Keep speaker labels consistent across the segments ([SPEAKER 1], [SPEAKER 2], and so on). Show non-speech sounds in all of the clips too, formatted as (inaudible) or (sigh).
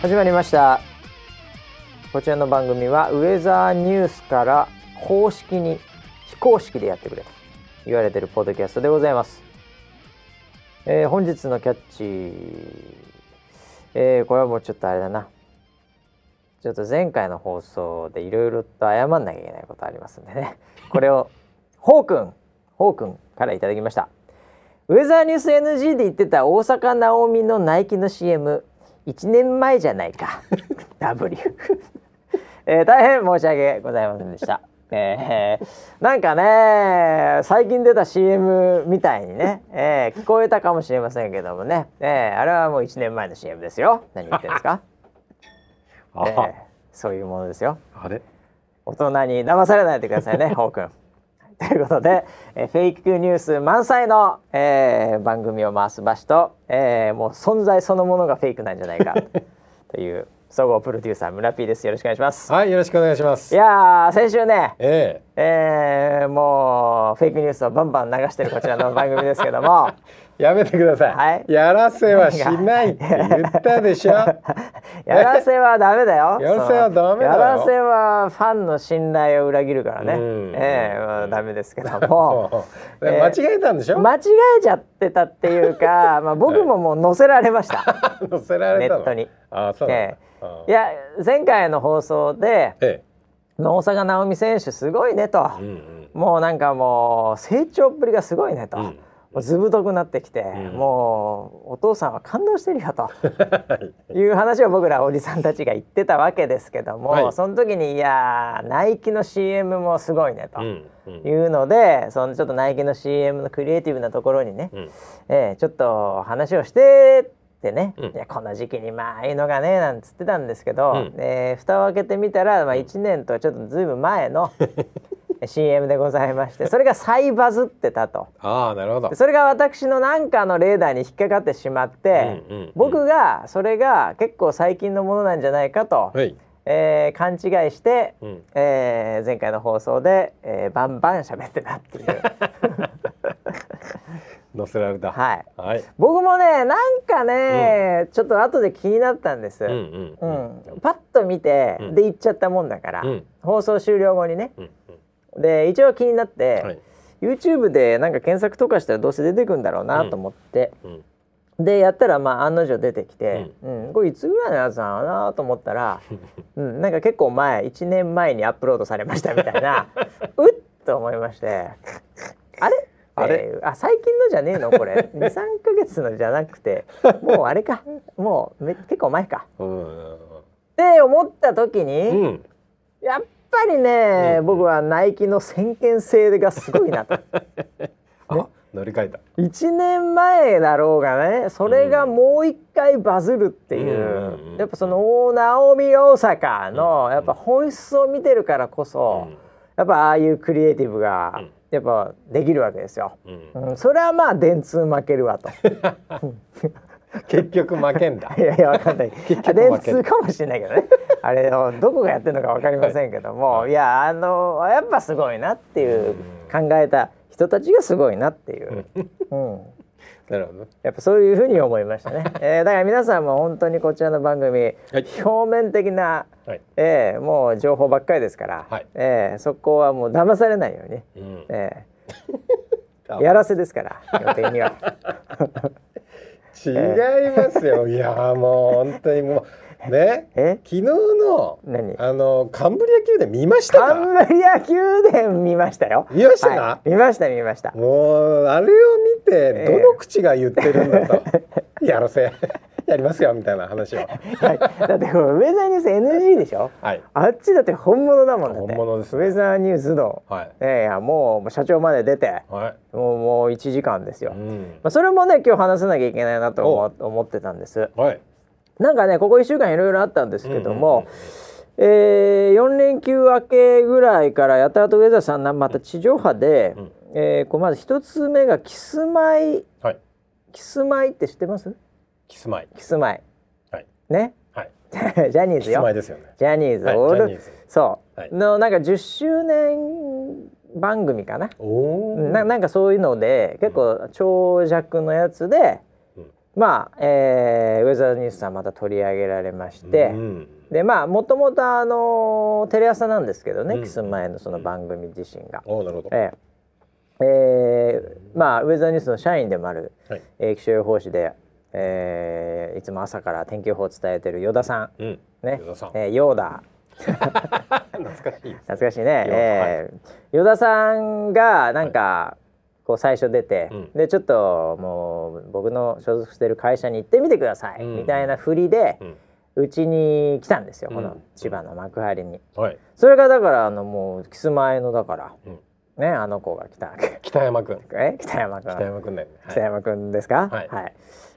[SPEAKER 1] 始まりましたこちらの番組はウェザーニュースから公式に非公式でやってくれと言われてるポッドキャストでございます、えー本日のキャッチ、えーこれはもうちょっとあれだなちょっと前回の放送でいろいろと謝んなきゃいけないことありますんでねこれをほうくんほうくんからいただきましたウェザーニュース NG で言ってた大阪なおみのナイキの CM1 年前じゃないか W、えー大変申し訳ございませんでした、えーなんかね最近出た CM みたいにね、えー聞こえたかもしれませんけどもね、えーあれはもう1年前の CM ですよ何言ってるんですか、
[SPEAKER 2] あ、
[SPEAKER 1] えーそういうものですよ
[SPEAKER 2] あれ
[SPEAKER 1] 大人に騙されないでくだ
[SPEAKER 2] (laughs)
[SPEAKER 1] さいね、ホーくん。ということで、えーフェイクニュース満載の、えー番組を回す場所と、えーもう存在そのものがフェイクなんじゃない
[SPEAKER 2] (laughs)
[SPEAKER 1] かという総合プロデューサー村 P です。よろしくお願いします。
[SPEAKER 2] はい、よろしくお願いしま
[SPEAKER 1] い
[SPEAKER 2] す。
[SPEAKER 1] やー先週ね、
[SPEAKER 2] え
[SPEAKER 1] えーもうフェイクニュースをバンバン流してるこちらの番組ですけど
[SPEAKER 2] (laughs)
[SPEAKER 1] も
[SPEAKER 2] えやめてください。
[SPEAKER 1] はい
[SPEAKER 2] やらせはしないって言ったでしょ。
[SPEAKER 1] (laughs) やらせはダメだよ
[SPEAKER 2] やらせはダメだよ
[SPEAKER 1] そのやらせはファンの信頼を裏切るからね、
[SPEAKER 2] うん
[SPEAKER 1] えーまあ、ダメですけども
[SPEAKER 2] (laughs) もう間違えたんでしょ。
[SPEAKER 1] 間違えちゃってたっていう
[SPEAKER 2] (laughs)
[SPEAKER 1] か、まあ、僕ももう載せられました。
[SPEAKER 2] 載せられたの。
[SPEAKER 1] ネットに
[SPEAKER 2] あ、そうなんだ
[SPEAKER 1] え。えいや前回の放送で
[SPEAKER 2] ええ。
[SPEAKER 1] まあ大坂なおみ選手すごいねと、
[SPEAKER 2] うんうん。
[SPEAKER 1] もうなんかもう成長っぷりがすごいねと、
[SPEAKER 2] うん
[SPEAKER 1] もうずぶとくなってきて、
[SPEAKER 2] ん
[SPEAKER 1] もうお父さんは感動してる
[SPEAKER 2] (laughs)
[SPEAKER 1] よという話を僕らおじさんたちが言ってたわけですけども、
[SPEAKER 2] はい
[SPEAKER 1] その時にいやーナイキの CM もすごいねと。
[SPEAKER 2] うんうん。
[SPEAKER 1] いうのでそのちょっとナイキの CM のクリエイティブなところにね、
[SPEAKER 2] うん
[SPEAKER 1] えーちょっと話をしてってね、
[SPEAKER 2] うん
[SPEAKER 1] いやこの時期にまあああいうのがねなんつってたんですけど、
[SPEAKER 2] うん
[SPEAKER 1] えー蓋を開けてみたら、まあ、1年とはちょっとずいぶん前
[SPEAKER 2] (laughs)
[SPEAKER 1] の CM でございましてそれが再バズってたと。
[SPEAKER 2] ああ、なるほど
[SPEAKER 1] で。それが私のなんかのレーダーに引っかかってしまって、
[SPEAKER 2] うんうんうん
[SPEAKER 1] 僕がそれが結構最近のものなんじゃないかと、
[SPEAKER 2] はい。
[SPEAKER 1] えー勘違いして、
[SPEAKER 2] うん
[SPEAKER 1] えー前回の放送で、えーバンバン喋ってたって
[SPEAKER 2] (laughs)
[SPEAKER 1] いう。
[SPEAKER 2] 載せられた。
[SPEAKER 1] はい
[SPEAKER 2] はい。
[SPEAKER 1] 僕もねなんかね、ちょっと後で気になったんです、う
[SPEAKER 2] うん
[SPEAKER 1] ん
[SPEAKER 2] うんうん
[SPEAKER 1] パッと見て、
[SPEAKER 2] うん
[SPEAKER 1] で行っちゃったもんだから、
[SPEAKER 2] うん
[SPEAKER 1] 放送終了後にね
[SPEAKER 2] うん
[SPEAKER 1] で一応気になって、
[SPEAKER 2] うん。はい。
[SPEAKER 1] YouTube でなんか検索とかしたらどうせ出てくんだろうなと思って、
[SPEAKER 2] うん。
[SPEAKER 1] でやったらまあ案の定出てきて、うんこれいつぐらいのやつなのかなと思った
[SPEAKER 2] (laughs)
[SPEAKER 1] ら、うん、なんか結構前1年前にアップロードされましたみたいな (laughs) うっと思いましてあれ
[SPEAKER 2] あれ
[SPEAKER 1] っていうあ最近のじゃねえのこ
[SPEAKER 2] (laughs)
[SPEAKER 1] れ23か月のじゃなくてもうあれかもうめ結構前か。
[SPEAKER 2] うん
[SPEAKER 1] って思った時に、
[SPEAKER 2] うん。うん。
[SPEAKER 1] やっぱりね、僕はナイキの先見性がすごいなと。
[SPEAKER 2] あ、乗り換えた。
[SPEAKER 1] 1年前だろうがねそれがもう一回バズるっていう、
[SPEAKER 2] うんうんうん
[SPEAKER 1] やっぱその大直美大阪のやっぱ本質を見てるからこそ、
[SPEAKER 2] うん
[SPEAKER 1] やっぱああいうクリエイティブが
[SPEAKER 2] うん
[SPEAKER 1] やっぱできるわけですよ。
[SPEAKER 2] うん。
[SPEAKER 1] うん、それはまあ電通負ける
[SPEAKER 2] (laughs)
[SPEAKER 1] わと。
[SPEAKER 2] 結局負けんだ
[SPEAKER 1] (laughs) い。やいやわかんない。
[SPEAKER 2] 局
[SPEAKER 1] 電
[SPEAKER 2] 負ける
[SPEAKER 1] 通かもしれないけどね。あれをどこがやってるのかわかりませんけども、い、やあのやっぱすごいなっていう考えた人たちがすごいなって
[SPEAKER 2] (laughs)
[SPEAKER 1] いう。うん
[SPEAKER 2] なるほど。
[SPEAKER 1] やっぱそういうふうに思いました
[SPEAKER 2] (laughs)
[SPEAKER 1] ね。えーだから皆さんも本当にこちらの番組、表面的な、
[SPEAKER 2] はい。
[SPEAKER 1] えーもう情報ばっかりですから、
[SPEAKER 2] はい
[SPEAKER 1] えーそこはもう騙されないように、
[SPEAKER 2] うん。
[SPEAKER 1] え
[SPEAKER 2] あ
[SPEAKER 1] ーやらせですから基本的
[SPEAKER 2] (laughs)
[SPEAKER 1] には。
[SPEAKER 2] 違いますよ。いやもう本当にもうね。
[SPEAKER 1] え
[SPEAKER 2] 昨日の
[SPEAKER 1] 何
[SPEAKER 2] あのカンブリア宮殿見ました
[SPEAKER 1] カ
[SPEAKER 2] か。
[SPEAKER 1] ンブリア宮殿見ましたよ。
[SPEAKER 2] 見ましたか
[SPEAKER 1] はい見ました見ました。
[SPEAKER 2] もうあれを見てどの口が言ってるんだと、
[SPEAKER 1] (laughs)
[SPEAKER 2] やらせやりますよみたいな話を。
[SPEAKER 1] はい、だってこれウェザーニュース NG でしょ。
[SPEAKER 2] はい。
[SPEAKER 1] あっちだって本物だもんだって。
[SPEAKER 2] 本物です
[SPEAKER 1] ウェザーニュースの、
[SPEAKER 2] はい
[SPEAKER 1] えーいやもうもう社長まで出て、
[SPEAKER 2] はい。
[SPEAKER 1] もうもう一時間ですよ。
[SPEAKER 2] うん。
[SPEAKER 1] まあ、それもね今日話さなきゃいけないなと思思ってたんです
[SPEAKER 2] はい。
[SPEAKER 1] なんかねここ1週間いろいろあったんですけども、え4連休明けぐらいからやたらとウェザーさんなまた地上波で、
[SPEAKER 2] うん
[SPEAKER 1] えーこうまず一つ目がキスマイ
[SPEAKER 2] はい。
[SPEAKER 1] キスマイって知ってます
[SPEAKER 2] キスマイ。
[SPEAKER 1] キスマイ
[SPEAKER 2] はい。
[SPEAKER 1] ね (laughs)
[SPEAKER 2] はい。
[SPEAKER 1] ジャニー
[SPEAKER 2] キ
[SPEAKER 1] ズ
[SPEAKER 2] スマイ
[SPEAKER 1] よ
[SPEAKER 2] ですよね。
[SPEAKER 1] ジャニーズ、
[SPEAKER 2] はい
[SPEAKER 1] オール
[SPEAKER 2] ジャニーズ
[SPEAKER 1] そう、
[SPEAKER 2] はい
[SPEAKER 1] のなんか10周年番組かな
[SPEAKER 2] おお。
[SPEAKER 1] ななんかそういうので結構長尺のやつで、
[SPEAKER 2] うん
[SPEAKER 1] まあ、えーウェザーニュースさんまた取り上げられまして、
[SPEAKER 2] うん
[SPEAKER 1] でまあもともとあのテレ朝なんですけどね、
[SPEAKER 2] うん
[SPEAKER 1] キス前のその番組自身が、
[SPEAKER 2] おーなるほど、
[SPEAKER 1] えええーまあウェザーニュースの社員でもある、
[SPEAKER 2] はい
[SPEAKER 1] えー気象予報士で、えーいつも朝から天気予報を伝えてる依田さ
[SPEAKER 2] うん
[SPEAKER 1] んね
[SPEAKER 2] 依田さん
[SPEAKER 1] えー、ヨーダ
[SPEAKER 2] (laughs) 懐かしいです
[SPEAKER 1] 懐かしいね、
[SPEAKER 2] い
[SPEAKER 1] えー依田さんがなんか、こう最初出て、
[SPEAKER 2] うん
[SPEAKER 1] でちょっともう僕の所属してる会社に行ってみてください、
[SPEAKER 2] うん
[SPEAKER 1] みたいな振りで
[SPEAKER 2] うん
[SPEAKER 1] うち、に来たんですよこ
[SPEAKER 2] う
[SPEAKER 1] の
[SPEAKER 2] ん
[SPEAKER 1] 千葉の幕張に。
[SPEAKER 2] はい
[SPEAKER 1] それがだからあのもうキスマイのだから、
[SPEAKER 2] うん
[SPEAKER 1] ねあの子が来たわけ (laughs)
[SPEAKER 2] 北山くん
[SPEAKER 1] え北山君
[SPEAKER 2] 北山くんだよね
[SPEAKER 1] 北山くんですか
[SPEAKER 2] はい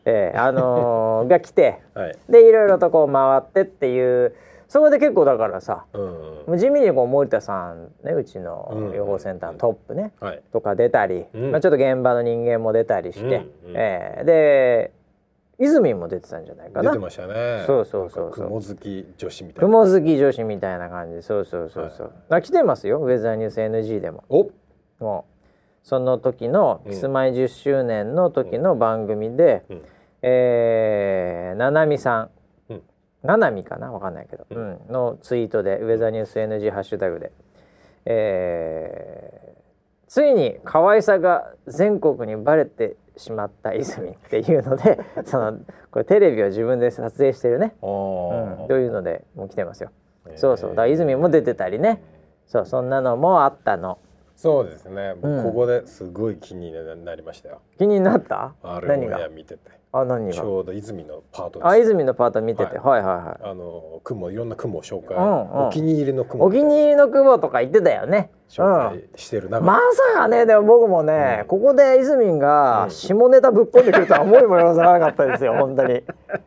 [SPEAKER 1] ええあのーが来て
[SPEAKER 2] はい、はい、
[SPEAKER 1] でいろいろとこう回ってっていうそこで結構だからさ
[SPEAKER 2] うんうん
[SPEAKER 1] 地味にこう森田さんねうち
[SPEAKER 2] う
[SPEAKER 1] の
[SPEAKER 2] ん
[SPEAKER 1] 予報センターのトップね、
[SPEAKER 2] はい
[SPEAKER 1] とか出たり、
[SPEAKER 2] うん
[SPEAKER 1] まあ、ちょっと現場の人間も出たりして、
[SPEAKER 2] うんうん
[SPEAKER 1] ええで泉も出てたんじゃないか
[SPEAKER 2] 出
[SPEAKER 1] な
[SPEAKER 2] てましたね
[SPEAKER 1] そうそうそうそう
[SPEAKER 2] なんか雲好き女子みたいな
[SPEAKER 1] 雲好き女子みたいな感じそうそうそうそう、あ来てますよウェザーニュース NG でも。
[SPEAKER 2] お
[SPEAKER 1] もうその時の
[SPEAKER 2] うん
[SPEAKER 1] キスマイ10周年の時の番組で、
[SPEAKER 2] うん
[SPEAKER 1] えーななみさん、
[SPEAKER 2] うん
[SPEAKER 1] ななみかなわかんないけど、うんのツイートで「ウェザーニュース NG」ハッシュタグで、えーついに可愛さが全国にバレてしまった泉っていうの
[SPEAKER 2] (laughs)
[SPEAKER 1] でそのこれテレビを自分で撮影してるね、うん
[SPEAKER 2] あ
[SPEAKER 1] というのでもう来てますよ。
[SPEAKER 2] ー
[SPEAKER 1] そうそうだから泉も出てたりねそうそんなのもあったの
[SPEAKER 2] そうですね、
[SPEAKER 1] うん
[SPEAKER 2] ここですごい気になりましたよ
[SPEAKER 1] 気になった何
[SPEAKER 2] R オンエ
[SPEAKER 1] が
[SPEAKER 2] ア見てて
[SPEAKER 1] あ何
[SPEAKER 2] ち
[SPEAKER 1] が
[SPEAKER 2] ょうど泉のパートです
[SPEAKER 1] あ泉のパート見てて、はい、はいはい
[SPEAKER 2] あの雲いろんな雲を紹介、
[SPEAKER 1] うんうん
[SPEAKER 2] お気に入りの雲
[SPEAKER 1] お気に入りの雲とか言ってたよね。う
[SPEAKER 2] 紹
[SPEAKER 1] ん
[SPEAKER 2] 介してる中、
[SPEAKER 1] まさかねでも僕もね、
[SPEAKER 2] うん
[SPEAKER 1] ここで泉が
[SPEAKER 2] うん
[SPEAKER 1] 下ネタぶっ込んでくるとは思いもよらさなかった (laughs) ですよ本当に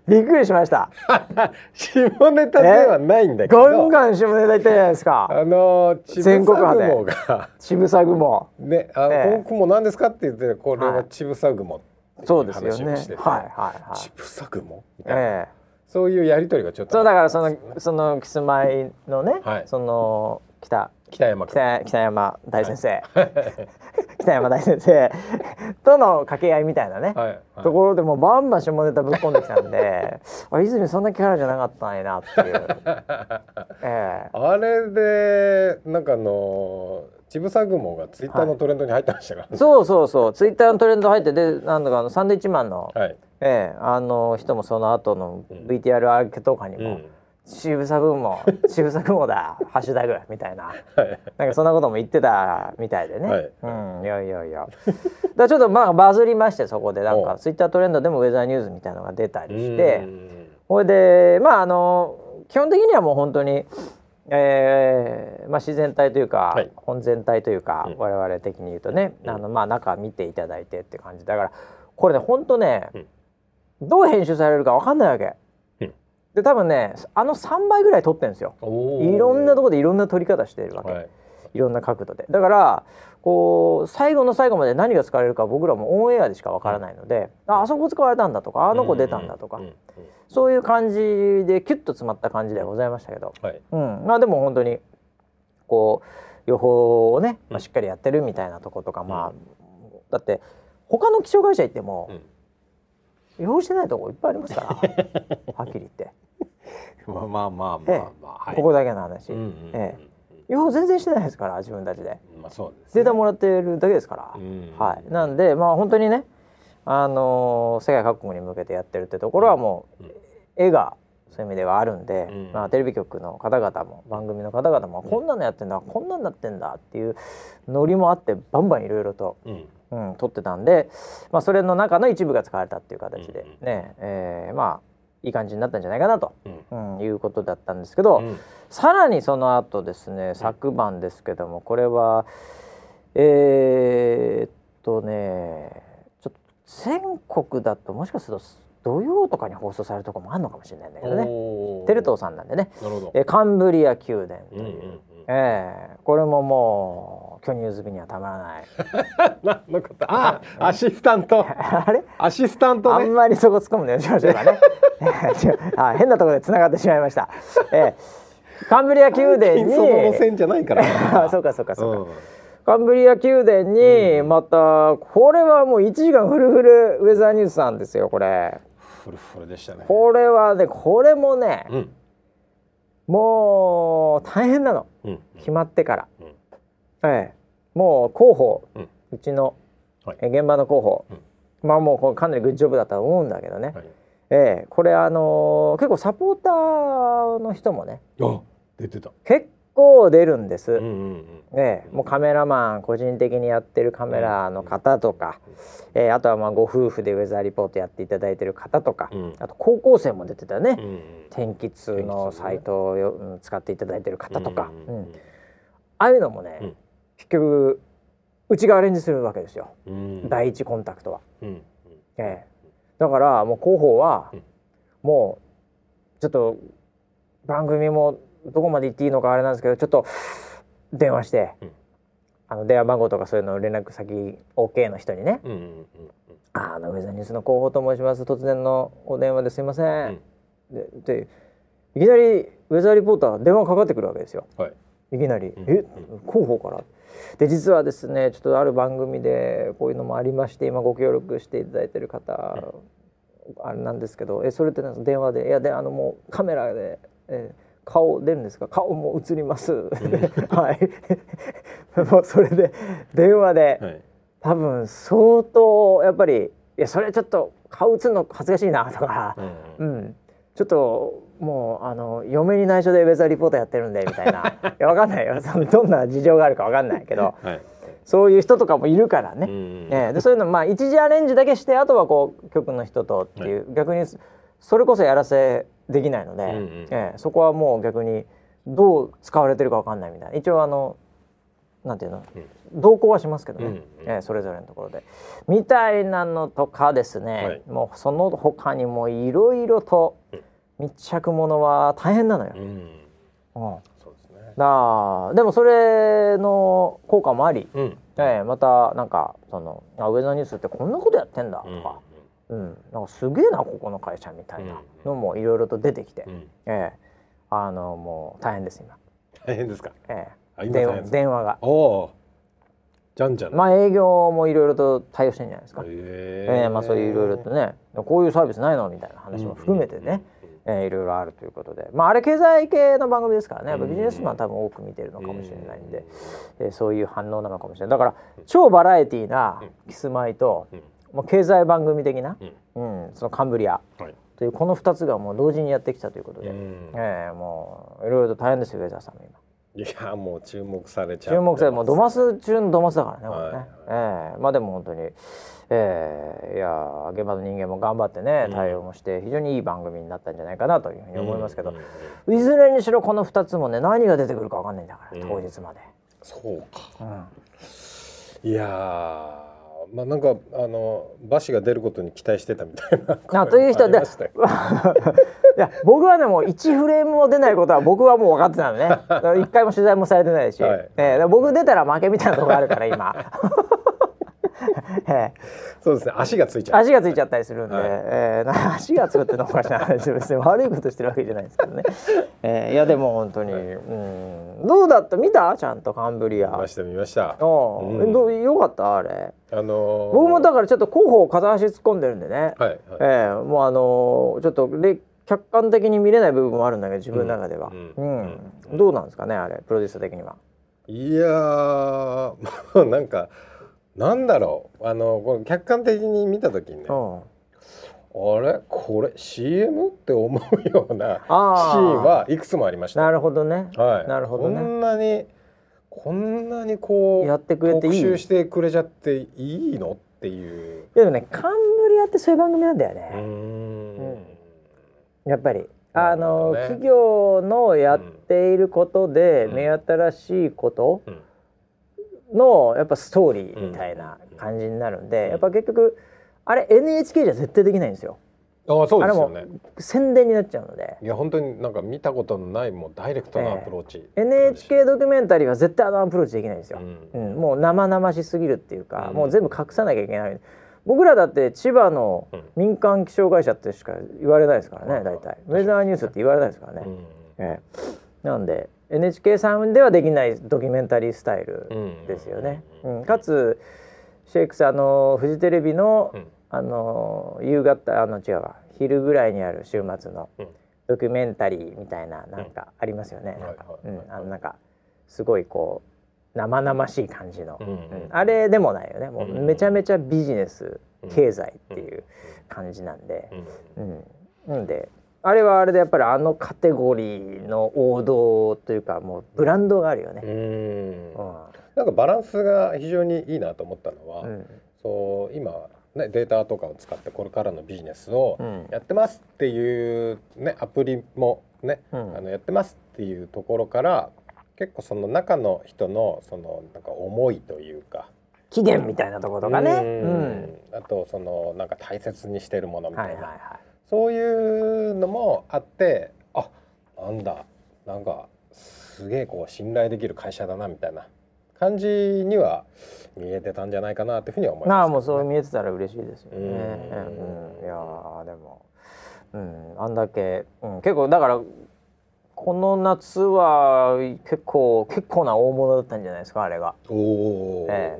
[SPEAKER 1] びっくりしました
[SPEAKER 2] (laughs) 下ネタではないんだけど、
[SPEAKER 1] ガンガン下ネタ言ってるじゃないですか (laughs)
[SPEAKER 2] あのちぶさ
[SPEAKER 1] 全国派で
[SPEAKER 2] 雲が
[SPEAKER 1] 渋沢雲
[SPEAKER 2] ねあの、
[SPEAKER 1] ええ
[SPEAKER 2] この雲なんですかって言ってこれ
[SPEAKER 1] はい
[SPEAKER 2] はちぶさ雲ってい
[SPEAKER 1] そうですよ
[SPEAKER 2] 話
[SPEAKER 1] ね
[SPEAKER 2] を
[SPEAKER 1] はい
[SPEAKER 2] してて
[SPEAKER 1] はいはい
[SPEAKER 2] ちぶさ雲みたいな、
[SPEAKER 1] ええ
[SPEAKER 2] そういうやりとりがちょっと
[SPEAKER 1] そうだからそのそのキスマイのね、
[SPEAKER 2] はい
[SPEAKER 1] その北
[SPEAKER 2] 北山君
[SPEAKER 1] 北北山大先生、 (laughs) 北山大先生との掛け合いみたいなね、
[SPEAKER 2] はい、はい、
[SPEAKER 1] ところでもうバンバン下ネタぶっ込んできたん
[SPEAKER 2] (laughs)
[SPEAKER 1] であ泉そんなキャラじゃなかったんやなっていう、ええ
[SPEAKER 2] あれでなんかあのちぶさ雲がツイッターのトレンドに入ってましたから、ね
[SPEAKER 1] そうそうそうツイッターのトレンド入ってでなんだかあのサンドイッチマンの、
[SPEAKER 2] はい、
[SPEAKER 1] ええあの人もその後の
[SPEAKER 2] ん
[SPEAKER 1] VTR 明けとかに
[SPEAKER 2] うん
[SPEAKER 1] も、渋沢君も渋沢君もだハッシュタグみたいな
[SPEAKER 2] はい
[SPEAKER 1] なんかそんなことも言ってたみたいでね、
[SPEAKER 2] はい
[SPEAKER 1] うんいやいやいやだからちょっとまあバズりましてそこでなん
[SPEAKER 2] お
[SPEAKER 1] かツイッタートレンドでもウェザーニュースみたいなのが出たりして。
[SPEAKER 2] うん
[SPEAKER 1] ほいでまああの基本的にはもう本当に、えーまあ、自然体というか、
[SPEAKER 2] はい
[SPEAKER 1] 本全体というか、
[SPEAKER 2] うん
[SPEAKER 1] 我々的に言うとね、あのまあ、中見ていただいてって感じだからこれね本当ね、
[SPEAKER 2] うん
[SPEAKER 1] どう編集されるかわかんないわけ。
[SPEAKER 2] うん
[SPEAKER 1] で多分ねあの3倍ぐらい撮ってるんですよ。
[SPEAKER 2] おー
[SPEAKER 1] いろんなとこでいろんな撮り方してるわけ、、
[SPEAKER 2] はいい、
[SPEAKER 1] ろんな角度でだからこう最後の最後まで何が使われるか僕らもオンエアでしかわからないので、ああそこ使われたんだとかあの子出たんだとか、
[SPEAKER 2] ううんうん
[SPEAKER 1] そういう感じでキュッと詰まった感じではございましたけど、
[SPEAKER 2] はい、
[SPEAKER 1] うん、まあでも本当にこう予報をね、まあ、
[SPEAKER 2] うん
[SPEAKER 1] しっかりやってるみたいなとことか、まあ
[SPEAKER 2] う
[SPEAKER 1] だって他の気象会社行っても
[SPEAKER 2] う、ん
[SPEAKER 1] 予報してないとこいっぱいあり
[SPEAKER 2] (laughs)
[SPEAKER 1] ますからはっきり言って、
[SPEAKER 2] まあまあまあま
[SPEAKER 1] ええ
[SPEAKER 2] あ、まあはい、
[SPEAKER 1] ここだけの話、
[SPEAKER 2] うんうんうん
[SPEAKER 1] え予報全然してないですから自分たちで
[SPEAKER 2] うんまあそうです、
[SPEAKER 1] データもらってるだけですから、
[SPEAKER 2] うん
[SPEAKER 1] はい、なんでまあ本当にね、あのー世界各国に向けてやってるってところはもう
[SPEAKER 2] うん
[SPEAKER 1] 絵がそういう意味ではあるんで、
[SPEAKER 2] うん
[SPEAKER 1] まあ、テレビ局の方々も番組の方々もこんなのやってんだ、こんなんなってんだっていうノリもあってバンバンいろいろと、
[SPEAKER 2] うん
[SPEAKER 1] うん、撮ってたんで、まあ、それの中の一部が使われたっていう形で
[SPEAKER 2] うん、
[SPEAKER 1] ねえーまあいい感じになったんじゃないかなと、
[SPEAKER 2] うん
[SPEAKER 1] うん、いうことだったんですけど、
[SPEAKER 2] うん
[SPEAKER 1] さらにその後ですね昨晩ですけどもこれはえーっとねちょっと全国だともしかすると土曜とかに放送されるとこもあるのかもしれないんだけどね
[SPEAKER 2] おー
[SPEAKER 1] テル東さんなんでね
[SPEAKER 2] なるほど
[SPEAKER 1] えーカンブリア宮殿と
[SPEAKER 2] うんうん
[SPEAKER 1] いう、
[SPEAKER 2] うん
[SPEAKER 1] えーこれももう巨乳好きにはたまら
[SPEAKER 2] (laughs)
[SPEAKER 1] ない
[SPEAKER 2] 何のことあアシスタン
[SPEAKER 1] (laughs)
[SPEAKER 2] ト
[SPEAKER 1] あれ
[SPEAKER 2] アシスタント
[SPEAKER 1] あ
[SPEAKER 2] ね
[SPEAKER 1] んまりそこ突っ込むのよしましょうか
[SPEAKER 2] (laughs)
[SPEAKER 1] ねえー違うあ変なところでつながってしまいました、えーカンブリア宮殿に
[SPEAKER 2] (laughs) その路線じゃないから
[SPEAKER 1] (laughs) あそうかそうかそうか、
[SPEAKER 2] うん
[SPEAKER 1] カンブリア宮殿にまた、これはもう1時間フルフルウェザーニュースさんですよこれ
[SPEAKER 2] フルフルでしたね
[SPEAKER 1] これはねこれもね、
[SPEAKER 2] うん
[SPEAKER 1] もう大変なの
[SPEAKER 2] うん
[SPEAKER 1] 決まってから、
[SPEAKER 2] うん
[SPEAKER 1] ええ、もう広報、
[SPEAKER 2] う
[SPEAKER 1] うんちの、
[SPEAKER 2] はい
[SPEAKER 1] え現場の広報、
[SPEAKER 2] うん
[SPEAKER 1] まあもうこれかなりグッジョブだとは思うんだけどね、
[SPEAKER 2] はい
[SPEAKER 1] ええ、これあのー結構サポーターの人もね
[SPEAKER 2] あ出てた
[SPEAKER 1] 結構出るんです、
[SPEAKER 2] うんうんうん
[SPEAKER 1] ええ、もうカメラマン個人的にやってるカメラの方とか、ええあとはまあご夫婦でウェザーリポートやっていただいてる方とか、
[SPEAKER 2] うん
[SPEAKER 1] あと高校生も出てたね、
[SPEAKER 2] うんうん
[SPEAKER 1] 天気痛のサイトをよ、うん使っていただいてる方とか、
[SPEAKER 2] うんうん
[SPEAKER 1] うんああいうのもね、
[SPEAKER 2] うん
[SPEAKER 1] 結局うちがアレンジするわけですよ、
[SPEAKER 2] うんうん
[SPEAKER 1] 第一コンタクトは。
[SPEAKER 2] うんうん
[SPEAKER 1] ええ、だからもう広報は、
[SPEAKER 2] うん
[SPEAKER 1] もうちょっと番組もどこまで行っていいのかあれなんですけどちょっと電話して、
[SPEAKER 2] うん
[SPEAKER 1] あの電話番号とかそういうのを連絡先 OK の人にね
[SPEAKER 2] うんうんうん
[SPEAKER 1] 「ああのウェザーニュースの広報と申します突然のお電話ですいません」ででいきなりウェザーリポーター電話かかってくるわけですよ。
[SPEAKER 2] はい
[SPEAKER 1] いきなり「
[SPEAKER 2] ん
[SPEAKER 1] え広報から?」で実はですねちょっとある番組でこういうのもありまして今ご協力していただいてる方、あれなんですけどえそれってなんですか電話で「いやであのもうカメラで、え顔出るんですか顔も映ります」 (laughs) はい (laughs) もうそれで電話で、
[SPEAKER 2] はい
[SPEAKER 1] 多分相当やっぱり「いやそれちょっと顔映るの恥ずかしいな」とか。
[SPEAKER 2] うん
[SPEAKER 1] うん、ちょっともうあの嫁に内緒でウェザーリポーターやってるんでみたいないやわかんないよそのどんな事情があるかわかんないけど
[SPEAKER 2] うんはい
[SPEAKER 1] そういう人とかもいるからね、
[SPEAKER 2] うんうん
[SPEAKER 1] ええでそういうのまあ一時アレンジだけしてあとはこう局の人とっていう、逆にそれこそやらせできないので、
[SPEAKER 2] んうん
[SPEAKER 1] ええそこはもう逆にどう使われてるかわかんないみたいな一応あのなんていうの、同行はしますけどね、
[SPEAKER 2] うんうん
[SPEAKER 1] ええそれぞれのところでみたいなのとかですね、
[SPEAKER 2] はい
[SPEAKER 1] もうその他にもいろいろと密着ものは大変なのよ。
[SPEAKER 2] うんう
[SPEAKER 1] う
[SPEAKER 2] ん
[SPEAKER 1] ん
[SPEAKER 2] そうですね
[SPEAKER 1] だからでもそれの効果もあり、
[SPEAKER 2] うん
[SPEAKER 1] ええ、またなんかそのあウェザーニュースってこんなことやってんだ
[SPEAKER 2] うん
[SPEAKER 1] とか、うんなんかすげえなここの会社みたいなのもいろいろと出てきて、
[SPEAKER 2] うん
[SPEAKER 1] ええ、あのもう大変です今,、
[SPEAKER 2] 大変ですか
[SPEAKER 1] え
[SPEAKER 2] あ
[SPEAKER 1] え、
[SPEAKER 2] 今大
[SPEAKER 1] 電
[SPEAKER 2] 変
[SPEAKER 1] 話
[SPEAKER 2] です
[SPEAKER 1] 電話が
[SPEAKER 2] おおじゃんじゃん
[SPEAKER 1] まあ営業もいろいろと対応してるんじゃないですか、え
[SPEAKER 2] え
[SPEAKER 1] えまあそういういろいろとねこういうサービスないのみたいな話も含めてね、ええいろいろあるということでまああれ経済系の番組ですからねやっぱビジネスマンは多分多く見てるのかもしれないんで、ええそういう反応なのかもしれないだから超バラエティーなキスマイと、
[SPEAKER 2] うん
[SPEAKER 1] もう経済番組的な、
[SPEAKER 2] うん
[SPEAKER 1] うん、そのカンブリア
[SPEAKER 2] はい
[SPEAKER 1] というこの2つがもう同時にやってきたということで、
[SPEAKER 2] うん
[SPEAKER 1] ええもういろいろと大変ですよ上田さんも今
[SPEAKER 2] いやもう注目されちゃ
[SPEAKER 1] 注目されもうドマ
[SPEAKER 2] ス
[SPEAKER 1] ス中のドマスだからね、
[SPEAKER 2] はい
[SPEAKER 1] これね、ええまあでも本当に、ええいや現場の人間も頑張ってね対応もして非常にいい番組になったんじゃないかなというふうに思いますけど、いずれにしろこの2つもね何が出てくるかわかんないんだから、
[SPEAKER 2] うん
[SPEAKER 1] 当日まで。
[SPEAKER 2] そうか
[SPEAKER 1] うん
[SPEAKER 2] いやーまあなんかあの馬氏が出ることに期待してたみたいな
[SPEAKER 1] なという人で、
[SPEAKER 2] あ
[SPEAKER 1] い
[SPEAKER 2] りまし
[SPEAKER 1] (laughs)
[SPEAKER 2] たよ
[SPEAKER 1] や僕はねもう1フレームも出ないことは僕はもう分かってたのね。だ (laughs) から一回も取材もされてないし、
[SPEAKER 2] はい
[SPEAKER 1] ええだから僕出たら負けみたいなところあるから今。 (laughs) ええ
[SPEAKER 2] そうですね足がついちゃう
[SPEAKER 1] 足がついちゃったりするんで、
[SPEAKER 2] はい
[SPEAKER 1] えー (laughs) な足がつくっていうのはおかしな話で別に悪いことしてるわけじゃないですけどね、えーいやでも本当に、うんどうだった見たちゃんとカンブリア
[SPEAKER 2] 見ました見ましたあ
[SPEAKER 1] おう
[SPEAKER 2] うん
[SPEAKER 1] どうよかったあれ
[SPEAKER 2] のー
[SPEAKER 1] 僕もだからちょっと候補を片足突っ込んでるんでね、
[SPEAKER 2] はいはい
[SPEAKER 1] えーもうあのーちょっとで客観的に見れない部分もあるんだけど自分の中では、
[SPEAKER 2] うん
[SPEAKER 1] う
[SPEAKER 2] うんん
[SPEAKER 1] どうなんですかねあれプロデューサー的には。
[SPEAKER 2] いやー (laughs) もうなんかなんだろうあのこれ客観的に見た時にねあ
[SPEAKER 1] うん
[SPEAKER 2] れこれ CM って思うようなシーン
[SPEAKER 1] あー
[SPEAKER 2] はいくつもありました
[SPEAKER 1] なるほどね、
[SPEAKER 2] はい、
[SPEAKER 1] なるほどね
[SPEAKER 2] こんなにこんなにこう
[SPEAKER 1] やってくれていい
[SPEAKER 2] 特集してくれちゃっていいのっていう
[SPEAKER 1] でもねカンブリアってそういう番組なんだよね。
[SPEAKER 2] うーん
[SPEAKER 1] うんやっぱりあ
[SPEAKER 2] なるほ
[SPEAKER 1] の、
[SPEAKER 2] どね
[SPEAKER 1] 企業のやっていることで、
[SPEAKER 2] うん
[SPEAKER 1] 目新しいこと
[SPEAKER 2] うん
[SPEAKER 1] のやっぱストーリーみたいな感じになるんで、やっぱ結局あれ NHK じゃ絶対できないんですよ。
[SPEAKER 2] ああそうですよ
[SPEAKER 1] あれ
[SPEAKER 2] ね
[SPEAKER 1] も宣伝になっちゃうので。
[SPEAKER 2] いや本当になんか見たことのないもうダイレクトなアプローチ、
[SPEAKER 1] NHK ドキュメンタリーは絶対あのアプローチできないんですよ、
[SPEAKER 2] う
[SPEAKER 1] う
[SPEAKER 2] ん
[SPEAKER 1] んもう生々しすぎるっていうか、
[SPEAKER 2] うん
[SPEAKER 1] もう全部隠さなきゃいけない僕らだって千葉の民間気象会社ってしか言われないですからね、
[SPEAKER 2] うん
[SPEAKER 1] 大体ウェザーニュースって言われないですからね、
[SPEAKER 2] うん
[SPEAKER 1] ええ、なんで NHK さんではできないドキュメンタリースタイルですよね。
[SPEAKER 2] うん
[SPEAKER 1] うんかつシェイクさんあのフジテレビの、
[SPEAKER 2] うん
[SPEAKER 1] あの夕方あの違うわ昼ぐらいにある週末の
[SPEAKER 2] うん
[SPEAKER 1] ドキュメンタリーみたいななんかありますよね。
[SPEAKER 2] い
[SPEAKER 1] なんか
[SPEAKER 2] は
[SPEAKER 1] う
[SPEAKER 2] いはい
[SPEAKER 1] んあのなんかすごいこう生々しい感じの、
[SPEAKER 2] うん
[SPEAKER 1] うんあれでもないよね。もう
[SPEAKER 2] うん
[SPEAKER 1] めちゃめちゃビジネス
[SPEAKER 2] うん
[SPEAKER 1] 経済っていう感じなんで
[SPEAKER 2] う。ん
[SPEAKER 1] うん、なんであれはあれでやっぱりあのカテゴリーの王道というかもうブランドがあるよね。
[SPEAKER 2] うん
[SPEAKER 1] うん
[SPEAKER 2] なんかバランスが非常にいいなと思ったのは、
[SPEAKER 1] うん
[SPEAKER 2] そう今、ね、データとかを使ってこれからのビジネスを
[SPEAKER 1] うん
[SPEAKER 2] やってますっていう、ね、アプリも、ね
[SPEAKER 1] うん
[SPEAKER 2] あのやってますっていうところから結構その中の人のそのなんか思いというか
[SPEAKER 1] 起源みたいなところとかね。う
[SPEAKER 2] うんんあとそのなんか大切にしてるものみた
[SPEAKER 1] はいい
[SPEAKER 2] な、
[SPEAKER 1] はいは
[SPEAKER 2] そういうのもあってあなんだなんかすげえこう信頼できる会社だなみたいな感じには見えてたんじゃないかなっていうふうには思
[SPEAKER 1] い。
[SPEAKER 2] います、
[SPEAKER 1] なあもうそう見えてたら嬉しいですよね。
[SPEAKER 2] うん
[SPEAKER 1] うんいやーでも、うん、あんだけ、うん、結構だからこの夏は結構結構な大物だったんじゃないですかあれが。
[SPEAKER 2] おおー、
[SPEAKER 1] え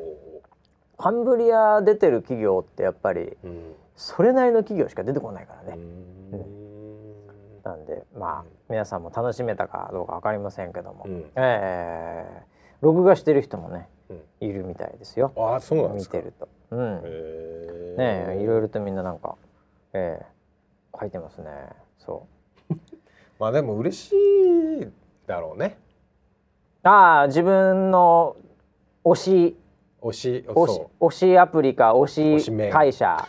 [SPEAKER 1] カンブリア出てる企業ってやっぱり
[SPEAKER 2] うん
[SPEAKER 1] それなりの企業しか出てこないからね。
[SPEAKER 2] うん
[SPEAKER 1] なんでまあ、
[SPEAKER 2] うん
[SPEAKER 1] 皆さんも楽しめたかどうか分かりませんけども、
[SPEAKER 2] うん
[SPEAKER 1] えー録画してる人もね
[SPEAKER 2] うん
[SPEAKER 1] いるみたいですよ
[SPEAKER 2] ああそうなんで
[SPEAKER 1] 見
[SPEAKER 2] すか
[SPEAKER 1] てると、うんね
[SPEAKER 2] へー
[SPEAKER 1] えいろいろとみんななんか、えー書いてますねそ
[SPEAKER 2] まあでも嬉しいだろうね
[SPEAKER 1] うああ自分の推し
[SPEAKER 2] 推し
[SPEAKER 1] 推し推しアプリか推
[SPEAKER 2] 推しメ
[SPEAKER 1] し
[SPEAKER 2] ン
[SPEAKER 1] 会社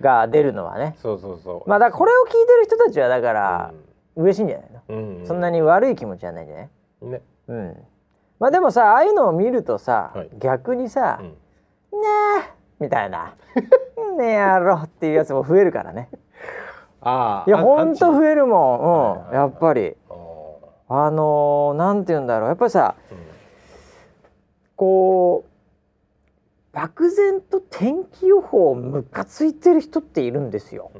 [SPEAKER 1] が出るのはね
[SPEAKER 2] (laughs) そうそうそうそう
[SPEAKER 1] まあだからこれを聞いてる人たちはだから嬉しいんじゃないの、
[SPEAKER 2] うんうん
[SPEAKER 1] そんなに悪い気持ちはないんじゃない
[SPEAKER 2] ね
[SPEAKER 1] うん、まあでもさああいうのを見るとさ、
[SPEAKER 2] はい
[SPEAKER 1] 逆にさ「
[SPEAKER 2] う
[SPEAKER 1] ね
[SPEAKER 2] ん
[SPEAKER 1] え」みたいな (laughs) 「ねえやろ」っていうやつも増えるからね
[SPEAKER 2] ああ
[SPEAKER 1] いや
[SPEAKER 2] あ
[SPEAKER 1] ほんと
[SPEAKER 2] アンチ
[SPEAKER 1] 増えるもん、うん、
[SPEAKER 2] はいはい
[SPEAKER 1] や
[SPEAKER 2] はい
[SPEAKER 1] っぱり
[SPEAKER 2] あ
[SPEAKER 1] あのー、なんて言うんだろうやっぱりさ
[SPEAKER 2] ーうん
[SPEAKER 1] こう漠然と天気予報ムカついてる人っているんですよ、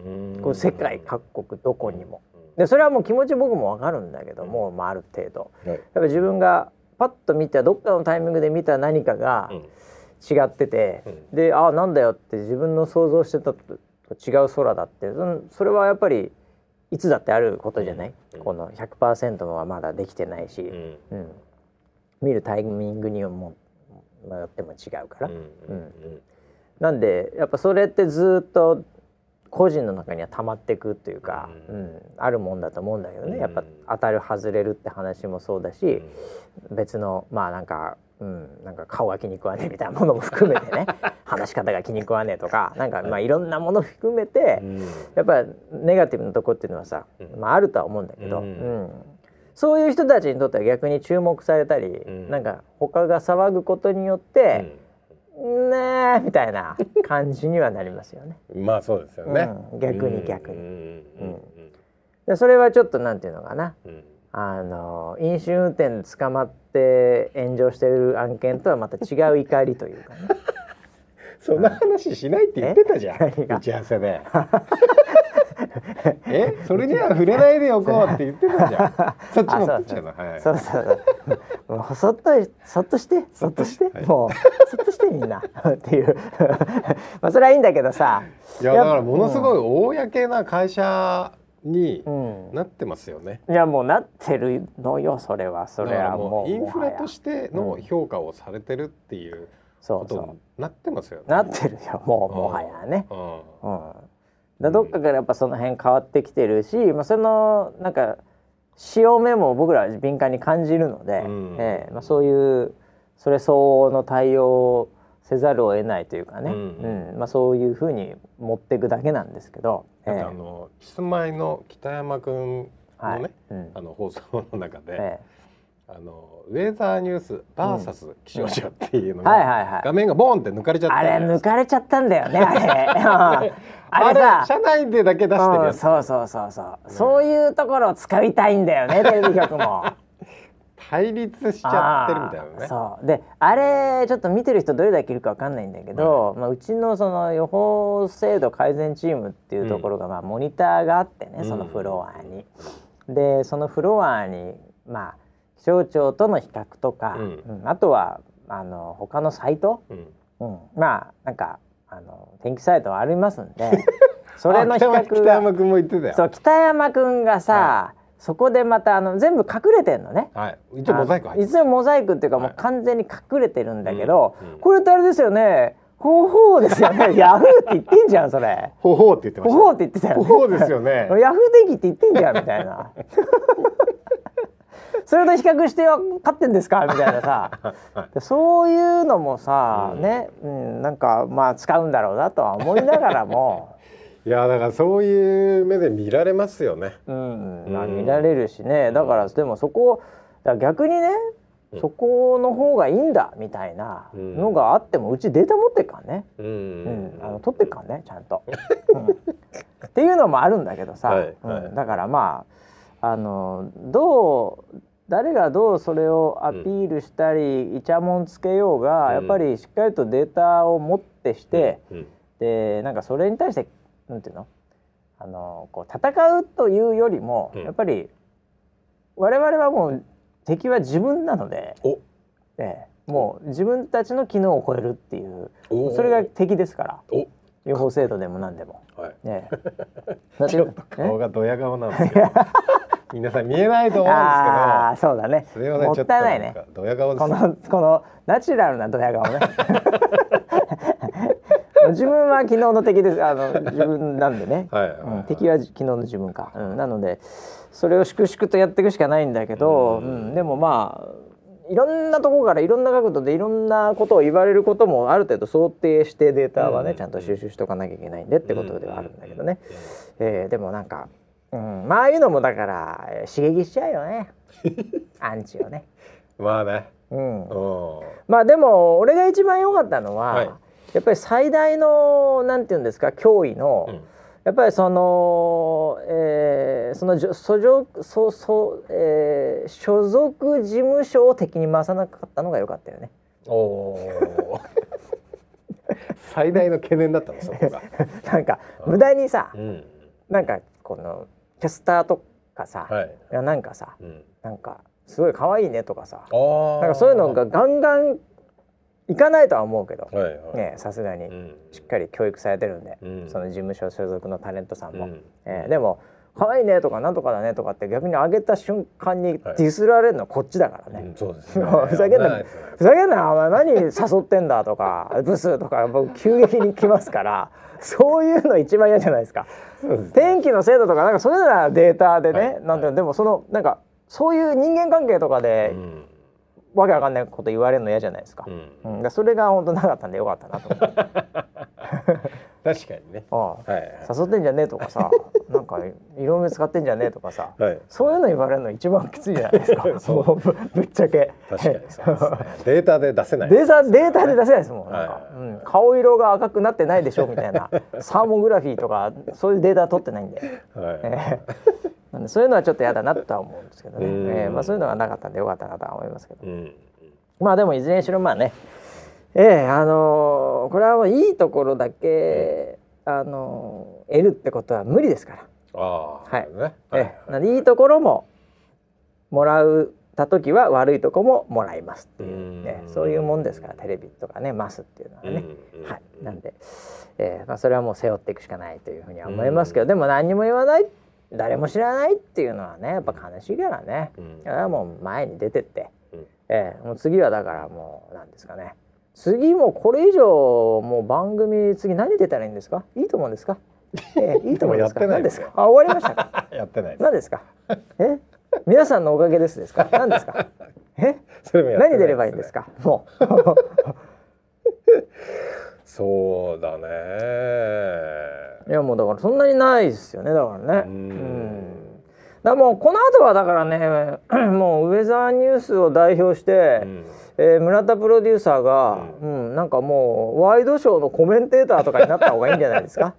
[SPEAKER 1] こう世界各国どこにも。でそれはもう気持ち僕もわかるんだけども、まあ、ある程度
[SPEAKER 2] はい
[SPEAKER 1] やっぱ自分がパッと見たどっかのタイミングで見た何かが、
[SPEAKER 2] うん
[SPEAKER 1] 違ってて、
[SPEAKER 2] うん
[SPEAKER 1] であなんだよって自分の想像してたと違う空だってそんそれはやっぱりいつだってあることじゃない、
[SPEAKER 2] うんうん
[SPEAKER 1] この100%はまだできてないし、
[SPEAKER 2] う
[SPEAKER 1] うん
[SPEAKER 2] ん
[SPEAKER 1] 見るタイミングにもよっても違うから、
[SPEAKER 2] うんうん
[SPEAKER 1] なんでやっぱそれってずっと個人の中には溜まっていくというか、う
[SPEAKER 2] うんん
[SPEAKER 1] あるもんだと思うんだけどねやっぱ
[SPEAKER 2] うん
[SPEAKER 1] 当たる外れるって話もそうだし、
[SPEAKER 2] うん
[SPEAKER 1] 別のまあなんか、うん、なんか顔が気に食わねえみたいなものも含めて
[SPEAKER 2] (laughs)
[SPEAKER 1] ね話し方が気に食わねえとかなんかまあいろんなもの含めて、
[SPEAKER 2] うん
[SPEAKER 1] やっぱネガティブなとこっていうのはさ、
[SPEAKER 2] うん
[SPEAKER 1] まあ、あるとは思うんだけど、う
[SPEAKER 2] うんん
[SPEAKER 1] そういう人たちにとっては逆に注目されたり、
[SPEAKER 2] ん
[SPEAKER 1] なんか他が騒ぐことによって、ねえみたいな感じにはなりますよね。
[SPEAKER 2] うんまあそうですよね
[SPEAKER 1] うん逆に逆に
[SPEAKER 2] に
[SPEAKER 1] でそれはちょっとなんていうのかな
[SPEAKER 2] うん
[SPEAKER 1] あの飲酒運転で捕まって炎上してる案件とはまた違う怒りというかね
[SPEAKER 2] そんな話しないって言ってたじゃ
[SPEAKER 1] え何
[SPEAKER 2] ん
[SPEAKER 1] が
[SPEAKER 2] 打ち合わせ
[SPEAKER 1] (laughs)
[SPEAKER 2] でえそれには触れないでおこうって言ってたじゃんそっち
[SPEAKER 1] (laughs)
[SPEAKER 2] も
[SPEAKER 1] あ
[SPEAKER 2] っちゃうの (laughs) はい
[SPEAKER 1] そうそうそうもうそっとそっとしてそっとして、
[SPEAKER 2] はい
[SPEAKER 1] もうそっとしてみんなっていう (laughs) まあそれはいいんだけどさ
[SPEAKER 2] いやだからものすごい公な会社に
[SPEAKER 1] うん
[SPEAKER 2] なってますよね
[SPEAKER 1] いやもうなってるのよそれはそれ
[SPEAKER 2] だか
[SPEAKER 1] は
[SPEAKER 2] ら
[SPEAKER 1] も
[SPEAKER 2] も
[SPEAKER 1] う
[SPEAKER 2] うインフラと
[SPEAKER 1] て
[SPEAKER 2] しての評価をされてるっていう
[SPEAKER 1] そ
[SPEAKER 2] こ
[SPEAKER 1] う
[SPEAKER 2] と
[SPEAKER 1] そ
[SPEAKER 2] になってますよね
[SPEAKER 1] う。なってるよもうもはやね
[SPEAKER 2] うん
[SPEAKER 1] うん、だどっかからやっぱその辺変わってきてるし、まあ、そのなんか潮目も僕らは敏感に感じるので、
[SPEAKER 2] うん
[SPEAKER 1] ええまあ、そういうそれ相応の対応をせざるを得ないというかね、
[SPEAKER 2] うん
[SPEAKER 1] うんまあ、そういうふうに持っていくだけなんですけど、え
[SPEAKER 2] なんかあのキスマイの北山くん
[SPEAKER 1] えは
[SPEAKER 2] の
[SPEAKER 1] い
[SPEAKER 2] ね、
[SPEAKER 1] うん
[SPEAKER 2] あの放送の中で、
[SPEAKER 1] え
[SPEAKER 2] あのウェザーニュースバーサス気象庁っていうの
[SPEAKER 1] えはい
[SPEAKER 2] が
[SPEAKER 1] はいは
[SPEAKER 2] 画
[SPEAKER 1] い
[SPEAKER 2] 面がボーンって抜かれちゃった
[SPEAKER 1] あ
[SPEAKER 2] ん
[SPEAKER 1] れ
[SPEAKER 2] で
[SPEAKER 1] 抜
[SPEAKER 2] す
[SPEAKER 1] かれちゃったんだよね
[SPEAKER 2] (laughs)
[SPEAKER 1] あれうんあれさ
[SPEAKER 2] 社内でだけ出してる
[SPEAKER 1] う
[SPEAKER 2] や
[SPEAKER 1] ん、
[SPEAKER 2] つ、
[SPEAKER 1] そうそうそうそう、そういうところを使いたいんだ
[SPEAKER 2] (laughs)
[SPEAKER 1] よねテレビ局も。
[SPEAKER 2] 対立しちゃってるみたいなね
[SPEAKER 1] あーそうであれちょっと見てる人どれだけいるかわかんないんだけど、まあ、うちのその予報制度改善チームっていうところが、まあ、モニターがあってねそのフロアに。でそのフロアにまあ気象庁との比較とか、
[SPEAKER 2] うん
[SPEAKER 1] うんあとはあの他のサイト、
[SPEAKER 2] うん、
[SPEAKER 1] うん、まあなんかあの天気サイトはありますん
[SPEAKER 2] (laughs)
[SPEAKER 1] でそれの比
[SPEAKER 2] あ北
[SPEAKER 1] 較
[SPEAKER 2] 山北
[SPEAKER 1] が
[SPEAKER 2] 山君も言ってた
[SPEAKER 1] そ
[SPEAKER 2] よ
[SPEAKER 1] う北山くんがさ、
[SPEAKER 2] は
[SPEAKER 1] そこでまたあの全部隠れてんのね。
[SPEAKER 2] はい一応モザイク入
[SPEAKER 1] あ
[SPEAKER 2] っ
[SPEAKER 1] い
[SPEAKER 2] て
[SPEAKER 1] つもモザイクっていうかもう
[SPEAKER 2] はい
[SPEAKER 1] 完全に隠れてるんだけど、
[SPEAKER 2] うんうん
[SPEAKER 1] これってあれですよね。ほうほうですよ
[SPEAKER 2] (laughs)
[SPEAKER 1] ね。ヤフーって言ってんじゃんそれ。
[SPEAKER 2] ほほうって言ってま
[SPEAKER 1] ほう
[SPEAKER 2] した
[SPEAKER 1] ほうって言ってたよ
[SPEAKER 2] ほ
[SPEAKER 1] ね。
[SPEAKER 2] ほうです
[SPEAKER 1] (laughs)
[SPEAKER 2] よね
[SPEAKER 1] ヤフー電機って言ってんじゃんみたい
[SPEAKER 2] (laughs)
[SPEAKER 1] な。それと比較しては勝ってんですかみたいなさ。
[SPEAKER 2] (laughs) はい
[SPEAKER 1] でそういうのもさ、
[SPEAKER 2] うん
[SPEAKER 1] ね、うん、なんかまあ使うんだろうなとは思いながらも、
[SPEAKER 2] いやだからそういう目で見られますよね
[SPEAKER 1] うん、まあ
[SPEAKER 2] うん
[SPEAKER 1] 見られるしね。だからでもそこ、だから逆にね
[SPEAKER 2] うん。
[SPEAKER 1] そこの方がいいんだみたいな
[SPEAKER 2] うん
[SPEAKER 1] のがあってもうちデータ持ってっからね、
[SPEAKER 2] うん
[SPEAKER 1] うん、あの取ってっからねちゃんと、うんっていうのもあるんだけどさ、
[SPEAKER 2] はいはい
[SPEAKER 1] うん、だからまああのどう誰がどうそれをアピールしたり、イチャモンつけようが、
[SPEAKER 2] うん
[SPEAKER 1] やっぱりしっかりとデータを持ってして、
[SPEAKER 2] うん
[SPEAKER 1] でなんかそれに対してなんていうのあのこう戦うというよりも、
[SPEAKER 2] うん
[SPEAKER 1] やっぱり我々はもう敵は自分なので、
[SPEAKER 2] お
[SPEAKER 1] ええもう自分たちの機能を超えるっていう
[SPEAKER 2] おー
[SPEAKER 1] それが敵ですから。
[SPEAKER 2] お
[SPEAKER 1] 予報制度でも何でも。
[SPEAKER 2] はい (laughs)
[SPEAKER 1] ねえ、だって
[SPEAKER 2] ちょっと顔がドヤ顔なんですけ
[SPEAKER 1] (laughs)
[SPEAKER 2] ど皆さん見えないと思うん
[SPEAKER 1] ああー
[SPEAKER 2] で
[SPEAKER 1] そうだね
[SPEAKER 2] すけどすいません
[SPEAKER 1] も
[SPEAKER 2] ちょ
[SPEAKER 1] っ
[SPEAKER 2] っと
[SPEAKER 1] たいない
[SPEAKER 2] な
[SPEAKER 1] ね
[SPEAKER 2] んかドヤ顔で
[SPEAKER 1] こ
[SPEAKER 2] す
[SPEAKER 1] のこのナチュラルなドヤ顔
[SPEAKER 2] (laughs)
[SPEAKER 1] ね (laughs) 自分は昨日の敵ですあの自分なんでね、
[SPEAKER 2] はいはいはい
[SPEAKER 1] うん敵は昨日の自分か、うん、なのでそれを粛々とやっていくしかないんだけど、
[SPEAKER 2] う
[SPEAKER 1] うんんでもまあいろんなところからいろんな角度でいろんなことを言われることもある程度想定してデータはね、
[SPEAKER 2] うん
[SPEAKER 1] ちゃんと収集しておかなきゃいけないんでってことではあるんだけどね、えーでもなんか、うん、まあああいうのもだからえー刺激しちゃうよ (laughs) ねアンチをね。
[SPEAKER 2] まあね
[SPEAKER 1] うん
[SPEAKER 2] う、ん
[SPEAKER 1] まあでも俺が一番良かったのは、
[SPEAKER 2] はい
[SPEAKER 1] やっぱり最大のなんて言うんですか脅威の、
[SPEAKER 2] うん
[SPEAKER 1] やっぱりその、えーそのじょ所属そそ、えー所属事務所を敵に回さなかったのが良かったよね。 (laughs)
[SPEAKER 2] おー最大の懸念だったのそこが、
[SPEAKER 1] なんか無駄にさ、
[SPEAKER 2] うん、
[SPEAKER 1] なんかこのキャスターとかさ、
[SPEAKER 2] はい、
[SPEAKER 1] いやなんかさ
[SPEAKER 2] うん、
[SPEAKER 1] なんかすごい可愛いねとかさ、
[SPEAKER 2] あー
[SPEAKER 1] なんかそういうのがガンガンいかないとは思うけど、
[SPEAKER 2] はいはい、
[SPEAKER 1] ねさすがに
[SPEAKER 2] うん、
[SPEAKER 1] しっかり教育されてるんで、
[SPEAKER 2] うん
[SPEAKER 1] その事務所所属のタレントさんも、
[SPEAKER 2] うん
[SPEAKER 1] えーでも可愛いねとかなんとかだねとかって逆に上げた瞬間にデ
[SPEAKER 2] はい
[SPEAKER 1] ィスられるのはこっちだからね、
[SPEAKER 2] うん、そうですね
[SPEAKER 1] ふざけんな
[SPEAKER 2] 危いですね
[SPEAKER 1] ふざけんなお前何誘ってんだとか (laughs) ブスとか僕急激に来ますからそういうの一番嫌じゃないですか
[SPEAKER 2] そうですね
[SPEAKER 1] 天気の精度とかなんかそういうのはデータでね、
[SPEAKER 2] はい
[SPEAKER 1] なんていうのでもそのなんかそういう人間関係とかで
[SPEAKER 2] うん
[SPEAKER 1] わけわかんないこと言われるの嫌じゃないですか
[SPEAKER 2] う、ん
[SPEAKER 1] うん、だからそれが本当なかったんでよかったなと思って。
[SPEAKER 2] 確かにね (laughs)
[SPEAKER 1] ああ
[SPEAKER 2] はい
[SPEAKER 1] 誘ってんじゃねえとか
[SPEAKER 2] (laughs)
[SPEAKER 1] さなんか色目使ってんじゃねえとかさ、
[SPEAKER 2] はい
[SPEAKER 1] そういうの言われるの一番きついじゃないですか
[SPEAKER 2] (laughs) そう
[SPEAKER 1] もうぶぶっちゃけ
[SPEAKER 2] 確かに
[SPEAKER 1] (laughs)
[SPEAKER 2] そうですねデータで出せない
[SPEAKER 1] データデータで出せないですもんなんか、
[SPEAKER 2] はい
[SPEAKER 1] うん、顔色が赤くなってないでしょみたい
[SPEAKER 2] (laughs)
[SPEAKER 1] なサーモグラフィーとかそういうデータ取ってないんで。
[SPEAKER 2] はい
[SPEAKER 1] ええなんでそういうのはちょっと嫌だなとは思うんですけどね、
[SPEAKER 2] うん
[SPEAKER 1] ええまあ、そういうのがなかったんでよかったなとは思いますけど
[SPEAKER 2] うん
[SPEAKER 1] まあでもいずれにしろまあねええあのーこれはもういいところだけ、あのー得るってことは無理ですから
[SPEAKER 2] ああ
[SPEAKER 1] はい
[SPEAKER 2] なるほどね
[SPEAKER 1] ええ、なんでいいところももらうた時は悪いとこももらいますっていう、ね
[SPEAKER 2] う、ん
[SPEAKER 1] そういうもんですからテレビとかねマスっていうのはね、
[SPEAKER 2] うん
[SPEAKER 1] はい、なんで、ええまあ、それはもう背負っていくしかないというふうには思いますけど、でも何にも言わない誰も知らないっていうのはねやっぱ悲しいからね、
[SPEAKER 2] うん
[SPEAKER 1] だからもう前に出てって、
[SPEAKER 2] うん
[SPEAKER 1] ええもう次はだからもうなんですかね次もうこれ以上もう番組次何出たらいいんですかいいと思うんですか、ええいいと思うんですか
[SPEAKER 2] (laughs) でもやってない
[SPEAKER 1] 何
[SPEAKER 2] で
[SPEAKER 1] ですす
[SPEAKER 2] よ
[SPEAKER 1] かあ終わりましたか
[SPEAKER 2] あ (laughs) やってないです
[SPEAKER 1] 何ですか。え、皆さんのおかげですですか。何ですか。え、
[SPEAKER 2] それもやってな
[SPEAKER 1] 何出ればいいんですか。もう。 (laughs)
[SPEAKER 2] そうだね
[SPEAKER 1] いやもうだからそんなにないですよね。だから
[SPEAKER 2] う
[SPEAKER 1] ね。
[SPEAKER 2] ん
[SPEAKER 1] うん。だからもうこの後はだからね、 (clears throat) もうウェザーニュースを代表して。
[SPEAKER 2] うん
[SPEAKER 1] えー村田プロデューサーが、うんなんかもうワイドショーのコメンテーターとかになった方がいいんじゃないですか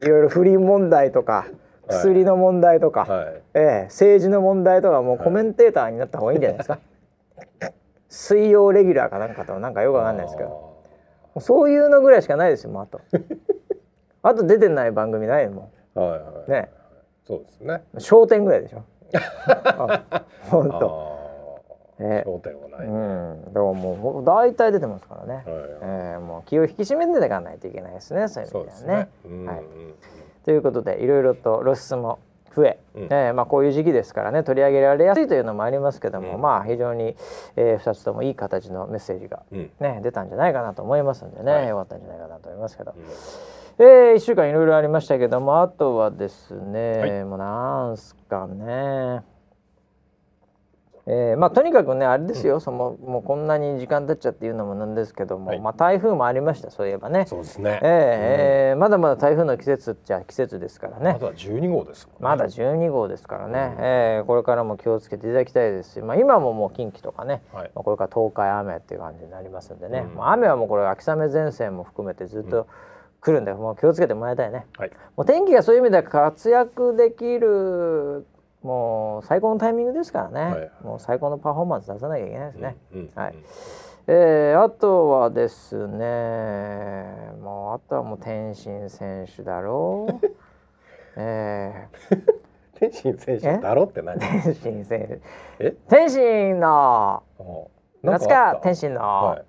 [SPEAKER 1] いろいろ不倫問題とか
[SPEAKER 2] はい
[SPEAKER 1] 薬の問題とか、
[SPEAKER 2] はい
[SPEAKER 1] ええ政治の問題とかもうコメンテーターになった方がいいんじゃないですか、水曜レギュラーかなんかとなんかよくわかんないですけどもうそういうのぐらいしかないですよもうあと (laughs) あと出てない番組ないよも
[SPEAKER 2] あーはいは
[SPEAKER 1] う
[SPEAKER 2] い
[SPEAKER 1] ね
[SPEAKER 2] そうですね
[SPEAKER 1] 『
[SPEAKER 2] (laughs)
[SPEAKER 1] 笑点』ぐらいでしょあ本
[SPEAKER 2] あ
[SPEAKER 1] 当。え
[SPEAKER 2] 焦点はない、
[SPEAKER 1] うん、でももうほ大体出てますからね。
[SPEAKER 2] はい
[SPEAKER 1] えー、もう気を引き締めていかないといけないですね、そういう意
[SPEAKER 2] そう
[SPEAKER 1] 味
[SPEAKER 2] で
[SPEAKER 1] ですは
[SPEAKER 2] ね
[SPEAKER 1] ね。
[SPEAKER 2] うん
[SPEAKER 1] はい
[SPEAKER 2] うん
[SPEAKER 1] ということでいろいろと露出も増え、
[SPEAKER 2] うん
[SPEAKER 1] えーまあ、こういう時期ですからね取り上げられやすいというのもありますけども、
[SPEAKER 2] うん
[SPEAKER 1] まあ非常に、え2つともいい形のメッセージが、
[SPEAKER 2] うん
[SPEAKER 1] ね、出たんじゃないかなと思いますんでね、
[SPEAKER 2] はい
[SPEAKER 1] よかったんじゃないかなと思いますけど
[SPEAKER 2] う、ん
[SPEAKER 1] え1週間いろいろありましたけどもあとはですね、
[SPEAKER 2] はい
[SPEAKER 1] もうなんすかね。えーまあ、とにかくねあれですよ、そのもうこんなに時間経っちゃって言うのもなんですけども、
[SPEAKER 2] はい
[SPEAKER 1] まあ、台風もありましたそういえばね
[SPEAKER 2] そうですね、
[SPEAKER 1] ええええまだまだ台風の季節っちゃ季節ですから
[SPEAKER 2] ま
[SPEAKER 1] ね。
[SPEAKER 2] だ12号ですもんね
[SPEAKER 1] まだ12号ですからね、ええこれからも気をつけていただきたいですし、まあ、今ももう近畿とかね、
[SPEAKER 2] はい
[SPEAKER 1] まあこれから東海雨っていう感じになりますんでね、
[SPEAKER 2] うん
[SPEAKER 1] まあ雨はもうこれ秋雨前線も含めてずっと来るんで、もう気をつけてもらいたいね
[SPEAKER 2] はい
[SPEAKER 1] もう天気がそういう意味では活躍できるもう最高のタイミングですからね、
[SPEAKER 2] はい
[SPEAKER 1] もう最高のパフォーマンス出さなきゃいけないですね。
[SPEAKER 2] うんうん
[SPEAKER 1] はいえーあとはですねもうあとはもう天心選手だろう、
[SPEAKER 2] (laughs)
[SPEAKER 1] え
[SPEAKER 2] 天心選手だろって何
[SPEAKER 1] ー、天心選手
[SPEAKER 2] え
[SPEAKER 1] 天心の
[SPEAKER 2] お
[SPEAKER 1] 夏川天
[SPEAKER 2] 心
[SPEAKER 1] 心の、
[SPEAKER 2] はい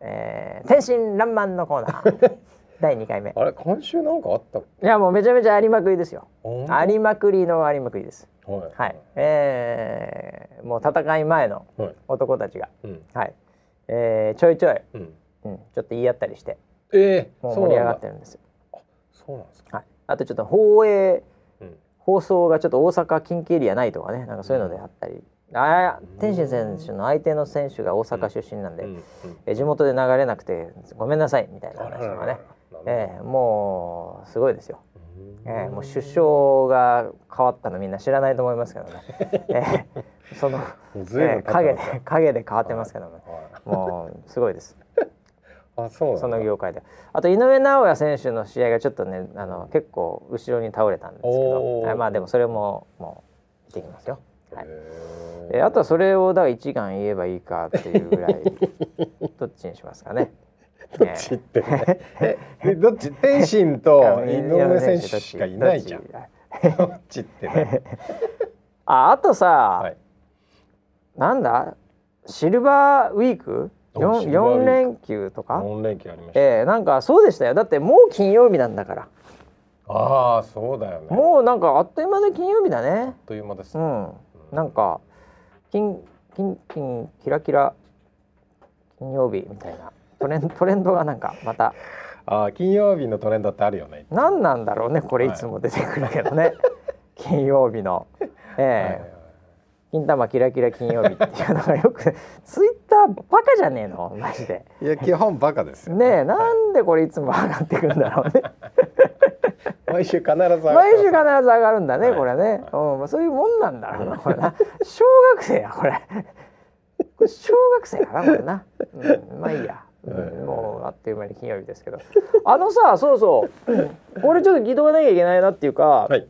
[SPEAKER 1] えー天心爛漫のコーナ
[SPEAKER 2] (laughs)
[SPEAKER 1] ー第2回目い
[SPEAKER 2] あれ今週なんかあった
[SPEAKER 1] やもうめちゃめちゃありまくりですよあ
[SPEAKER 2] り
[SPEAKER 1] りまくりのありまくりです
[SPEAKER 2] はい
[SPEAKER 1] はいえー、もう戦い前の
[SPEAKER 2] はい
[SPEAKER 1] 男たちが
[SPEAKER 2] うん
[SPEAKER 1] はい、えー、ちょいちょい、
[SPEAKER 2] うん
[SPEAKER 1] うん、ちょっと言い合ったりして
[SPEAKER 2] ええ
[SPEAKER 1] もう
[SPEAKER 2] そう
[SPEAKER 1] 盛り上
[SPEAKER 2] な
[SPEAKER 1] が
[SPEAKER 2] ん
[SPEAKER 1] って
[SPEAKER 2] だ
[SPEAKER 1] るんですよ
[SPEAKER 2] そうなんですか
[SPEAKER 1] はい、あとちょっと放映
[SPEAKER 2] うん
[SPEAKER 1] 放送がちょっと大阪近畿エリアないとかねなんかそういうのであったり、あー天心選手の相手の選手が大阪出身なんで、
[SPEAKER 2] うんうん
[SPEAKER 1] え地元で流れなくてごめんなさいみたいな
[SPEAKER 2] あら
[SPEAKER 1] 話
[SPEAKER 2] らら
[SPEAKER 1] と
[SPEAKER 2] ら
[SPEAKER 1] かね、
[SPEAKER 2] なるほど
[SPEAKER 1] ええもうすごいですよ、ええもう首
[SPEAKER 2] 出
[SPEAKER 1] 相が変わったのみんな知らないと思いますけどね、
[SPEAKER 2] (laughs)
[SPEAKER 1] ええその、
[SPEAKER 2] もう
[SPEAKER 1] え
[SPEAKER 2] ずいぶ
[SPEAKER 1] え
[SPEAKER 2] ん経って
[SPEAKER 1] 影
[SPEAKER 2] ます
[SPEAKER 1] で影で変わってますけどね、
[SPEAKER 2] は
[SPEAKER 1] もうすごいです
[SPEAKER 2] いあそうなんだ
[SPEAKER 1] その業界であと井上尚弥選手の試合がちょっとねあの結構後ろに倒れたんですけど
[SPEAKER 2] おー
[SPEAKER 1] はいまあでもそれももうできますよ、はい
[SPEAKER 2] へ
[SPEAKER 1] えーあとはそれをだから一眼言えばいいかっていうぐら
[SPEAKER 2] (laughs)
[SPEAKER 1] いどっちにしますかね
[SPEAKER 2] どっちってねええどっち天心と井上選手しかいないじゃん
[SPEAKER 1] どっち
[SPEAKER 2] どっちってね
[SPEAKER 1] あ (laughs) あとさ、
[SPEAKER 2] はい
[SPEAKER 1] なんだシルバーウィーク
[SPEAKER 2] お
[SPEAKER 1] 四
[SPEAKER 2] シルバー
[SPEAKER 1] 四
[SPEAKER 2] ウィーク
[SPEAKER 1] 連休とか
[SPEAKER 2] 4連休ありました
[SPEAKER 1] えー、なんかそうでしたよだってもう金曜日なんだから
[SPEAKER 2] ああそうだよねあっ
[SPEAKER 1] もうなんかあっという間で金曜日だね
[SPEAKER 2] という間です
[SPEAKER 1] う
[SPEAKER 2] ね
[SPEAKER 1] ん、なんか金金金キラキラ金曜日みたいなトレントレンドがなんかまた
[SPEAKER 2] ああ金曜日のトレンドってあるよね
[SPEAKER 1] 何なんだろうねこれいつも出てくるけどね、 (laughs) 金曜日の、ええ
[SPEAKER 2] はいはいはい
[SPEAKER 1] 金玉キラキラ金曜日っていうのがよく (laughs) ツイッターバカじゃねえのマジで
[SPEAKER 2] いや基本バカですよ
[SPEAKER 1] ねえなんでこれいつも上がってくるんだろう
[SPEAKER 2] (laughs)
[SPEAKER 1] ね
[SPEAKER 2] 毎週必ず上がってます
[SPEAKER 1] 毎週必ず上がるんだね、
[SPEAKER 2] はい
[SPEAKER 1] これね、うんまあ、そういうもんなんだろうなこれな小学生やこれこれ小学生かなこれな、うん、まあいいや、うん
[SPEAKER 2] はい
[SPEAKER 1] もうあっという間に金曜日ですけどあのさそうそううんこれちょっと聞いとかなきゃいけないなっていうか、
[SPEAKER 2] はい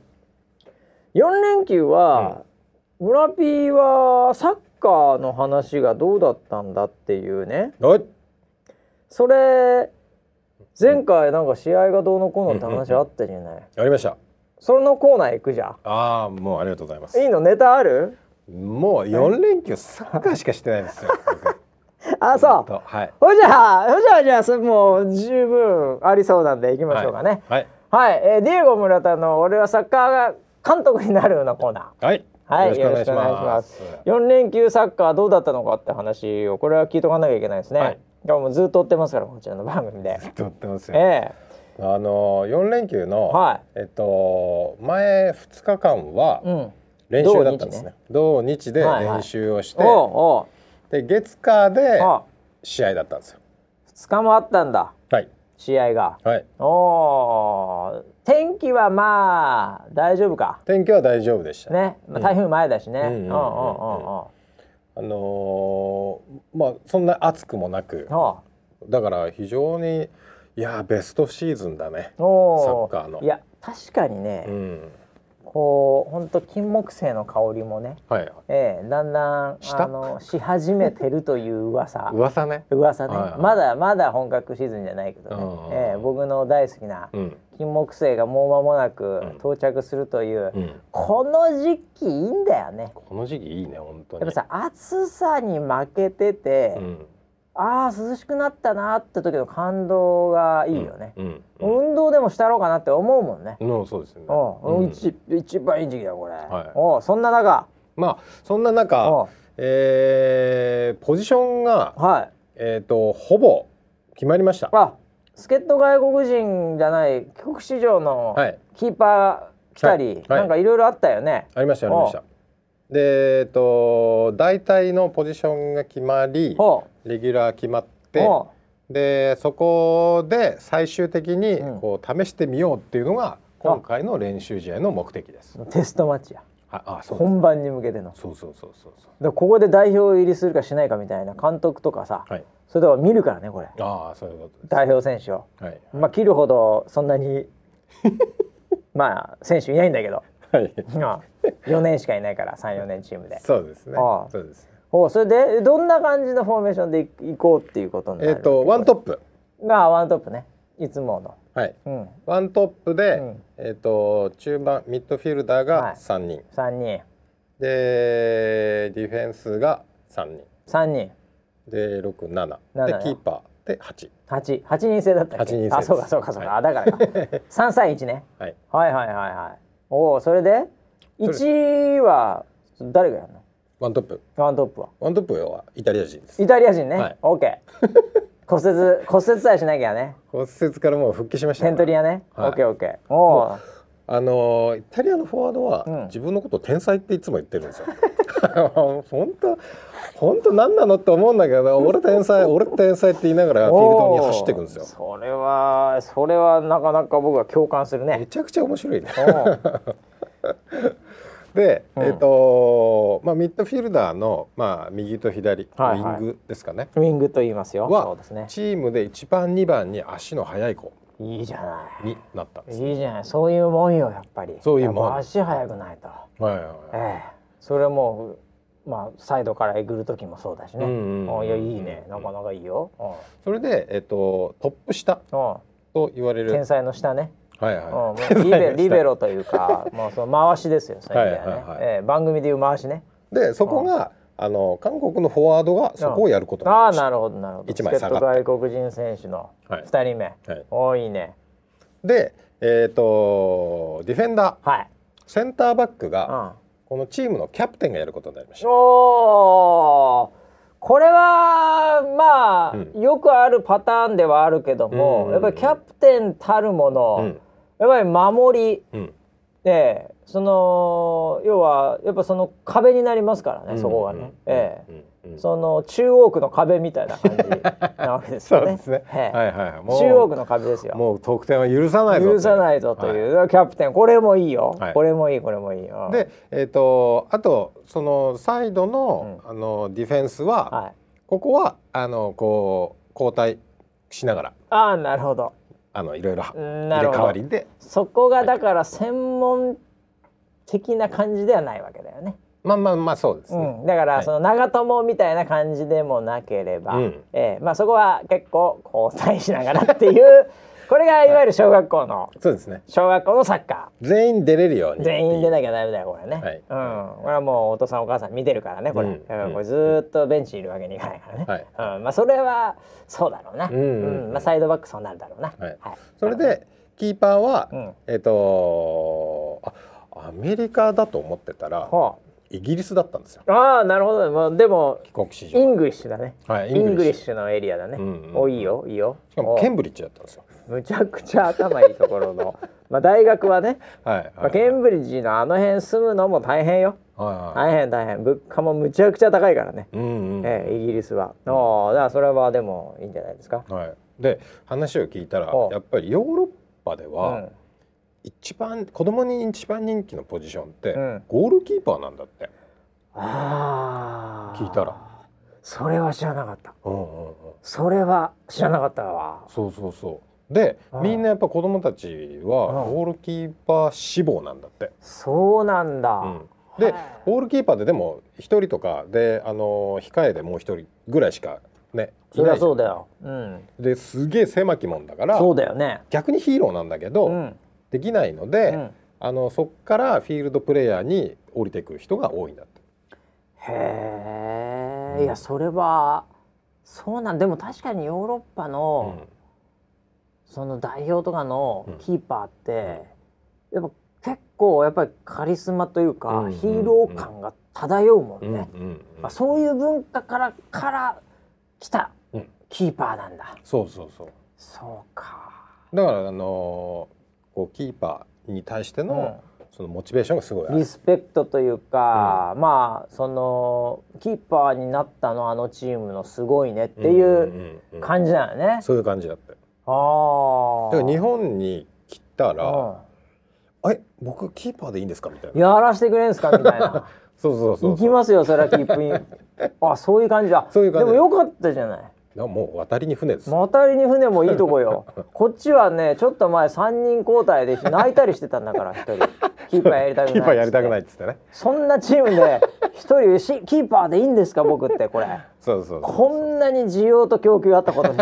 [SPEAKER 1] 4連休は、村ピーはサッカーの話がどうだったんだっていうね
[SPEAKER 2] はい
[SPEAKER 1] それ前回なんか試合がどうのこうのって話あったじゃない、
[SPEAKER 2] やりました
[SPEAKER 1] それのコーナー行くじゃん
[SPEAKER 2] ああもうありがとうございます
[SPEAKER 1] いいのネタある
[SPEAKER 2] もう四連休サッカーしかしてないんですよ
[SPEAKER 1] あ (laughs) そ
[SPEAKER 2] 本
[SPEAKER 1] う
[SPEAKER 2] 当はい
[SPEAKER 1] ほいじゃあほいじゃあじゃあそれもう十分ありそうなんで行きましょうかね
[SPEAKER 2] はい
[SPEAKER 1] はい、えーディエゴ村田の「俺はサッカー監督になる」のコーナ
[SPEAKER 2] はい
[SPEAKER 1] ーはいよろしくお願いします4連休サッカーどうだったのかって話をこれは聞いとかなきゃいけないですね、
[SPEAKER 2] はい
[SPEAKER 1] いやもうずっと追ってますからこちらの番組で
[SPEAKER 2] 撮ってますよ
[SPEAKER 1] ええ
[SPEAKER 2] あの四連休の
[SPEAKER 1] は
[SPEAKER 2] えっと前二日間は
[SPEAKER 1] うん
[SPEAKER 2] 練習だったんですね同日で
[SPEAKER 1] はいはい
[SPEAKER 2] 練習をして
[SPEAKER 1] おう
[SPEAKER 2] で月火
[SPEAKER 1] おう
[SPEAKER 2] で
[SPEAKER 1] あ
[SPEAKER 2] 試合だったんですよ
[SPEAKER 1] 2日もあったんだ
[SPEAKER 2] はい
[SPEAKER 1] 試合が
[SPEAKER 2] はい
[SPEAKER 1] おー天気はまあ大丈夫か
[SPEAKER 2] 天気は大丈夫でした
[SPEAKER 1] ね、まあ、台風前だしね。う
[SPEAKER 2] うん
[SPEAKER 1] う
[SPEAKER 2] んうんん
[SPEAKER 1] うんう
[SPEAKER 2] うんうんん
[SPEAKER 1] う
[SPEAKER 2] うんん。あのーまあそんな暑くもなく
[SPEAKER 1] は
[SPEAKER 2] だから非常にいやーベストシーズンだね
[SPEAKER 1] あ、おお。
[SPEAKER 2] サッカーの
[SPEAKER 1] いや、確かにね、
[SPEAKER 2] うん
[SPEAKER 1] こう本当金木犀の香りもね、
[SPEAKER 2] はい
[SPEAKER 1] ええ、だんだん
[SPEAKER 2] した
[SPEAKER 1] あのし始めてるという噂
[SPEAKER 2] 噂ね
[SPEAKER 1] 噂ね、
[SPEAKER 2] はいはい
[SPEAKER 1] まだまだ本格シーズンじゃないけどね
[SPEAKER 2] うん、
[SPEAKER 1] ええ、僕の大好きな
[SPEAKER 2] うん
[SPEAKER 1] 金木犀がもう間もなく
[SPEAKER 2] うん
[SPEAKER 1] 到着するという、
[SPEAKER 2] うん
[SPEAKER 1] この時期いいんだよね。
[SPEAKER 2] この時期いいね本当
[SPEAKER 1] やっ
[SPEAKER 2] に
[SPEAKER 1] ぱさ暑さに負けてて、
[SPEAKER 2] うん
[SPEAKER 1] ああ涼しくなったなって時の感動がいいよね、
[SPEAKER 2] うんうん
[SPEAKER 1] 運動でもしたろうかなって思うもんね、
[SPEAKER 2] のそうですよね
[SPEAKER 1] うん
[SPEAKER 2] うん
[SPEAKER 1] 一一番いい時期だよこれ、
[SPEAKER 2] はい
[SPEAKER 1] おうそんな中
[SPEAKER 2] まあそんな中
[SPEAKER 1] おう
[SPEAKER 2] えーポジションが
[SPEAKER 1] はい
[SPEAKER 2] えっとほぼ決まりました
[SPEAKER 1] あ助っ人外国人じゃない帰国子女の
[SPEAKER 2] はい
[SPEAKER 1] キーパー来たり、
[SPEAKER 2] はいはい
[SPEAKER 1] なんかいろいろあったよね、
[SPEAKER 2] ありましたありましたでえっと大体のポジションが決まり
[SPEAKER 1] おう
[SPEAKER 2] レギュラー決まって
[SPEAKER 1] おう
[SPEAKER 2] でそこで最終的に
[SPEAKER 1] うん
[SPEAKER 2] こう試してみようっていうのが今回の練習試合の目的です。
[SPEAKER 1] テストマッチや
[SPEAKER 2] ああそうで
[SPEAKER 1] 本番に向けての
[SPEAKER 2] すそうそうそうそうそ
[SPEAKER 1] でここで代表入りするかしないかみたいな監督とかさ、
[SPEAKER 2] う。はい。
[SPEAKER 1] それとか見るからねこれ
[SPEAKER 2] ああそういうことで
[SPEAKER 1] 代表選手を
[SPEAKER 2] す。はい。
[SPEAKER 1] まあ切るほどそんな
[SPEAKER 2] (laughs)
[SPEAKER 1] にまあ選手いないんだけど
[SPEAKER 2] はい。
[SPEAKER 1] 4年しかいないから34年チームで
[SPEAKER 2] そうですね
[SPEAKER 1] ああ。
[SPEAKER 2] そうです。
[SPEAKER 1] おそれでどんな感じのフォーメーションでいいこうっていうことにな
[SPEAKER 2] え
[SPEAKER 1] る
[SPEAKER 2] っ、とワントップ。
[SPEAKER 1] があワントップねいつも
[SPEAKER 2] はい。
[SPEAKER 1] の、
[SPEAKER 2] ワントップで、
[SPEAKER 1] うん
[SPEAKER 2] えっ、と中盤ミッドフィルダー
[SPEAKER 1] は
[SPEAKER 2] が
[SPEAKER 1] い
[SPEAKER 2] 三人、
[SPEAKER 1] うん、3人
[SPEAKER 2] でディフェンスが三人
[SPEAKER 1] 3人
[SPEAKER 2] で六七で
[SPEAKER 1] 七
[SPEAKER 2] キーパーで八。
[SPEAKER 1] 8八人制だったっけ
[SPEAKER 2] 八人制です
[SPEAKER 1] あそうかそうかそうか、
[SPEAKER 2] はい
[SPEAKER 1] あだからか
[SPEAKER 2] (laughs)
[SPEAKER 1] 3対1ね
[SPEAKER 2] はい。
[SPEAKER 1] はいはいはいはいおおそれで1は誰がやるの
[SPEAKER 2] ワントップ。
[SPEAKER 1] ワントップは
[SPEAKER 2] ワントップはイタリア人です。
[SPEAKER 1] イタリア人ね、
[SPEAKER 2] はい
[SPEAKER 1] オッケー
[SPEAKER 2] (laughs)
[SPEAKER 1] 骨折骨折さえしなきゃね
[SPEAKER 2] 骨折からもう復帰しましたか
[SPEAKER 1] セ
[SPEAKER 2] ら。
[SPEAKER 1] ントリアね、
[SPEAKER 2] はい
[SPEAKER 1] オッケーオッケーおお
[SPEAKER 2] あのーイタリアのフォワードは、
[SPEAKER 1] うん
[SPEAKER 2] 自分のことを天才っていつも言ってるんですよ。 (laughs) 本当本当何なのって思うんだけど俺天才俺天才って言いながらフィールドに走っていくんですよ
[SPEAKER 1] おー。それはそれはなかなか僕は共感する
[SPEAKER 2] め
[SPEAKER 1] ね。
[SPEAKER 2] ちゃくちゃ面白いね。
[SPEAKER 1] お
[SPEAKER 2] (laughs)
[SPEAKER 1] ー
[SPEAKER 2] で、
[SPEAKER 1] うん
[SPEAKER 2] えっ、とまあミッドフィルダーのまあ右と左、
[SPEAKER 1] はいはい
[SPEAKER 2] ウィングですかね。
[SPEAKER 1] ウィングと言いますよ。
[SPEAKER 2] は
[SPEAKER 1] そうですね。
[SPEAKER 2] チームで一番二番に足の速い子
[SPEAKER 1] いいじゃな
[SPEAKER 2] になったんで
[SPEAKER 1] い。
[SPEAKER 2] す。
[SPEAKER 1] いいじゃない。そういうもんよやっぱり。
[SPEAKER 2] そういうもん
[SPEAKER 1] やっぱ足速くないと。
[SPEAKER 2] はいはい
[SPEAKER 1] え
[SPEAKER 2] はい。
[SPEAKER 1] えそれはもうまあサイドからえぐる時もそうだしね。
[SPEAKER 2] うんうんうん
[SPEAKER 1] おーいやいいね。なかなかいいよ。
[SPEAKER 2] それでえっ、とトップ下
[SPEAKER 1] うん。うん
[SPEAKER 2] と言われ
[SPEAKER 1] 天
[SPEAKER 2] る。
[SPEAKER 1] 才の下ね、
[SPEAKER 2] はい
[SPEAKER 1] うん、
[SPEAKER 2] は
[SPEAKER 1] も
[SPEAKER 2] (laughs)
[SPEAKER 1] うリベリベロというか、もうその回しですよ、そういう意味ではね、
[SPEAKER 2] はいはいはい
[SPEAKER 1] ええ番組でいう回しね。
[SPEAKER 2] い。でそこがあの韓国のフォワードがそこをやることになり
[SPEAKER 1] ああ
[SPEAKER 2] ました
[SPEAKER 1] なるほどなるほど
[SPEAKER 2] 一枚下がって
[SPEAKER 1] 助っ人外国人選手の
[SPEAKER 2] はい
[SPEAKER 1] 2人目、
[SPEAKER 2] はい
[SPEAKER 1] 多いね
[SPEAKER 2] で、えー、とディフェンダー
[SPEAKER 1] はい、
[SPEAKER 2] センターバック
[SPEAKER 1] う
[SPEAKER 2] が
[SPEAKER 1] ん、
[SPEAKER 2] このチームのキャプテンがやることになりました。
[SPEAKER 1] おーこれはまあ、
[SPEAKER 2] うん
[SPEAKER 1] よくあるパターンではあるけども、
[SPEAKER 2] うん
[SPEAKER 1] やっぱりキャプテンたるもの、
[SPEAKER 2] うん
[SPEAKER 1] やっぱり守り
[SPEAKER 2] うん
[SPEAKER 1] でその要はやっぱその壁になりますからね、
[SPEAKER 2] うん
[SPEAKER 1] そこがね、
[SPEAKER 2] うん
[SPEAKER 1] ええ
[SPEAKER 2] うんうん
[SPEAKER 1] その中央区の壁みたいな感じなわけです
[SPEAKER 2] そ
[SPEAKER 1] よ
[SPEAKER 2] う
[SPEAKER 1] ね
[SPEAKER 2] ですね。
[SPEAKER 1] ええ
[SPEAKER 2] はいはい。もう
[SPEAKER 1] 中央区の壁ですよ
[SPEAKER 2] もう得点は許さないぞという。
[SPEAKER 1] 許さないぞという、キャプテンこれもいいよ、
[SPEAKER 2] はい
[SPEAKER 1] これもいいこれもいいよ
[SPEAKER 2] で、えー、とあとそのサイドの,、あのディフェンスは、
[SPEAKER 1] はい、
[SPEAKER 2] ここはあのこう交代しながら
[SPEAKER 1] ああなるほど
[SPEAKER 2] あのいろいろ
[SPEAKER 1] うん
[SPEAKER 2] 入
[SPEAKER 1] な
[SPEAKER 2] れ
[SPEAKER 1] るほ
[SPEAKER 2] 替
[SPEAKER 1] ど
[SPEAKER 2] わりで
[SPEAKER 1] そこがだから専門的な感じではないわけだよね、
[SPEAKER 2] まあまあまあそうですね。
[SPEAKER 1] うん、だから
[SPEAKER 2] はい
[SPEAKER 1] その長友みたいな感じでもなければ、
[SPEAKER 2] うん
[SPEAKER 1] ええまあ、そこは結構交代しながらっていう (laughs) これがいわゆる小学校の
[SPEAKER 2] そうですね。
[SPEAKER 1] 小学校のサッカ
[SPEAKER 2] 全員出れるよう
[SPEAKER 1] ー
[SPEAKER 2] に
[SPEAKER 1] 全員出
[SPEAKER 2] ない。
[SPEAKER 1] なきゃダメだよこれね、
[SPEAKER 2] はい
[SPEAKER 1] うん、これはもうお父さんお母さん見てるからねこれ,、
[SPEAKER 2] うん
[SPEAKER 1] これずーっとベンチいるわけにいかないからね、
[SPEAKER 2] はい
[SPEAKER 1] うん、まあそれはそうだろうな、
[SPEAKER 2] うんうん
[SPEAKER 1] まあ、サイドバックそうなるだろうな、
[SPEAKER 2] はいそれでキーパーは、
[SPEAKER 1] うん
[SPEAKER 2] えっ、とあアメリカだと思ってたら
[SPEAKER 1] ほう
[SPEAKER 2] イギリスだったんですよ
[SPEAKER 1] ああなるほど、まあ、でも
[SPEAKER 2] 帰国史
[SPEAKER 1] イン
[SPEAKER 2] 上
[SPEAKER 1] グリッシュだね
[SPEAKER 2] はい
[SPEAKER 1] イングリッ
[SPEAKER 2] し
[SPEAKER 1] シュのエリアだね、
[SPEAKER 2] うんうん
[SPEAKER 1] おいいよいいよ
[SPEAKER 2] かも
[SPEAKER 1] お
[SPEAKER 2] ケンブリッジだったんですよ
[SPEAKER 1] むちゃくちゃ頭いいところの (laughs) まあ大学はね、
[SPEAKER 2] はいはい
[SPEAKER 1] まあ、ケンブリッジのあの辺住むのも大変よ
[SPEAKER 2] はいはい
[SPEAKER 1] 大変大変物価もむちゃくちゃ高いからね、
[SPEAKER 2] うんうん
[SPEAKER 1] ええイギリスは、おーだからそれはでもいいんじゃないですか、
[SPEAKER 2] はいで話を聞いたら
[SPEAKER 1] お
[SPEAKER 2] やっぱりヨーロッパで
[SPEAKER 1] う
[SPEAKER 2] は
[SPEAKER 1] ん
[SPEAKER 2] 一番子供に一番人気のポジションって
[SPEAKER 1] うん
[SPEAKER 2] ゴールキーパーなんだって
[SPEAKER 1] あー
[SPEAKER 2] 聞いたら
[SPEAKER 1] それは知らなかった
[SPEAKER 2] うんうんうん
[SPEAKER 1] それは知らなかったわ
[SPEAKER 2] そうそうそで
[SPEAKER 1] うん
[SPEAKER 2] みんなやっぱ子供たちは
[SPEAKER 1] うん
[SPEAKER 2] ゴールキーパー志望なんだって。
[SPEAKER 1] そうなんだ、
[SPEAKER 2] うん
[SPEAKER 1] は
[SPEAKER 2] で
[SPEAKER 1] い
[SPEAKER 2] ゴールキーパーででも1人とかで、あのー控えでもう1人ぐらいしかねい
[SPEAKER 1] そり
[SPEAKER 2] な
[SPEAKER 1] ゃ
[SPEAKER 2] いじゃ
[SPEAKER 1] そ
[SPEAKER 2] ん
[SPEAKER 1] うだよ、うん、
[SPEAKER 2] ですげえ狭きもんだから
[SPEAKER 1] そうだよね
[SPEAKER 2] 逆にヒーローなんだけど、
[SPEAKER 1] うん
[SPEAKER 2] できないので、
[SPEAKER 1] うん
[SPEAKER 2] あのそっからフィールドプレイヤーに降りてくる人が多いんだって。
[SPEAKER 1] へ
[SPEAKER 2] う
[SPEAKER 1] え
[SPEAKER 2] ん
[SPEAKER 1] いやそれはそうなんでも確かにヨーロッパの、その代表とかの
[SPEAKER 2] うん
[SPEAKER 1] キーパーって、やっぱ結構やっぱりカリスマというか、
[SPEAKER 2] うんうんうん
[SPEAKER 1] ヒーロー感が漂うもんね、
[SPEAKER 2] うんうんうんうん
[SPEAKER 1] あそういう文化からから来た
[SPEAKER 2] うん
[SPEAKER 1] キーパーなんだ、
[SPEAKER 2] そうそうそう
[SPEAKER 1] そうか
[SPEAKER 2] だからあのーこうキーパーに対しての、そのモチベーションがすごいあ
[SPEAKER 1] リ
[SPEAKER 2] る。
[SPEAKER 1] スペクトというか、まあそのキーパーになったのあのチームのすごいねっていう
[SPEAKER 2] ん
[SPEAKER 1] ん
[SPEAKER 2] うん
[SPEAKER 1] 感じだよね、
[SPEAKER 2] そういう感じだったよ
[SPEAKER 1] ああ
[SPEAKER 2] だから日本に来たら
[SPEAKER 1] う
[SPEAKER 2] 「え僕キーパーでいいんですか?」みたい
[SPEAKER 1] ん
[SPEAKER 2] な
[SPEAKER 1] やらしてくれんすかみたいな
[SPEAKER 2] そうそう (laughs) そう
[SPEAKER 1] 行
[SPEAKER 2] そ
[SPEAKER 1] き
[SPEAKER 2] う
[SPEAKER 1] ますよそれはキープイ
[SPEAKER 2] (laughs)
[SPEAKER 1] ンあそういう感じだ
[SPEAKER 2] そういう感じ
[SPEAKER 1] でもよかったじゃない
[SPEAKER 2] なもう渡りに船です、
[SPEAKER 1] 渡りに船もいいとこ
[SPEAKER 2] (laughs)
[SPEAKER 1] よこっちはねちょっと前3人交代で泣いたりしてたんだから1人キーパーやりたくないっつって
[SPEAKER 2] キーパーやりたくないっつってね
[SPEAKER 1] そんなチームで1人しキーパーでいいんですか僕ってこれ
[SPEAKER 2] そうそうそう
[SPEAKER 1] こんなに需要と供給あったことに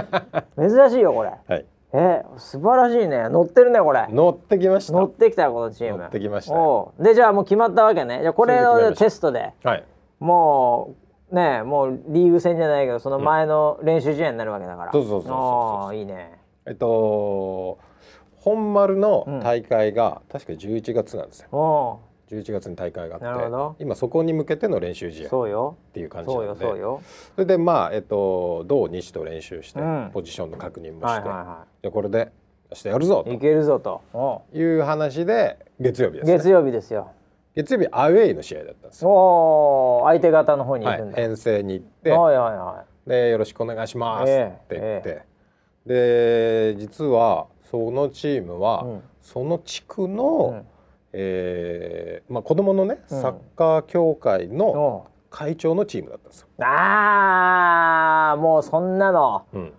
[SPEAKER 1] 珍しいよこれ
[SPEAKER 2] はい
[SPEAKER 1] え素晴らしいね乗ってるねこれ
[SPEAKER 2] 乗ってきました
[SPEAKER 1] 乗ってきたよこのチーム
[SPEAKER 2] 乗ってきましたよ
[SPEAKER 1] おうでじゃあもう決まったわけねじゃあこれ
[SPEAKER 2] それで決まり
[SPEAKER 1] を
[SPEAKER 2] ました
[SPEAKER 1] テストで
[SPEAKER 2] はい
[SPEAKER 1] もうねもうリーグ戦じゃないけどその前の練習試合になるわけだから、
[SPEAKER 2] そうそうそうそうそう
[SPEAKER 1] ああいいね
[SPEAKER 2] えっと本丸の大会が、確か11月なんですよ
[SPEAKER 1] お
[SPEAKER 2] 11月に大会が
[SPEAKER 1] なるほ
[SPEAKER 2] あっ
[SPEAKER 1] ど
[SPEAKER 2] て今そこに向けての練習試
[SPEAKER 1] う
[SPEAKER 2] 合っ
[SPEAKER 1] そうよ
[SPEAKER 2] ていう感じ
[SPEAKER 1] そ
[SPEAKER 2] な
[SPEAKER 1] う
[SPEAKER 2] の
[SPEAKER 1] よ
[SPEAKER 2] で
[SPEAKER 1] そうよ
[SPEAKER 2] それでまあえっと同日と練習して、
[SPEAKER 1] うん
[SPEAKER 2] ポジションの確認も
[SPEAKER 1] は
[SPEAKER 2] し
[SPEAKER 1] い
[SPEAKER 2] て、
[SPEAKER 1] は
[SPEAKER 2] じゃあこれで明日やるぞ
[SPEAKER 1] いはいいけるぞとお
[SPEAKER 2] という話で月曜日で
[SPEAKER 1] う
[SPEAKER 2] す、ね、
[SPEAKER 1] 月曜日ですよ
[SPEAKER 2] 月曜日アウェイの試合だったんですよ、
[SPEAKER 1] おお相手方の方に行
[SPEAKER 2] は
[SPEAKER 1] くん
[SPEAKER 2] い、
[SPEAKER 1] だ、はい、
[SPEAKER 2] 遠征に行って、
[SPEAKER 1] はいはいは
[SPEAKER 2] で「よろしくお願いします」
[SPEAKER 1] え
[SPEAKER 2] って
[SPEAKER 1] え
[SPEAKER 2] 言って、で実はそのチームは、
[SPEAKER 1] うん
[SPEAKER 2] その地区
[SPEAKER 1] い
[SPEAKER 2] の、
[SPEAKER 1] うん
[SPEAKER 2] えーまあ、子どものね
[SPEAKER 1] うん
[SPEAKER 2] サッカー協会の
[SPEAKER 1] お
[SPEAKER 2] 会長のチームだったんですよ。
[SPEAKER 1] うあーもうそんなの
[SPEAKER 2] うん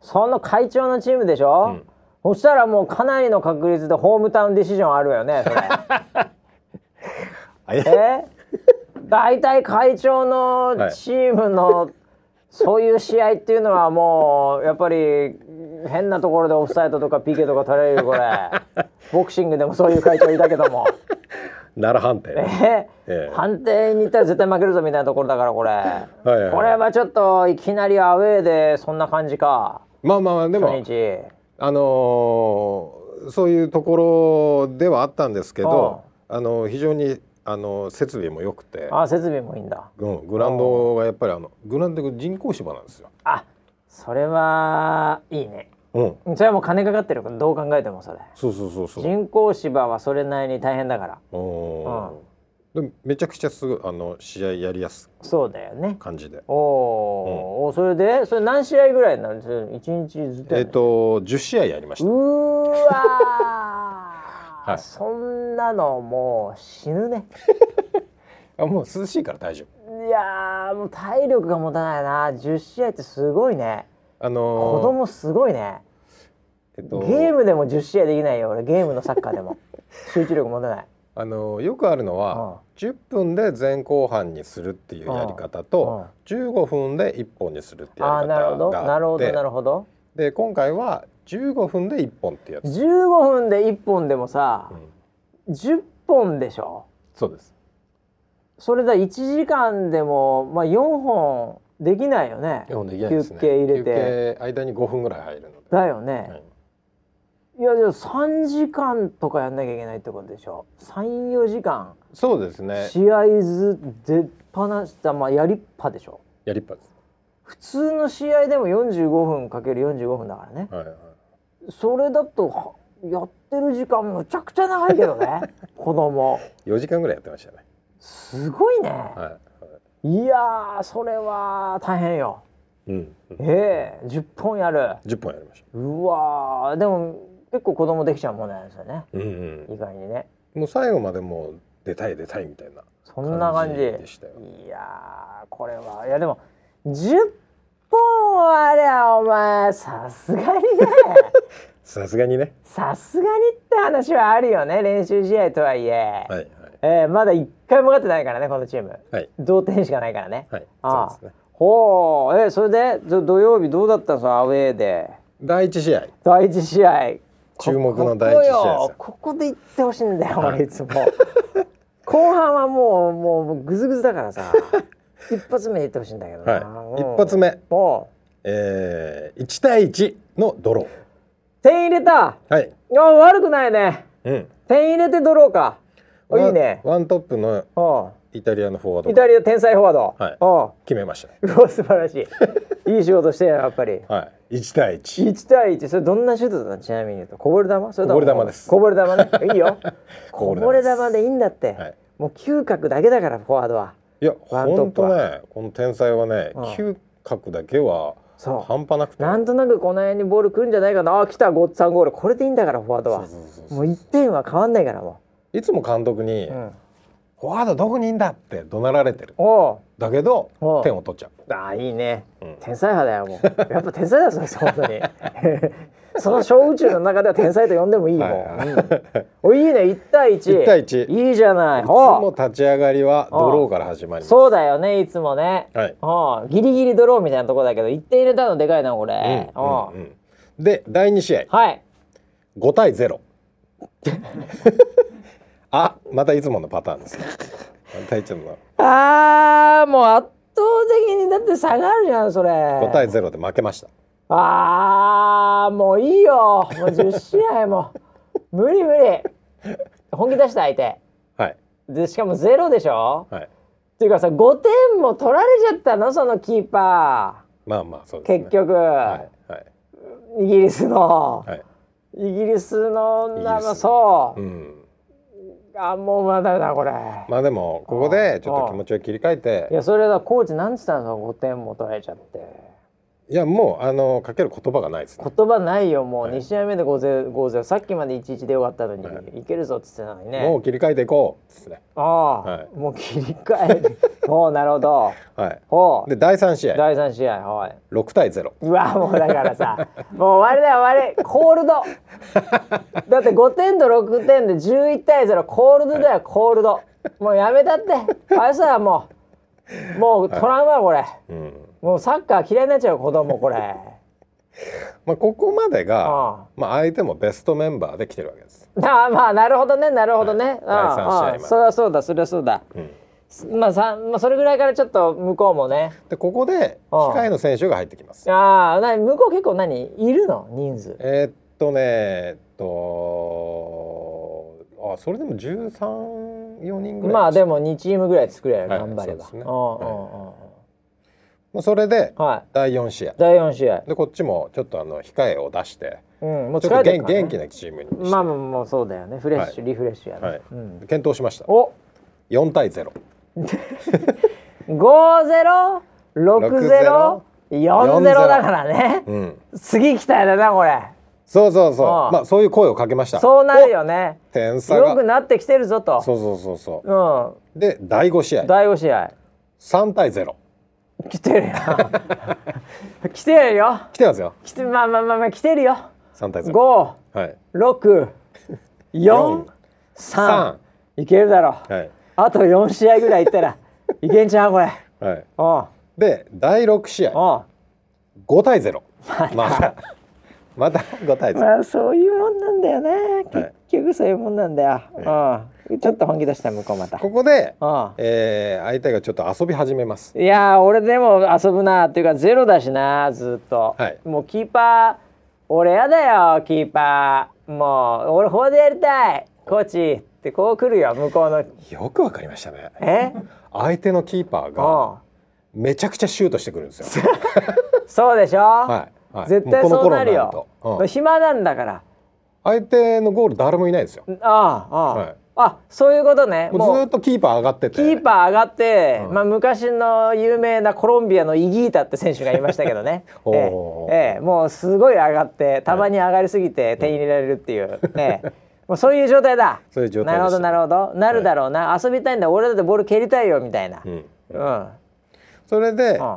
[SPEAKER 1] その会長のチームでし
[SPEAKER 2] う
[SPEAKER 1] ょ、
[SPEAKER 2] ん
[SPEAKER 1] そしたらもうかなりの確率でホームタウンディシジョンあるわよねそれ
[SPEAKER 2] あ (laughs) いや
[SPEAKER 1] え大体会長のチームの、そういう試合っていうのはもうやっぱり変なところでオフサイドとか PK とか取られるよこ
[SPEAKER 2] (laughs)
[SPEAKER 1] れボクシングでもそういう会長いたけども
[SPEAKER 2] 奈良判定、
[SPEAKER 1] え
[SPEAKER 2] ええ
[SPEAKER 1] 判定に行ったら絶対負けるぞみたいなところだからこれ、
[SPEAKER 2] はいはい
[SPEAKER 1] これはちょっといきなりアウェーでそんな感じか
[SPEAKER 2] まあまあまあで
[SPEAKER 1] 初
[SPEAKER 2] も
[SPEAKER 1] 日え
[SPEAKER 2] あのーそういうところではあったんですけどあの非常にあの設備も良くて、
[SPEAKER 1] あ設備もいいんだ
[SPEAKER 2] うん、グラウンドがやっぱりあのグラウンドが人工芝なんですよ。
[SPEAKER 1] あそれはいいね
[SPEAKER 2] うん、
[SPEAKER 1] それはもう金かかってるからどう考えてもそれ
[SPEAKER 2] そうそうそうそう。
[SPEAKER 1] 人工芝はそれなりに大変だから
[SPEAKER 2] おーでめちゃくちゃすごいあの試合やりやす
[SPEAKER 1] そうだよね
[SPEAKER 2] い感じで。
[SPEAKER 1] おーおそれでそれ何試合ぐらいになるんですか一日ずっとや
[SPEAKER 2] えっ、
[SPEAKER 1] る、
[SPEAKER 2] と10試合やりまし
[SPEAKER 1] う
[SPEAKER 2] た。
[SPEAKER 1] ーわー、
[SPEAKER 2] (laughs) はい
[SPEAKER 1] そんなのもう死ぬね
[SPEAKER 2] あもう涼しいから大丈夫。
[SPEAKER 1] いやーもう体力が持たないな10試合ってすごいね
[SPEAKER 2] あ
[SPEAKER 1] 子
[SPEAKER 2] の
[SPEAKER 1] 供すごいね
[SPEAKER 2] ーえ
[SPEAKER 1] ゲ
[SPEAKER 2] っと
[SPEAKER 1] ームでも10試合できないよ俺ゲームのサッカー
[SPEAKER 2] (laughs)
[SPEAKER 1] でも集中力持たない
[SPEAKER 2] あのーよくあるの
[SPEAKER 1] うん
[SPEAKER 2] は、10分で前後半にするっていうやり方と、15分で1本にするっていう
[SPEAKER 1] あ
[SPEAKER 2] や
[SPEAKER 1] あ
[SPEAKER 2] り
[SPEAKER 1] なるほど
[SPEAKER 2] 方
[SPEAKER 1] なる
[SPEAKER 2] があ
[SPEAKER 1] ほど
[SPEAKER 2] って
[SPEAKER 1] なるほど
[SPEAKER 2] で今回は15分で1本ってやつ、
[SPEAKER 1] 15分で1本でもさ
[SPEAKER 2] う、ん
[SPEAKER 1] 10本でしょ
[SPEAKER 2] そうです
[SPEAKER 1] それだ1時間でも、まあ、4本できないよね
[SPEAKER 2] 4本できないですね
[SPEAKER 1] 休憩入れて
[SPEAKER 2] 休憩間に5分ぐらい入るので、
[SPEAKER 1] だよね、
[SPEAKER 2] はい
[SPEAKER 1] い、やでも3時間とかやんなきゃいけないってことでしょ34時間
[SPEAKER 2] そうですね
[SPEAKER 1] 試合ず出っ放したまあやりっぱでしょ
[SPEAKER 2] やりっぱです、
[SPEAKER 1] 普通の試合でも45分かける45分だからね
[SPEAKER 2] はいはい、
[SPEAKER 1] それだとはやってる時間むちゃくちゃ長いけど
[SPEAKER 2] (laughs)
[SPEAKER 1] ね子供
[SPEAKER 2] 4時間ぐらいやってましたね
[SPEAKER 1] すごいね、、
[SPEAKER 2] はい、はい
[SPEAKER 1] やーそれは大変よ
[SPEAKER 2] い、うん、うん
[SPEAKER 1] ええ10本やる
[SPEAKER 2] 10本やりまし
[SPEAKER 1] うわーでも結構子供できちゃうもんなんですよね
[SPEAKER 2] た、うん
[SPEAKER 1] 意外にね
[SPEAKER 2] もう最後までもう出たい出たいみたいな
[SPEAKER 1] そんな感じ
[SPEAKER 2] 感じでしたよ
[SPEAKER 1] いやーこれはいやでも10本ありゃお前さすがに
[SPEAKER 2] (laughs)
[SPEAKER 1] ね
[SPEAKER 2] さすがにね
[SPEAKER 1] さすがにって話はあるよね練習試合とはいえ、
[SPEAKER 2] はいはい
[SPEAKER 1] えーまだ1回も勝ってないからねこのチーム
[SPEAKER 2] はい
[SPEAKER 1] 同点しかないからね、
[SPEAKER 2] はい
[SPEAKER 1] ああ
[SPEAKER 2] そうですね
[SPEAKER 1] ほうえそれでど土曜日どうだったのそのアウェーで
[SPEAKER 2] 第一試合
[SPEAKER 1] 第一試合
[SPEAKER 2] 注目の第一試合ですよ
[SPEAKER 1] ここよここで行ってほしいんだよ、
[SPEAKER 2] はい
[SPEAKER 1] 俺いつも後半はもうもうもうグズグズだから
[SPEAKER 2] (laughs)
[SPEAKER 1] さ一発目で行ってほしいんだけどな、
[SPEAKER 2] はい
[SPEAKER 1] うん
[SPEAKER 2] 一発目
[SPEAKER 1] も
[SPEAKER 2] えー、1対1のドロ
[SPEAKER 1] う点入れた
[SPEAKER 2] ーはい
[SPEAKER 1] いや悪くないね
[SPEAKER 2] うん
[SPEAKER 1] 点入れてドローかおいいね
[SPEAKER 2] ワンワントップの
[SPEAKER 1] う
[SPEAKER 2] イタリアのフォワード
[SPEAKER 1] んイ
[SPEAKER 2] が
[SPEAKER 1] タリア天才フォワード、
[SPEAKER 2] はい
[SPEAKER 1] うん
[SPEAKER 2] 決めましたね
[SPEAKER 1] うわ素晴らしいいい仕事してるよやっぱり
[SPEAKER 2] はい1対1
[SPEAKER 1] 1対1それどんなシュートだったのちなみに言うとこぼれ球それとも
[SPEAKER 2] こぼれ球です
[SPEAKER 1] こぼれ球ねいい
[SPEAKER 2] (laughs)
[SPEAKER 1] よこ
[SPEAKER 2] こ
[SPEAKER 1] ぼ
[SPEAKER 2] ぼ
[SPEAKER 1] れ
[SPEAKER 2] れ球です
[SPEAKER 1] 球でいいんだって、
[SPEAKER 2] はい
[SPEAKER 1] もう嗅覚だけだからフォワードはい
[SPEAKER 2] や
[SPEAKER 1] ワントッ
[SPEAKER 2] 本
[SPEAKER 1] プは
[SPEAKER 2] 当ねこの天才はね
[SPEAKER 1] うん
[SPEAKER 2] 嗅覚だけは
[SPEAKER 1] そう
[SPEAKER 2] 半端なくて
[SPEAKER 1] なんとなくこの辺にボール来るんじゃないかなあ来たゴッツァンゴールこれでいいんだからフォワードは
[SPEAKER 2] そうそうそうそ
[SPEAKER 1] もう1点は変わんないからも
[SPEAKER 2] ういつも監督に
[SPEAKER 1] う、うん、
[SPEAKER 2] 「フォワードどこにいんだ!」って怒鳴られてる
[SPEAKER 1] おお
[SPEAKER 2] だけど
[SPEAKER 1] うん
[SPEAKER 2] 点を取っちゃう
[SPEAKER 1] ああいいね、
[SPEAKER 2] うん
[SPEAKER 1] 天才派だよもうやっぱ天才 (laughs) だよそれ本当にその小宇宙の中では天才と呼んでも (laughs) いいもん、
[SPEAKER 2] はいはい
[SPEAKER 1] うんおいいね1対 1,
[SPEAKER 2] 一対一
[SPEAKER 1] いいじゃない
[SPEAKER 2] いつ
[SPEAKER 1] おう
[SPEAKER 2] も立ち上がりはドローから始まります
[SPEAKER 1] そうだよねいつもね、
[SPEAKER 2] はい
[SPEAKER 1] おうギリギリドローみたいなとこだけど1点入れたのでかいなこれ、
[SPEAKER 2] うん
[SPEAKER 1] おう
[SPEAKER 2] うんうんで第2試合
[SPEAKER 1] はい
[SPEAKER 2] 5対0
[SPEAKER 1] (laughs)
[SPEAKER 2] あまたいつものパターンですねまたいつもの
[SPEAKER 1] あーもう圧倒的にだって差があるじゃんそれ
[SPEAKER 2] 5対0で負けました
[SPEAKER 1] あーもういいよもう10試合も (laughs) 無理無理本気出した相手
[SPEAKER 2] はい
[SPEAKER 1] でしかもゼロでしょ
[SPEAKER 2] はい
[SPEAKER 1] っていうかさ5点も取られちゃったのそのキーパ
[SPEAKER 2] まあまあそ
[SPEAKER 1] ー
[SPEAKER 2] うですね
[SPEAKER 1] 結局、
[SPEAKER 2] はいはい
[SPEAKER 1] イギリスの、
[SPEAKER 2] はい
[SPEAKER 1] イギリスの
[SPEAKER 2] イギリス
[SPEAKER 1] なまあそうう、
[SPEAKER 2] ん
[SPEAKER 1] あもうまだだこれ、
[SPEAKER 2] まあでもここでちょっと気持ちを切り替え
[SPEAKER 1] い
[SPEAKER 2] て
[SPEAKER 1] やそれだコーチなんつったの5点も取られちゃって
[SPEAKER 2] いやもうあのかける言葉がないですね
[SPEAKER 1] 言葉ないよもう
[SPEAKER 2] はい
[SPEAKER 1] 2試合目で5-0 5-0さっきまで1-1でよかったのに、い、けるぞっつってたのにね
[SPEAKER 2] もう切り替えていこうっつってね
[SPEAKER 1] ああ、
[SPEAKER 2] はい
[SPEAKER 1] もう切り替
[SPEAKER 2] (laughs)
[SPEAKER 1] えておうなるほど
[SPEAKER 2] はい
[SPEAKER 1] おう
[SPEAKER 2] で第3試合
[SPEAKER 1] 第3試合はいう
[SPEAKER 2] 6対0
[SPEAKER 1] うわもうだからさ (laughs) もう終わりだよ終わりコールドだって5点と6点で11対0コールドだよ、コールドもうやめたってあれさもうもうトラウマだこれ、
[SPEAKER 2] うん
[SPEAKER 1] もうサッカー嫌いになっちゃう子供これ
[SPEAKER 2] まあここまで
[SPEAKER 1] ああ
[SPEAKER 2] がまあ相手もベストメンバーで来てるわけです
[SPEAKER 1] (laughs) ああまあなるほどねなるほどね、
[SPEAKER 2] はい
[SPEAKER 1] あああ
[SPEAKER 2] 第三試合まで
[SPEAKER 1] あそれはそうだそれはそうだ、
[SPEAKER 2] うん
[SPEAKER 1] まあさまあそれぐらいからちょっと向こうもね
[SPEAKER 2] でここで
[SPEAKER 1] ああ
[SPEAKER 2] 控えの選手が入ってきます
[SPEAKER 1] ああな向こう結構何いるの人数
[SPEAKER 2] えーっとねえっとあそれでも134人ぐらい
[SPEAKER 1] まあで
[SPEAKER 2] も、
[SPEAKER 1] も2チームぐらい作れる、
[SPEAKER 2] はい
[SPEAKER 1] 頑張れば
[SPEAKER 2] そうですね
[SPEAKER 1] うんうんうん
[SPEAKER 2] まあそれで
[SPEAKER 1] うんはい
[SPEAKER 2] 第4試合
[SPEAKER 1] 第4試合
[SPEAKER 2] でこっちもちょっとあの控えを出して
[SPEAKER 1] うんもう
[SPEAKER 2] ちょっ
[SPEAKER 1] 疲れ
[SPEAKER 2] と
[SPEAKER 1] てる
[SPEAKER 2] 元
[SPEAKER 1] から、ね、
[SPEAKER 2] 元気なチームにして、
[SPEAKER 1] まあまあもうそうだよねフレッシュ、リフレッシュやね、
[SPEAKER 2] はい
[SPEAKER 1] うん、
[SPEAKER 2] 検討しました
[SPEAKER 1] お
[SPEAKER 2] 4対0
[SPEAKER 1] 5-0 6-0 4-0
[SPEAKER 2] 4-0
[SPEAKER 1] だからね、
[SPEAKER 2] うん
[SPEAKER 1] 次期待だなこれ
[SPEAKER 2] そうそうそう
[SPEAKER 1] ああ
[SPEAKER 2] まあそういう声をかけました
[SPEAKER 1] そうなるよね
[SPEAKER 2] お点差
[SPEAKER 1] 良く
[SPEAKER 2] が
[SPEAKER 1] なってきてるぞと、
[SPEAKER 2] そうそうそうそ
[SPEAKER 1] ん、
[SPEAKER 2] ううで第5試合
[SPEAKER 1] 第5試合
[SPEAKER 2] 3対0
[SPEAKER 1] 来てるよ (laughs) 来てるよ
[SPEAKER 2] 来てますよ
[SPEAKER 1] 来てまあまあまあまあ来てるよ
[SPEAKER 2] 3対0
[SPEAKER 1] 五
[SPEAKER 2] はい
[SPEAKER 1] 六四
[SPEAKER 2] 四
[SPEAKER 1] 三いけるだろう、
[SPEAKER 2] はい
[SPEAKER 1] あと四試合ぐらいい
[SPEAKER 2] (laughs)
[SPEAKER 1] ったらいけんちゃうこれ
[SPEAKER 2] はい
[SPEAKER 1] おう
[SPEAKER 2] で第6試合
[SPEAKER 1] おう
[SPEAKER 2] 5対0また (laughs) また5対
[SPEAKER 1] (laughs)
[SPEAKER 2] 0
[SPEAKER 1] まあそういうもんなんだよね
[SPEAKER 2] はい
[SPEAKER 1] 結局そういうもんなんだよ、うんちょっと本気出した向こうまた
[SPEAKER 2] ここで、
[SPEAKER 1] う
[SPEAKER 2] えー相手がちょっと遊び始めます。
[SPEAKER 1] んいやー俺でも遊ぶなっていうかゼロだしなずっと、
[SPEAKER 2] はい
[SPEAKER 1] もうキーパー俺やだよキーパーもう俺フォワードやりたいコーチってこう来るよ向こうの
[SPEAKER 2] よくわかりましたね。
[SPEAKER 1] え
[SPEAKER 2] 相手のキーパーが
[SPEAKER 1] うん
[SPEAKER 2] めちゃくちゃシュートしてくるんですよ。
[SPEAKER 1] そうでしょ、
[SPEAKER 2] はいはい
[SPEAKER 1] 絶対
[SPEAKER 2] もうこ
[SPEAKER 1] そ
[SPEAKER 2] の
[SPEAKER 1] う
[SPEAKER 2] 頃
[SPEAKER 1] なる
[SPEAKER 2] にな
[SPEAKER 1] よ
[SPEAKER 2] る、とうん
[SPEAKER 1] 暇なんだから
[SPEAKER 2] 相手のゴール誰もいないですよ。
[SPEAKER 1] ああああ、
[SPEAKER 2] はい
[SPEAKER 1] あそういうことね
[SPEAKER 2] もうず
[SPEAKER 1] も
[SPEAKER 2] ー
[SPEAKER 1] う
[SPEAKER 2] っとキーパー上がってて。
[SPEAKER 1] キーパー上がって、
[SPEAKER 2] うん
[SPEAKER 1] まあ、昔の有名なコロンビアのイギータって選手がいましたけどね、ええ
[SPEAKER 2] (laughs) おー
[SPEAKER 1] ええもうすごい上がってたまに上がりすぎて点入れられるっていう、ええもうそういう状態だ
[SPEAKER 2] そういう状態で
[SPEAKER 1] なるほ
[SPEAKER 2] した
[SPEAKER 1] どなるほどなるだろうな、遊びたいんだ俺だってボール蹴りたいよみたいな、
[SPEAKER 2] うん
[SPEAKER 1] うん
[SPEAKER 2] それで、
[SPEAKER 1] うん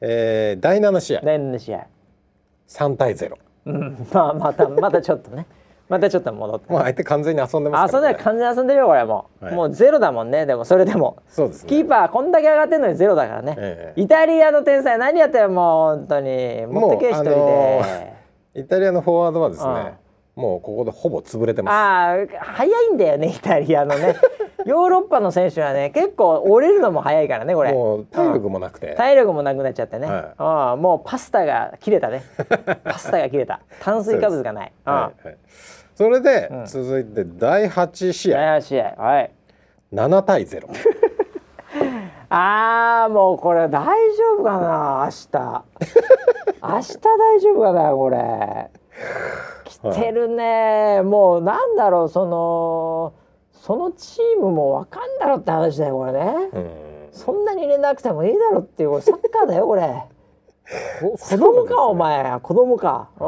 [SPEAKER 2] えー第7試合
[SPEAKER 1] 第7試合、
[SPEAKER 2] 3対0
[SPEAKER 1] うん、まあまたまたちょっとねまたちょっと戻って
[SPEAKER 2] もう相手完全に遊んでます
[SPEAKER 1] 遊ん
[SPEAKER 2] から
[SPEAKER 1] でる完全に遊んでるよこれもう、
[SPEAKER 2] はい
[SPEAKER 1] もうゼロだもんねでもそれでも
[SPEAKER 2] そうですね
[SPEAKER 1] キーパーこんだけ上がってるのにゼロだからね、
[SPEAKER 2] ええ
[SPEAKER 1] イタリアの天才何やってんもう本当に持
[SPEAKER 2] もう
[SPEAKER 1] ってけ一人で、
[SPEAKER 2] あのーイタリアのフォワードはです
[SPEAKER 1] あ
[SPEAKER 2] ねもうここでほぼ潰れてます
[SPEAKER 1] ああ早いんだよねイ (laughs) タリアのねヨーロッパの選手はね結構折れるのも早いからねこれ
[SPEAKER 2] もう体力もなくて
[SPEAKER 1] 体力もなくなっちゃってね、
[SPEAKER 2] はい
[SPEAKER 1] ああもうパスタが切れ
[SPEAKER 2] (laughs)
[SPEAKER 1] たねパスタが切れた炭水化物がないあ
[SPEAKER 2] はいはいそれで
[SPEAKER 1] うん
[SPEAKER 2] 続いて第8試合
[SPEAKER 1] あ試合はい
[SPEAKER 2] 7対0
[SPEAKER 1] ああもうこれ大丈夫かな (laughs) 明日明日大丈夫かなこれ来てるね、もうなんだろうそのそのチームもわかんだろって話だよこれね、
[SPEAKER 2] うん
[SPEAKER 1] そんなに入れなくてもいいだろっていうこれサッカーだよこれお子供か、お前子供かう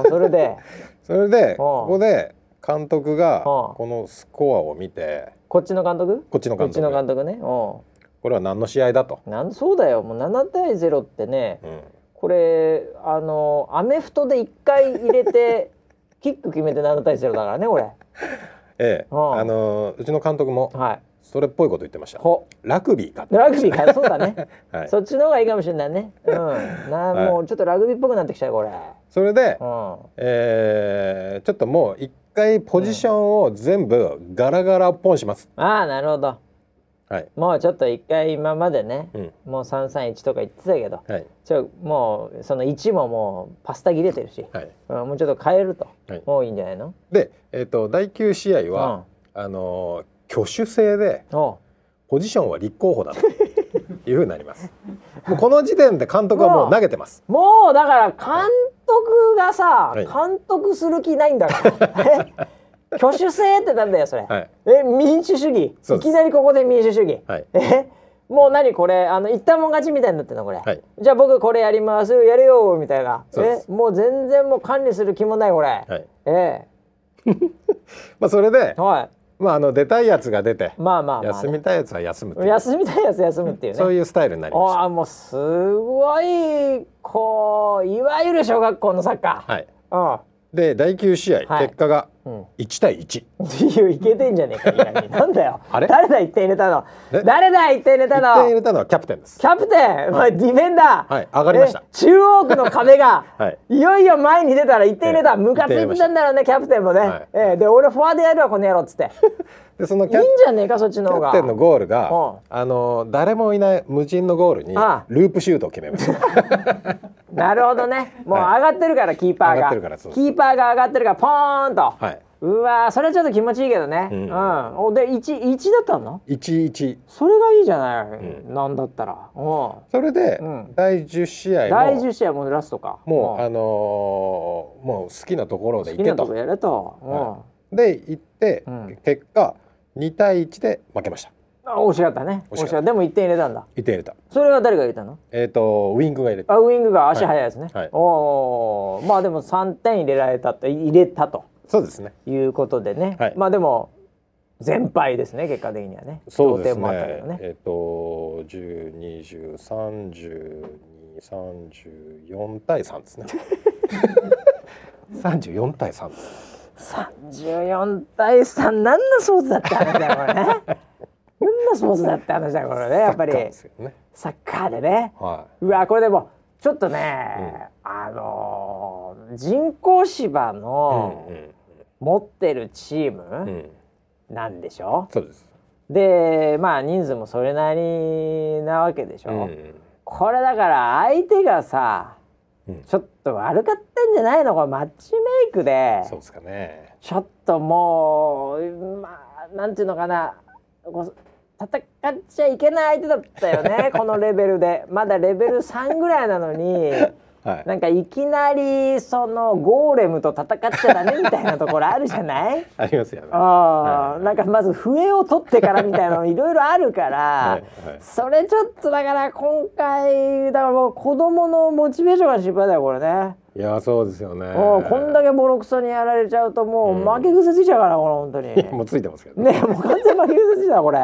[SPEAKER 1] んそれで
[SPEAKER 2] それでここで監督が
[SPEAKER 1] うん
[SPEAKER 2] このスコアを見て
[SPEAKER 1] こっちの監督
[SPEAKER 2] こっちの
[SPEAKER 1] こっ
[SPEAKER 2] 監
[SPEAKER 1] ちの
[SPEAKER 2] 督
[SPEAKER 1] 監督ねう
[SPEAKER 2] これは何の試合だと、
[SPEAKER 1] んなんそうだよもう7対0ってね、
[SPEAKER 2] うん
[SPEAKER 1] これあのアメフトで一回入れて (laughs) キック決めて7対0だからねこれ
[SPEAKER 2] ええ
[SPEAKER 1] うん
[SPEAKER 2] あのうちの監督も
[SPEAKER 1] はい
[SPEAKER 2] それっぽいこと言ってました
[SPEAKER 1] ほ
[SPEAKER 2] ラグビーかと、
[SPEAKER 1] ラグビーかそうだね、
[SPEAKER 2] (laughs) はい、
[SPEAKER 1] そっちの方がいいかもしれないねうんな、
[SPEAKER 2] はい
[SPEAKER 1] もうちょっとラグビーっぽくなってきちゃうこれ
[SPEAKER 2] それで
[SPEAKER 1] う、ん
[SPEAKER 2] えーちょっともう一回ポジションを全部ガラガラポンします、
[SPEAKER 1] ああなるほど
[SPEAKER 2] はい、
[SPEAKER 1] もうちょっと一回今までね、
[SPEAKER 2] うん
[SPEAKER 1] もう331とか言ってたけど
[SPEAKER 2] はい
[SPEAKER 1] ちょもうその1ももうパスタ切れてるし、
[SPEAKER 2] はい
[SPEAKER 1] うん、もうちょっと変えると、
[SPEAKER 2] はい
[SPEAKER 1] もういいんじゃないの
[SPEAKER 2] で、えー、と第9試合は、あのー挙手制で
[SPEAKER 1] うんおう
[SPEAKER 2] ポジションは立候補だというふうにな
[SPEAKER 1] (laughs)
[SPEAKER 2] りますもうこの時点で監督はもう投げてます
[SPEAKER 1] もうだから監督がさ、
[SPEAKER 2] はい
[SPEAKER 1] 監督する気ないんだから。え挙手制ってなんだよそれ。
[SPEAKER 2] はい
[SPEAKER 1] え民主主義。
[SPEAKER 2] そう
[SPEAKER 1] い
[SPEAKER 2] です
[SPEAKER 1] きなりここで民主主義。
[SPEAKER 2] はい
[SPEAKER 1] えもう何これあの一旦もん勝ちみたいになってんのこれ。
[SPEAKER 2] はい
[SPEAKER 1] じゃあ僕これやりますやるよみたいな。
[SPEAKER 2] そうです
[SPEAKER 1] えもう全然もう管理する気もないこれ。
[SPEAKER 2] はい
[SPEAKER 1] え
[SPEAKER 2] まあそれで
[SPEAKER 1] え、はい。
[SPEAKER 2] まあ、あの出たいやつが出て
[SPEAKER 1] まあまあまあ、
[SPEAKER 2] 休みたいやつは休むという
[SPEAKER 1] 休みたいやつ休むっていうね。
[SPEAKER 2] そういうスタイルになりまし
[SPEAKER 1] ああもうすごいこういわゆる小学校のサッカ
[SPEAKER 2] たはい
[SPEAKER 1] ー。うん。
[SPEAKER 2] で第9試合、
[SPEAKER 1] はい
[SPEAKER 2] 結果が
[SPEAKER 1] うん
[SPEAKER 2] 1対1、
[SPEAKER 1] 理由いけてんじゃねえか意外
[SPEAKER 2] (laughs)
[SPEAKER 1] になんだよ
[SPEAKER 2] あれ
[SPEAKER 1] 誰だ一点入れたの
[SPEAKER 2] え
[SPEAKER 1] 誰だ一点入れた
[SPEAKER 2] 1点入
[SPEAKER 1] の
[SPEAKER 2] れたのはキャプテンです
[SPEAKER 1] キャプテン、お前ディフェンダー、
[SPEAKER 2] はい上がりました
[SPEAKER 1] え中央区の壁が、
[SPEAKER 2] (laughs) はい
[SPEAKER 1] い、よいよ前に出たら一点入れた
[SPEAKER 2] ええ
[SPEAKER 1] ムカついてたんだろうねキャプテンもね、
[SPEAKER 2] はい
[SPEAKER 1] ええで俺フォワードやるわこの野郎っつって
[SPEAKER 2] でその
[SPEAKER 1] い
[SPEAKER 2] キ
[SPEAKER 1] いん
[SPEAKER 2] ャ
[SPEAKER 1] じゃねえかそっちの
[SPEAKER 2] キ
[SPEAKER 1] 方
[SPEAKER 2] ャ
[SPEAKER 1] が
[SPEAKER 2] プテンのゴールが、
[SPEAKER 1] うん
[SPEAKER 2] あの誰もいない無人のゴールに
[SPEAKER 1] ああ
[SPEAKER 2] ループシュートを決めました
[SPEAKER 1] (laughs) なるほどねもう
[SPEAKER 2] (laughs) は
[SPEAKER 1] 上がってるからキーパーが
[SPEAKER 2] 上がってるからそう
[SPEAKER 1] キーパーが上がってるからポーンと、
[SPEAKER 2] は
[SPEAKER 1] うわーそれはちょっと気持ちいいけどね、う
[SPEAKER 2] うんん
[SPEAKER 1] おで 1, 1だったの
[SPEAKER 2] い11
[SPEAKER 1] それがいいじゃない、
[SPEAKER 2] う
[SPEAKER 1] なんだったらうん
[SPEAKER 2] それで、
[SPEAKER 1] うん
[SPEAKER 2] 第10試合も
[SPEAKER 1] 第10試合もうラストか
[SPEAKER 2] もう、
[SPEAKER 1] ん
[SPEAKER 2] あのーもう好きなところで
[SPEAKER 1] 好き
[SPEAKER 2] 行け
[SPEAKER 1] なと
[SPEAKER 2] と
[SPEAKER 1] こやれと、うん
[SPEAKER 2] はで行って、
[SPEAKER 1] うん
[SPEAKER 2] 結果2対1で負けました
[SPEAKER 1] あ惜しかったね
[SPEAKER 2] 惜
[SPEAKER 1] 惜
[SPEAKER 2] し
[SPEAKER 1] し
[SPEAKER 2] かった
[SPEAKER 1] かったでも1点入れたんだ
[SPEAKER 2] 1点入れた
[SPEAKER 1] それは誰が入れたの
[SPEAKER 2] えっ、とウイングが入れた
[SPEAKER 1] あウイングが足早いですね、
[SPEAKER 2] はいはい
[SPEAKER 1] おーまあでも3点入れられたと入れたと
[SPEAKER 2] そうですね
[SPEAKER 1] いうことでね、
[SPEAKER 2] はい
[SPEAKER 1] まあでも全敗ですね結果的にはね
[SPEAKER 2] そうで
[SPEAKER 1] 同点
[SPEAKER 2] すね
[SPEAKER 1] もあったけどね
[SPEAKER 2] えっ、と十二十三十二三十四対
[SPEAKER 1] (laughs)
[SPEAKER 2] 三ですね。三十四対三です。
[SPEAKER 1] 34対3何のスポーツだって話だよこれね
[SPEAKER 2] (laughs)
[SPEAKER 1] 何のスポーツだって話だよこれねやっぱり
[SPEAKER 2] サッカーですよね。
[SPEAKER 1] サッカーでね
[SPEAKER 2] は
[SPEAKER 1] うわこれでもちょっとね、あのー人工芝
[SPEAKER 2] い。
[SPEAKER 1] の持ってるチー
[SPEAKER 2] うんう
[SPEAKER 1] ム
[SPEAKER 2] ん。
[SPEAKER 1] なんでしょ、
[SPEAKER 2] そうです。
[SPEAKER 1] でまあ人数もそれなりなわけでしょ、
[SPEAKER 2] うん
[SPEAKER 1] これだから相手がさ
[SPEAKER 2] うん。
[SPEAKER 1] ちょっと悪かったんじゃないのこれマッチメイクで
[SPEAKER 2] そうですかね。
[SPEAKER 1] ちょっともうまあなんていうのかなこう戦っちゃいけない相手だったよ
[SPEAKER 2] (laughs)
[SPEAKER 1] ねこのレベルでまだレベル3ぐらいなのに。
[SPEAKER 2] はい。
[SPEAKER 1] なんかいきなりそのゴーレムと戦っちゃダメみたいなところあるじゃ
[SPEAKER 2] (laughs)
[SPEAKER 1] ない
[SPEAKER 2] ありますよね。
[SPEAKER 1] あ
[SPEAKER 2] は
[SPEAKER 1] ー
[SPEAKER 2] い
[SPEAKER 1] なんかまず笛を取ってからみたいなのいろいろあるから、
[SPEAKER 2] いはい
[SPEAKER 1] それちょっとだから今回だからもう子供のモチベーションが心配だよこれね、
[SPEAKER 2] いやそうですよね。
[SPEAKER 1] うんこんだけボロクソにやられちゃうともう負け癖ついちゃうからこれ本当に
[SPEAKER 2] いやもうついてますけどね。
[SPEAKER 1] ねもう
[SPEAKER 2] (laughs)
[SPEAKER 1] 完全負け癖ついたこれ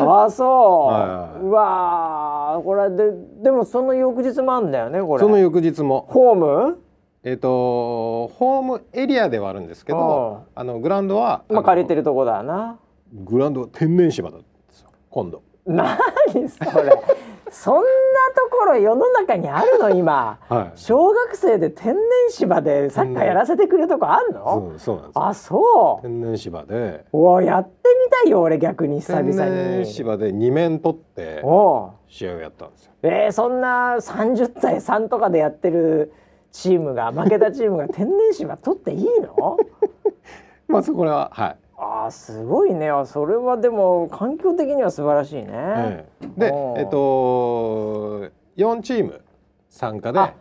[SPEAKER 1] ああそう、
[SPEAKER 2] はいはいう
[SPEAKER 1] わはあこれででもその翌日もあんだよねこれ
[SPEAKER 2] その翌日も、
[SPEAKER 1] ホーム
[SPEAKER 2] えっとホームエリアではあるんですけどあのグラウンドは
[SPEAKER 1] まあ
[SPEAKER 2] の
[SPEAKER 1] 借りてるとこだな
[SPEAKER 2] グラウンドは天然芝だったんですよ今度
[SPEAKER 1] 何それそんなところ世の中にあるの今
[SPEAKER 2] はい
[SPEAKER 1] 小学生で天然芝でサッカーやらせてくれるとこあんの、
[SPEAKER 2] そうそうなんですよ
[SPEAKER 1] あそう
[SPEAKER 2] 天然芝で
[SPEAKER 1] おやってみたいよ俺逆に久々
[SPEAKER 2] 天
[SPEAKER 1] に
[SPEAKER 2] 然芝で2面取って
[SPEAKER 1] おう
[SPEAKER 2] 試合をやったんですよ
[SPEAKER 1] えー、そんな30対3とかでやってるチームが負けたチームが天然芝取っていいの
[SPEAKER 2] まあそこははい、
[SPEAKER 1] あーすごいねあそれはでも環境的には素晴らしいね、
[SPEAKER 2] ええで
[SPEAKER 1] おう
[SPEAKER 2] えっと4チーム参加で
[SPEAKER 1] あ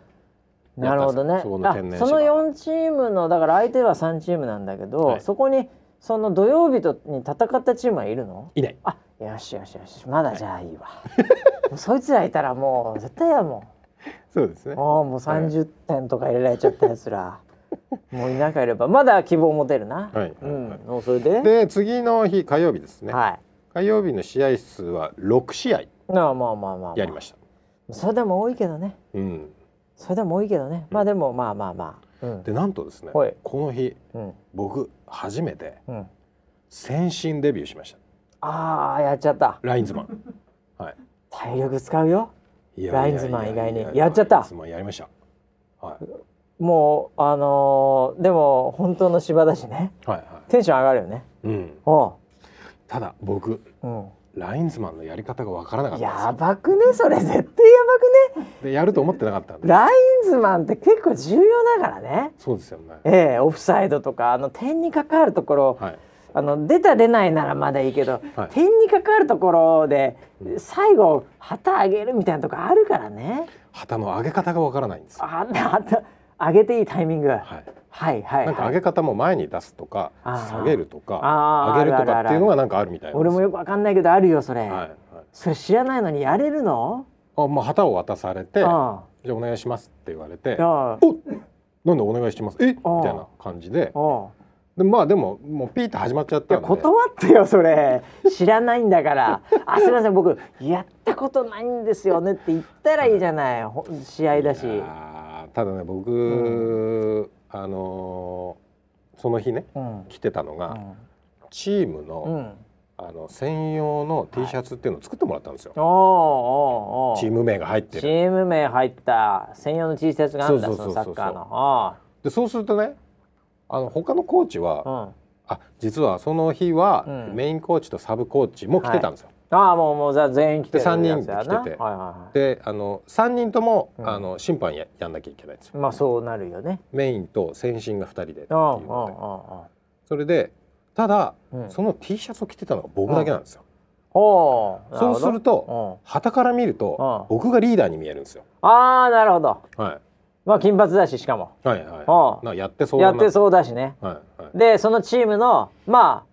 [SPEAKER 1] なるほどね
[SPEAKER 2] そこの
[SPEAKER 1] あ
[SPEAKER 2] 天然芝
[SPEAKER 1] その4チームのだから相手は3チームなんだけど、
[SPEAKER 2] はい
[SPEAKER 1] そこにその土曜日とに戦ったチームはいるの
[SPEAKER 2] いない
[SPEAKER 1] あよしよしよしまだじゃあいいわ、
[SPEAKER 2] (laughs)
[SPEAKER 1] もうそいつらいたらもう絶対やもん
[SPEAKER 2] そうですね
[SPEAKER 1] ああもう30点とか入れられちゃったやつらもういなければまだ希望持てるな、
[SPEAKER 2] はい
[SPEAKER 1] うんもうそれで
[SPEAKER 2] で次の日火曜日ですね、
[SPEAKER 1] はい
[SPEAKER 2] 火曜日の試合数は6試合
[SPEAKER 1] まあまあまあまあ、
[SPEAKER 2] やりました、
[SPEAKER 1] それでも多いけどね
[SPEAKER 2] うん、
[SPEAKER 1] それでも多いけどねまあでもまあまあまあうん
[SPEAKER 2] でなんとですね
[SPEAKER 1] ほい
[SPEAKER 2] この日
[SPEAKER 1] うん
[SPEAKER 2] 僕初めて
[SPEAKER 1] うん
[SPEAKER 2] 先進デビューしました
[SPEAKER 1] ああやっちゃった
[SPEAKER 2] ラインズマン
[SPEAKER 1] (laughs)
[SPEAKER 2] はい
[SPEAKER 1] 体力使うよ
[SPEAKER 2] いや
[SPEAKER 1] ラインズマン以外に
[SPEAKER 2] いいい
[SPEAKER 1] やっちゃった
[SPEAKER 2] ラインズマンやりましたはい
[SPEAKER 1] もうあのーでも本当の芝だしね
[SPEAKER 2] はいは
[SPEAKER 1] テンション上がるよね
[SPEAKER 2] い、うん、
[SPEAKER 1] お
[SPEAKER 2] ただ僕
[SPEAKER 1] う、うん、
[SPEAKER 2] ラインズマンのやり方がわからなかったんです
[SPEAKER 1] や
[SPEAKER 2] よ
[SPEAKER 1] ばくねそれ絶対やばくね
[SPEAKER 2] でやると思ってなかったんで
[SPEAKER 1] ラインズマンって結構重要だからね
[SPEAKER 2] そうですよね
[SPEAKER 1] ええ、オフサイドとかあの点に関わるところ、
[SPEAKER 2] はい
[SPEAKER 1] あの出た出ないならまだいいけど、
[SPEAKER 2] はい
[SPEAKER 1] 点に関わるところで最後旗上げるみたいなとこあるからね
[SPEAKER 2] 旗の上げ方がわからないんですよ
[SPEAKER 1] あ旗上げていいタイミング、はい、
[SPEAKER 2] はい
[SPEAKER 1] はいはい
[SPEAKER 2] なんか上げ方も前に出すとか
[SPEAKER 1] あー
[SPEAKER 2] 下げるとか
[SPEAKER 1] あー
[SPEAKER 2] 上げると
[SPEAKER 1] ある
[SPEAKER 2] か
[SPEAKER 1] あ
[SPEAKER 2] っ
[SPEAKER 1] る
[SPEAKER 2] ていうのがなんかあるみたいなんで
[SPEAKER 1] 俺
[SPEAKER 2] す
[SPEAKER 1] も
[SPEAKER 2] よ
[SPEAKER 1] よくわかんないけどあるよそれ、
[SPEAKER 2] はいはい
[SPEAKER 1] それ知らないのにやれるの、
[SPEAKER 2] あまあ旗を渡されてじゃ
[SPEAKER 1] あ
[SPEAKER 2] あお願いしますって言われて
[SPEAKER 1] あああ
[SPEAKER 2] おなんでお願いしますえみ
[SPEAKER 1] あー
[SPEAKER 2] たいな感じで
[SPEAKER 1] おう
[SPEAKER 2] でまあでももうピーって始まっちゃっ
[SPEAKER 1] い
[SPEAKER 2] た
[SPEAKER 1] や
[SPEAKER 2] んで
[SPEAKER 1] 断ってよそれ知らないんだから「あすいません僕やったことないんですよね」って言ったらいいじゃないほん試合だし。
[SPEAKER 2] いやーただね僕、
[SPEAKER 1] う
[SPEAKER 2] あのーその日ね
[SPEAKER 1] うん
[SPEAKER 2] 着てたの
[SPEAKER 1] う
[SPEAKER 2] が
[SPEAKER 1] ん
[SPEAKER 2] チーム
[SPEAKER 1] う
[SPEAKER 2] の,、
[SPEAKER 1] ん
[SPEAKER 2] あの専用の T シャツっていうのを作ってもらったんですよ、
[SPEAKER 1] おーおーお
[SPEAKER 2] チーム名が入って
[SPEAKER 1] チ
[SPEAKER 2] る
[SPEAKER 1] ーム名入った専用の T シャツがあるんだ
[SPEAKER 2] そ
[SPEAKER 1] そう
[SPEAKER 2] そうそう
[SPEAKER 1] の
[SPEAKER 2] そ
[SPEAKER 1] サッカー
[SPEAKER 2] う
[SPEAKER 1] のあ
[SPEAKER 2] でそうするとねあの他のコーチは、
[SPEAKER 1] あ,、うん、
[SPEAKER 2] あ実はその日は、
[SPEAKER 1] うん
[SPEAKER 2] メインコーチとサブコーチも着てたんですよ、
[SPEAKER 1] ああもうもうじゃあ全員来てる
[SPEAKER 2] で三人
[SPEAKER 1] やつやな
[SPEAKER 2] 来てて
[SPEAKER 1] はいはいは
[SPEAKER 2] であの3人とも、
[SPEAKER 1] うん
[SPEAKER 2] あの審判ややんなきゃいけないんですよ
[SPEAKER 1] いまあそうなるよね
[SPEAKER 2] メインと先進が2人でっていう
[SPEAKER 1] うんうん
[SPEAKER 2] ので
[SPEAKER 1] う
[SPEAKER 2] それでただ、
[SPEAKER 1] んうん
[SPEAKER 2] その T シャツを着てたのが僕だけなんですよ、
[SPEAKER 1] おーな
[SPEAKER 2] そ
[SPEAKER 1] ほど
[SPEAKER 2] うすると、
[SPEAKER 1] うん
[SPEAKER 2] 旗から見ると
[SPEAKER 1] うん
[SPEAKER 2] 僕がリーダーに見えるんですよ。
[SPEAKER 1] ああなるほど
[SPEAKER 2] は
[SPEAKER 1] まあ金髪だししかも
[SPEAKER 2] いはいはい。
[SPEAKER 1] ああ
[SPEAKER 2] なんかやってそう
[SPEAKER 1] や
[SPEAKER 2] だ
[SPEAKER 1] っ
[SPEAKER 2] な。
[SPEAKER 1] てそうだしね
[SPEAKER 2] はいはい。
[SPEAKER 1] でそのチームのま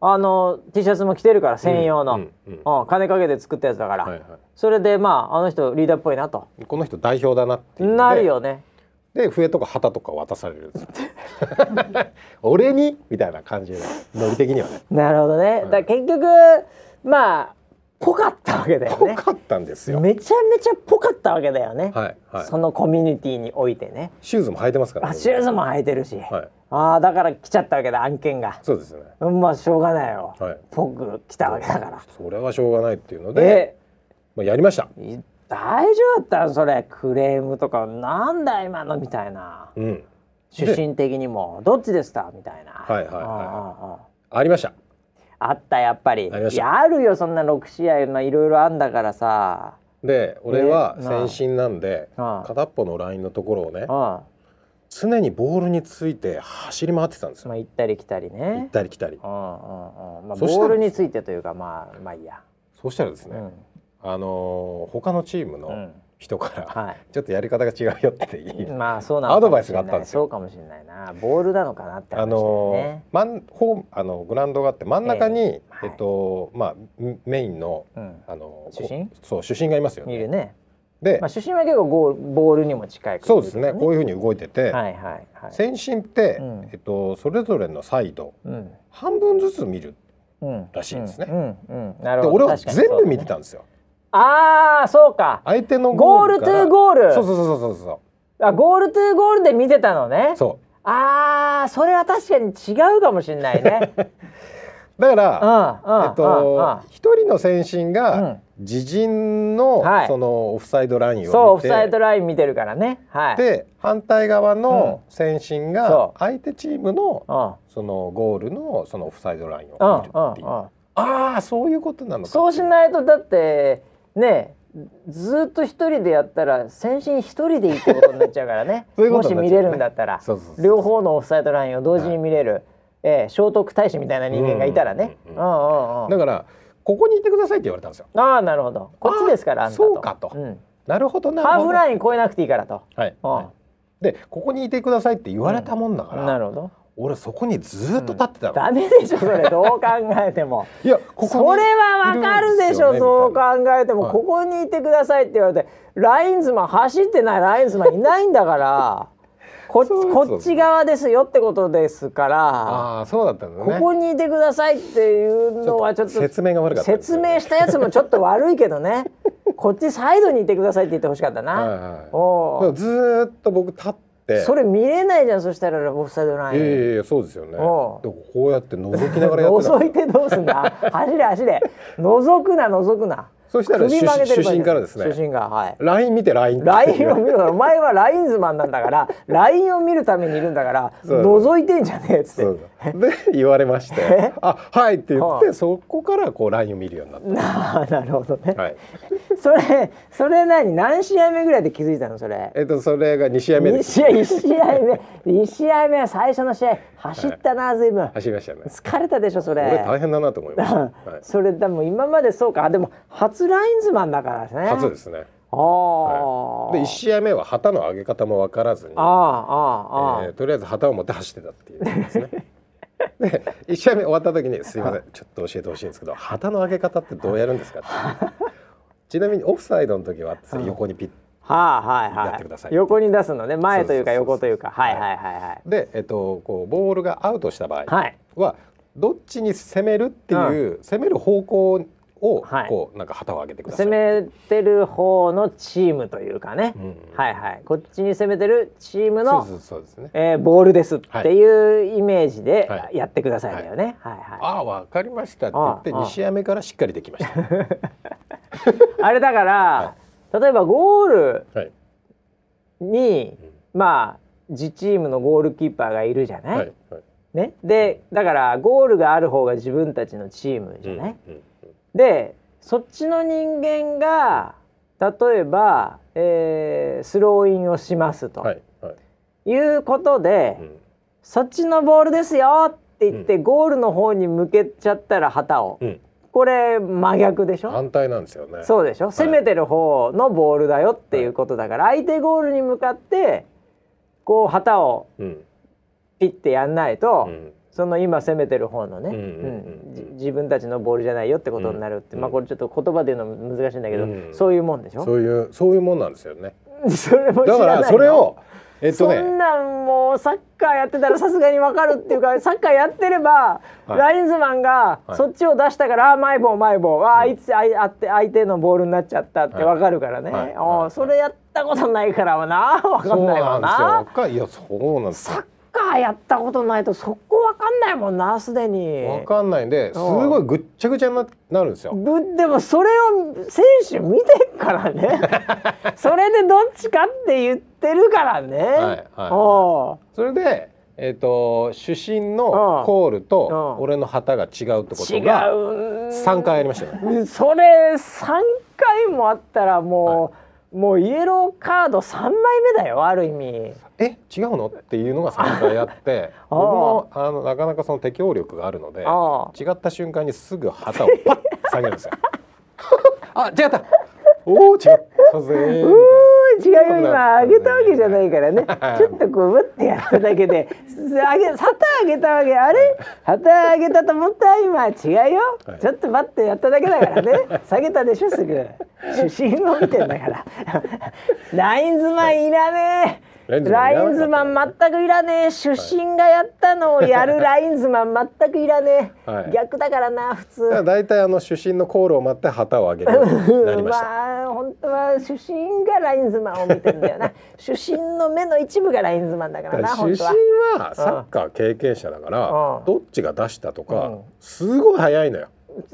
[SPEAKER 1] ああの T シャツも着てるから専用の、う
[SPEAKER 2] う
[SPEAKER 1] ん
[SPEAKER 2] んうん
[SPEAKER 1] 金かけて作ったやつだから、
[SPEAKER 2] はいは
[SPEAKER 1] それでまああの人リーダーっぽいなと
[SPEAKER 2] い。この人代表だなっていうので。
[SPEAKER 1] なるよね
[SPEAKER 2] で笛とか旗とか渡されるんですよ。 (laughs) 俺にみたいな感じでノリ的にはね。
[SPEAKER 1] なるほどね、
[SPEAKER 2] ん
[SPEAKER 1] だから結局まあぽかったわけだよ
[SPEAKER 2] 濃
[SPEAKER 1] ね
[SPEAKER 2] かったんですよ。
[SPEAKER 1] めちゃめちゃぽかったわけだよね、
[SPEAKER 2] はいはい
[SPEAKER 1] そ。のコミュニティにおいてね
[SPEAKER 2] シューズも履いてますから、
[SPEAKER 1] あ
[SPEAKER 2] ね。
[SPEAKER 1] シューズも履いてるし、
[SPEAKER 2] はい。
[SPEAKER 1] ああだから来ちゃったわけだ案件が
[SPEAKER 2] そうですね。
[SPEAKER 1] うんまあしょうがないよ、
[SPEAKER 2] はい
[SPEAKER 1] 僕来たわけだから
[SPEAKER 2] それはしょうがないっていうの
[SPEAKER 1] え
[SPEAKER 2] で、まあやりました。
[SPEAKER 1] い大丈夫だったのそれクレームとかなんだ今のみたいな
[SPEAKER 2] うん。
[SPEAKER 1] 出身的にもどっちですかみたいな
[SPEAKER 2] はいはいはい
[SPEAKER 1] うんうんうん
[SPEAKER 2] ありました。
[SPEAKER 1] あったやっぱり
[SPEAKER 2] ありま
[SPEAKER 1] い
[SPEAKER 2] した
[SPEAKER 1] やあるよそんな6試合まあいろいろあんだからさ
[SPEAKER 2] で、俺は
[SPEAKER 1] ね
[SPEAKER 2] 先進なんで、
[SPEAKER 1] うん
[SPEAKER 2] 片っぽのラインのところをね、
[SPEAKER 1] うんま
[SPEAKER 2] 常にボールについて走り回ってたんですよ、
[SPEAKER 1] あ行ったり来たり
[SPEAKER 2] 行
[SPEAKER 1] ね
[SPEAKER 2] ったり来たり
[SPEAKER 1] うんうんうんまあ
[SPEAKER 2] そした
[SPEAKER 1] ボー
[SPEAKER 2] ら
[SPEAKER 1] ルについてというかまあまあいいや
[SPEAKER 2] そうしたらですね、
[SPEAKER 1] うん
[SPEAKER 2] あのー他のチーム
[SPEAKER 1] う
[SPEAKER 2] の
[SPEAKER 1] ん
[SPEAKER 2] 人から、
[SPEAKER 1] は
[SPEAKER 2] ちょっとやり方が違うよって言い、
[SPEAKER 1] いまあそうなのかもしれない
[SPEAKER 2] アドバイスがあったんですよ
[SPEAKER 1] そうかもしれないなボールなのかなって
[SPEAKER 2] あ
[SPEAKER 1] 話だよ
[SPEAKER 2] のー
[SPEAKER 1] ね
[SPEAKER 2] マンホームあのグラウンドがあって真ん中に、え
[SPEAKER 1] はい
[SPEAKER 2] っとまあメメインの
[SPEAKER 1] うん
[SPEAKER 2] あのー
[SPEAKER 1] 主審
[SPEAKER 2] こそう主審がいますよ
[SPEAKER 1] い
[SPEAKER 2] ね。
[SPEAKER 1] るね
[SPEAKER 2] で、
[SPEAKER 1] まあ主審は結構ゴールボールにも近い
[SPEAKER 2] そうですねこ
[SPEAKER 1] いう
[SPEAKER 2] ういうふうに動いてて、
[SPEAKER 1] はいはいはい
[SPEAKER 2] 先進って、
[SPEAKER 1] うん
[SPEAKER 2] えっとそれぞれのサイド
[SPEAKER 1] うん
[SPEAKER 2] 半分ずつ見る
[SPEAKER 1] うん
[SPEAKER 2] らしいですね
[SPEAKER 1] うんうんうんなる
[SPEAKER 2] で
[SPEAKER 1] ほど
[SPEAKER 2] 俺は
[SPEAKER 1] 確かにそう
[SPEAKER 2] 全
[SPEAKER 1] だ
[SPEAKER 2] 部
[SPEAKER 1] ね
[SPEAKER 2] 見てたんですよ。
[SPEAKER 1] ああそうか
[SPEAKER 2] 相手の
[SPEAKER 1] ゴールト
[SPEAKER 2] から
[SPEAKER 1] ゥーゴール
[SPEAKER 2] そうそうそうそうそ
[SPEAKER 1] あゴールトゥーゴールで見てたのね
[SPEAKER 2] うそ
[SPEAKER 1] あーそれは確かに違うかもしれない
[SPEAKER 2] (laughs)
[SPEAKER 1] ねうんう
[SPEAKER 2] うだから、
[SPEAKER 1] ん
[SPEAKER 2] えっと一、人の選手が自陣の、
[SPEAKER 1] はい
[SPEAKER 2] そのオフサイドライ
[SPEAKER 1] う
[SPEAKER 2] ン
[SPEAKER 1] ん、そう
[SPEAKER 2] を
[SPEAKER 1] オ
[SPEAKER 2] 見
[SPEAKER 1] フサイド
[SPEAKER 2] て
[SPEAKER 1] ライン見てるからねはい
[SPEAKER 2] で反対側の選手
[SPEAKER 1] そ
[SPEAKER 2] が
[SPEAKER 1] う
[SPEAKER 2] 相手チームの
[SPEAKER 1] うん
[SPEAKER 2] そのゴールのそのオフサイドライン
[SPEAKER 1] う
[SPEAKER 2] を
[SPEAKER 1] ん
[SPEAKER 2] 見るっていう、
[SPEAKER 1] うんうん
[SPEAKER 2] ああそういうことなのか
[SPEAKER 1] そうしないとだってねずっと一人でやったら先進一人でいいってことになっちゃうからね
[SPEAKER 2] (laughs) そういうこ
[SPEAKER 1] も
[SPEAKER 2] と
[SPEAKER 1] し
[SPEAKER 2] になっ
[SPEAKER 1] 見
[SPEAKER 2] ち
[SPEAKER 1] れ
[SPEAKER 2] ゃうね
[SPEAKER 1] るんだったら
[SPEAKER 2] そうそうそうそう
[SPEAKER 1] 両方のオフサイドラインを同時に見れる、ええ聖徳太子みたいな人間がいたらね、う
[SPEAKER 2] うんん
[SPEAKER 1] う
[SPEAKER 2] うんん
[SPEAKER 1] う
[SPEAKER 2] うんだからここにいてくださいって言われたんですよ
[SPEAKER 1] ああなるほどこっちですから
[SPEAKER 2] あ
[SPEAKER 1] あんたと
[SPEAKER 2] そうかと
[SPEAKER 1] うん
[SPEAKER 2] なるほどなるほ
[SPEAKER 1] ハ
[SPEAKER 2] ど
[SPEAKER 1] ーフライン越えなくていいからと、
[SPEAKER 2] はい、
[SPEAKER 1] うん
[SPEAKER 2] でここにいてくださいって言われたもんだから、
[SPEAKER 1] なるほど
[SPEAKER 2] 俺そこにずっと立ってたの、
[SPEAKER 1] ダメでしょそれどう考えても
[SPEAKER 2] いやここに
[SPEAKER 1] それはわかるでしょ
[SPEAKER 2] いるんす
[SPEAKER 1] そ
[SPEAKER 2] よね
[SPEAKER 1] う
[SPEAKER 2] み
[SPEAKER 1] 考
[SPEAKER 2] たいな
[SPEAKER 1] えても、
[SPEAKER 2] はい
[SPEAKER 1] ここにいてくださいって言われてラインズマン走ってないラインズマンいないんだから
[SPEAKER 2] (laughs)
[SPEAKER 1] こっち
[SPEAKER 2] そうそうそう
[SPEAKER 1] こっち側ですよってことですから、
[SPEAKER 2] ああそうだったんだね
[SPEAKER 1] ここにいてくださいっていうのはちょっと
[SPEAKER 2] 説明が悪かったんです
[SPEAKER 1] 説
[SPEAKER 2] よね
[SPEAKER 1] 明したやつもちょっと悪いけど
[SPEAKER 2] (laughs)
[SPEAKER 1] ねこっちサイドにいてくださいって言ってほしかったな、
[SPEAKER 2] はいはい
[SPEAKER 1] おう
[SPEAKER 2] だからずーっと僕立って
[SPEAKER 1] それ見れないじゃんそしたらオフサイドライン、
[SPEAKER 2] いやいやいやそうですよねで
[SPEAKER 1] お
[SPEAKER 2] こ
[SPEAKER 1] う
[SPEAKER 2] うやって覗きながら
[SPEAKER 1] (laughs)
[SPEAKER 2] やってた
[SPEAKER 1] 覗いてどうすんだ走れ走れ覗くな覗くな
[SPEAKER 2] そしたら
[SPEAKER 1] 首曲げてればいい
[SPEAKER 2] 主審主審からですね
[SPEAKER 1] 主審がはい
[SPEAKER 2] LINE 見て LINE って
[SPEAKER 1] ラインを見るからお前はラインズマンなんだから
[SPEAKER 2] (laughs)
[SPEAKER 1] ラインを見るためにいるんだから
[SPEAKER 2] そう
[SPEAKER 1] 覗いてんじゃねえっつ
[SPEAKER 2] そ
[SPEAKER 1] っ
[SPEAKER 2] うだで言われまして「あはい」って言っ
[SPEAKER 1] は
[SPEAKER 2] てそこからこう LINE を見るようになって
[SPEAKER 1] (laughs) なあなるほどね、
[SPEAKER 2] た、はい、
[SPEAKER 1] それそれ何何試合目ぐらいで気づいたのそれ
[SPEAKER 2] えっとそれが2試合目
[SPEAKER 1] 1
[SPEAKER 2] です
[SPEAKER 1] 試合1試合目1試合目は最初の試合走ったな随分
[SPEAKER 2] 走りましたね
[SPEAKER 1] 疲れたでしょそれ
[SPEAKER 2] これ大変だなと思いました、は
[SPEAKER 1] (laughs) それでも今までそうかあでも初ラインズマンだからね
[SPEAKER 2] い、初ですね
[SPEAKER 1] あ
[SPEAKER 2] は
[SPEAKER 1] あ、
[SPEAKER 2] いで1試合目は旗の上げ方も分からずに
[SPEAKER 1] ああああああ、
[SPEAKER 2] えーとりあえず旗を持って走ってたっていうですねで1試合目終わった時に「すいませんちょっと教えてほしいんですけど旗の上げ方ってどうやるんですか?」ってちなみにオフサイドの時は横にピッ
[SPEAKER 1] はあはいはい
[SPEAKER 2] やってください
[SPEAKER 1] 横に出すのね前というか
[SPEAKER 2] そうそうそう
[SPEAKER 1] 横と
[SPEAKER 2] そう
[SPEAKER 1] いうかはいはいはいはい
[SPEAKER 2] で、えっと、こうボールがアウトした場合は、
[SPEAKER 1] はい
[SPEAKER 2] どっちに攻めるっていう、攻める方向を、
[SPEAKER 1] はい
[SPEAKER 2] こうなんか旗を上げてください
[SPEAKER 1] 攻めてる方のチームというかね、
[SPEAKER 2] うん
[SPEAKER 1] はいはいこっちに攻めてるチーム
[SPEAKER 2] そ
[SPEAKER 1] の
[SPEAKER 2] うそうそうですね
[SPEAKER 1] えーボールですっていうイメージで
[SPEAKER 2] は
[SPEAKER 1] やってくださいだよね、はい、はい
[SPEAKER 2] ああ分かりましたって言って
[SPEAKER 1] ああああ
[SPEAKER 2] 2試合目からしっかりできました、
[SPEAKER 1] あれだから、例えばゴール
[SPEAKER 2] はい
[SPEAKER 1] にまあ自チームのゴールキーパーがいるじゃない、
[SPEAKER 2] はいはい
[SPEAKER 1] ね、でだからゴールがある方が自分たちのチームじゃない、
[SPEAKER 2] うん
[SPEAKER 1] でそっちの人間が例えば、えースローインをしますと、、
[SPEAKER 2] はいいはい、
[SPEAKER 1] うことで、
[SPEAKER 2] うん
[SPEAKER 1] そっちのボールですよって言って、ゴールの方に向けちゃったら旗を、
[SPEAKER 2] うん、
[SPEAKER 1] これ真逆でしょ
[SPEAKER 2] 反対なんですよね
[SPEAKER 1] そうでしょ、攻めてる方のボールだよっていうことだから、相手ゴールに向かってこう旗を
[SPEAKER 2] うん
[SPEAKER 1] ピッてやんないと、
[SPEAKER 2] うん
[SPEAKER 1] その今攻めてる方のね、
[SPEAKER 2] うんうんうん
[SPEAKER 1] うんじ自分たちのボールじゃないよってことになるって、
[SPEAKER 2] うん
[SPEAKER 1] まあこれちょっと言葉で言うの難しいんだけど、
[SPEAKER 2] うん
[SPEAKER 1] そういうもんでしょ
[SPEAKER 2] そういうそういうもんなんですよね
[SPEAKER 1] (laughs) それも知
[SPEAKER 2] だから
[SPEAKER 1] ないの
[SPEAKER 2] らそれをえっと
[SPEAKER 1] そん
[SPEAKER 2] ね
[SPEAKER 1] なんもうサッカーやってたらさすがにわかるっていう
[SPEAKER 2] (laughs)
[SPEAKER 1] かサッカーやってれば、
[SPEAKER 2] はい
[SPEAKER 1] ラインズマンが
[SPEAKER 2] はい
[SPEAKER 1] そっちを出したから「あーマイボーマイボー」わああいつあいあって相手のボールになっちゃったってわかるからね、
[SPEAKER 2] はいはい
[SPEAKER 1] おー
[SPEAKER 2] はい
[SPEAKER 1] それやったことないからはなわか
[SPEAKER 2] そ
[SPEAKER 1] ん
[SPEAKER 2] う
[SPEAKER 1] ないわ
[SPEAKER 2] な
[SPEAKER 1] なん
[SPEAKER 2] ですよいやそうなんです
[SPEAKER 1] サ
[SPEAKER 2] よ
[SPEAKER 1] ッカーやったことないとそこわかんないもんなすでに。
[SPEAKER 2] わかんないんですごいぐっちゃぐちゃにななるんですよ
[SPEAKER 1] ぶでもそれを選手見てっから
[SPEAKER 2] (laughs)
[SPEAKER 1] ねそれでどっちかって言ってるからね、
[SPEAKER 2] はいはい
[SPEAKER 1] おう
[SPEAKER 2] それでえっと主審のコールと
[SPEAKER 1] うん
[SPEAKER 2] 俺の旗が違うってこと
[SPEAKER 1] 違
[SPEAKER 2] が
[SPEAKER 1] う
[SPEAKER 2] 3回ありましたよね
[SPEAKER 1] それ3回もあったらもう、もうイエローカード3枚目だよある意味
[SPEAKER 2] え違うのっていうのが3回あって
[SPEAKER 1] (laughs) あ
[SPEAKER 2] 僕もあのなかなかその適応力があるので
[SPEAKER 1] あ
[SPEAKER 2] 違った瞬間にすぐ旗をパッと下げるん
[SPEAKER 1] (laughs)
[SPEAKER 2] ですよあ違ったおお違ったぜーみたいな
[SPEAKER 1] うーん違うよ今上げたわけじゃないから
[SPEAKER 2] (laughs)
[SPEAKER 1] ねちょっとこうぶってやっただけで上げ旗上げたわけあれ旗上げたと思った今違うよ、
[SPEAKER 2] はい
[SPEAKER 1] ちょっとバッてやっただけだからね下げたでしょすぐ主審を見てんだからラインズマンいらねえ、
[SPEAKER 2] ライン
[SPEAKER 1] ラインズマ
[SPEAKER 2] いらなかっ
[SPEAKER 1] ン全くいらねえ主審がやったのをやるラインズマン全くいらねえ、
[SPEAKER 2] はい
[SPEAKER 1] 逆だからな普
[SPEAKER 2] ただ
[SPEAKER 1] 通
[SPEAKER 2] 大体あの主審のコールを待って旗を上げるようになり
[SPEAKER 1] (laughs)
[SPEAKER 2] ました。
[SPEAKER 1] まあ本当は主審がラインズマンを見てんだ (laughs) よな主審の目の一部がラインズマンだからな本
[SPEAKER 2] 主
[SPEAKER 1] 当
[SPEAKER 2] 審
[SPEAKER 1] は
[SPEAKER 2] はサッカー経験者だから、
[SPEAKER 1] うん
[SPEAKER 2] どっちが出したとか、
[SPEAKER 1] うん
[SPEAKER 2] すごい早いのよ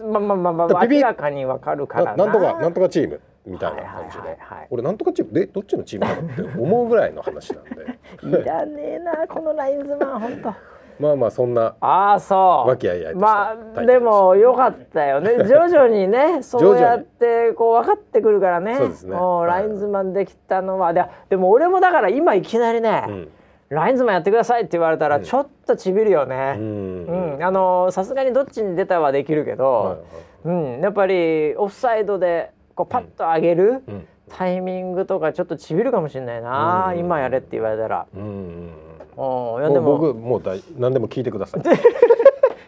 [SPEAKER 1] まあまあまあま
[SPEAKER 2] だ
[SPEAKER 1] あ
[SPEAKER 2] ビビ
[SPEAKER 1] 明らかにわかるからな
[SPEAKER 2] ななんとかなんとかチームみたいな感じで、
[SPEAKER 1] はいはいはいはい
[SPEAKER 2] 俺なんとかチームでどっちのチームなのって思うぐらいの
[SPEAKER 1] (laughs)
[SPEAKER 2] 話なんで
[SPEAKER 1] いらねえなこのラインズマン本当。
[SPEAKER 2] まあまあそんな
[SPEAKER 1] ああそう
[SPEAKER 2] 和気あいあいとした
[SPEAKER 1] ま
[SPEAKER 2] タ
[SPEAKER 1] あ
[SPEAKER 2] イトル
[SPEAKER 1] でもよかったよね (laughs) 徐々にねそうやってこう分かってくるからね
[SPEAKER 2] そうですね
[SPEAKER 1] もう
[SPEAKER 2] はい
[SPEAKER 1] ラインズマンできたのはででも俺もだから今いきなりね、
[SPEAKER 2] うん
[SPEAKER 1] ラインズマンやってくださいって言われたらちょっとちびるよね、
[SPEAKER 2] う
[SPEAKER 1] うん
[SPEAKER 2] ん、
[SPEAKER 1] あのさすがにどっちに出たはできるけど、うん、やっぱりオフサイドでこうパッと上げる
[SPEAKER 2] うん
[SPEAKER 1] タイミングとかちょっとちびるかもしれないな、
[SPEAKER 2] うん
[SPEAKER 1] 今やれって言われたら。
[SPEAKER 2] うんうん
[SPEAKER 1] うん、いや
[SPEAKER 2] も
[SPEAKER 1] で
[SPEAKER 2] う
[SPEAKER 1] も
[SPEAKER 2] 僕もうだい何でも聞いてくださ (laughs) い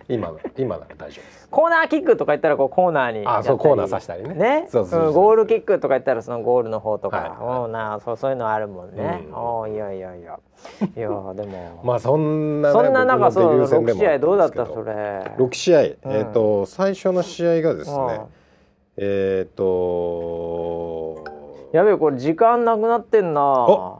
[SPEAKER 2] 今の今なら大丈夫です
[SPEAKER 1] コーナーキックとか言ったらこうコーナーに
[SPEAKER 2] あそう
[SPEAKER 1] やったり
[SPEAKER 2] コーナーさしたりね
[SPEAKER 1] ね
[SPEAKER 2] そうそうそう
[SPEAKER 1] うんゴールキックとか言ったらそのゴールの方とか、
[SPEAKER 2] はいはい
[SPEAKER 1] おうなそうそういうのあるもんね、
[SPEAKER 2] うん
[SPEAKER 1] おういやいやいやいやでも、
[SPEAKER 2] (laughs) まあそんな、ね、
[SPEAKER 1] そんな中
[SPEAKER 2] 僕の
[SPEAKER 1] そう
[SPEAKER 2] デビ
[SPEAKER 1] 6
[SPEAKER 2] ュー戦でも
[SPEAKER 1] 試合どうだった
[SPEAKER 2] あんですけ
[SPEAKER 1] それ
[SPEAKER 2] 6試合、えー、と最初の試合がですね、
[SPEAKER 1] うん
[SPEAKER 2] えっ、と
[SPEAKER 1] やべえこれ時間なくなってんな
[SPEAKER 2] お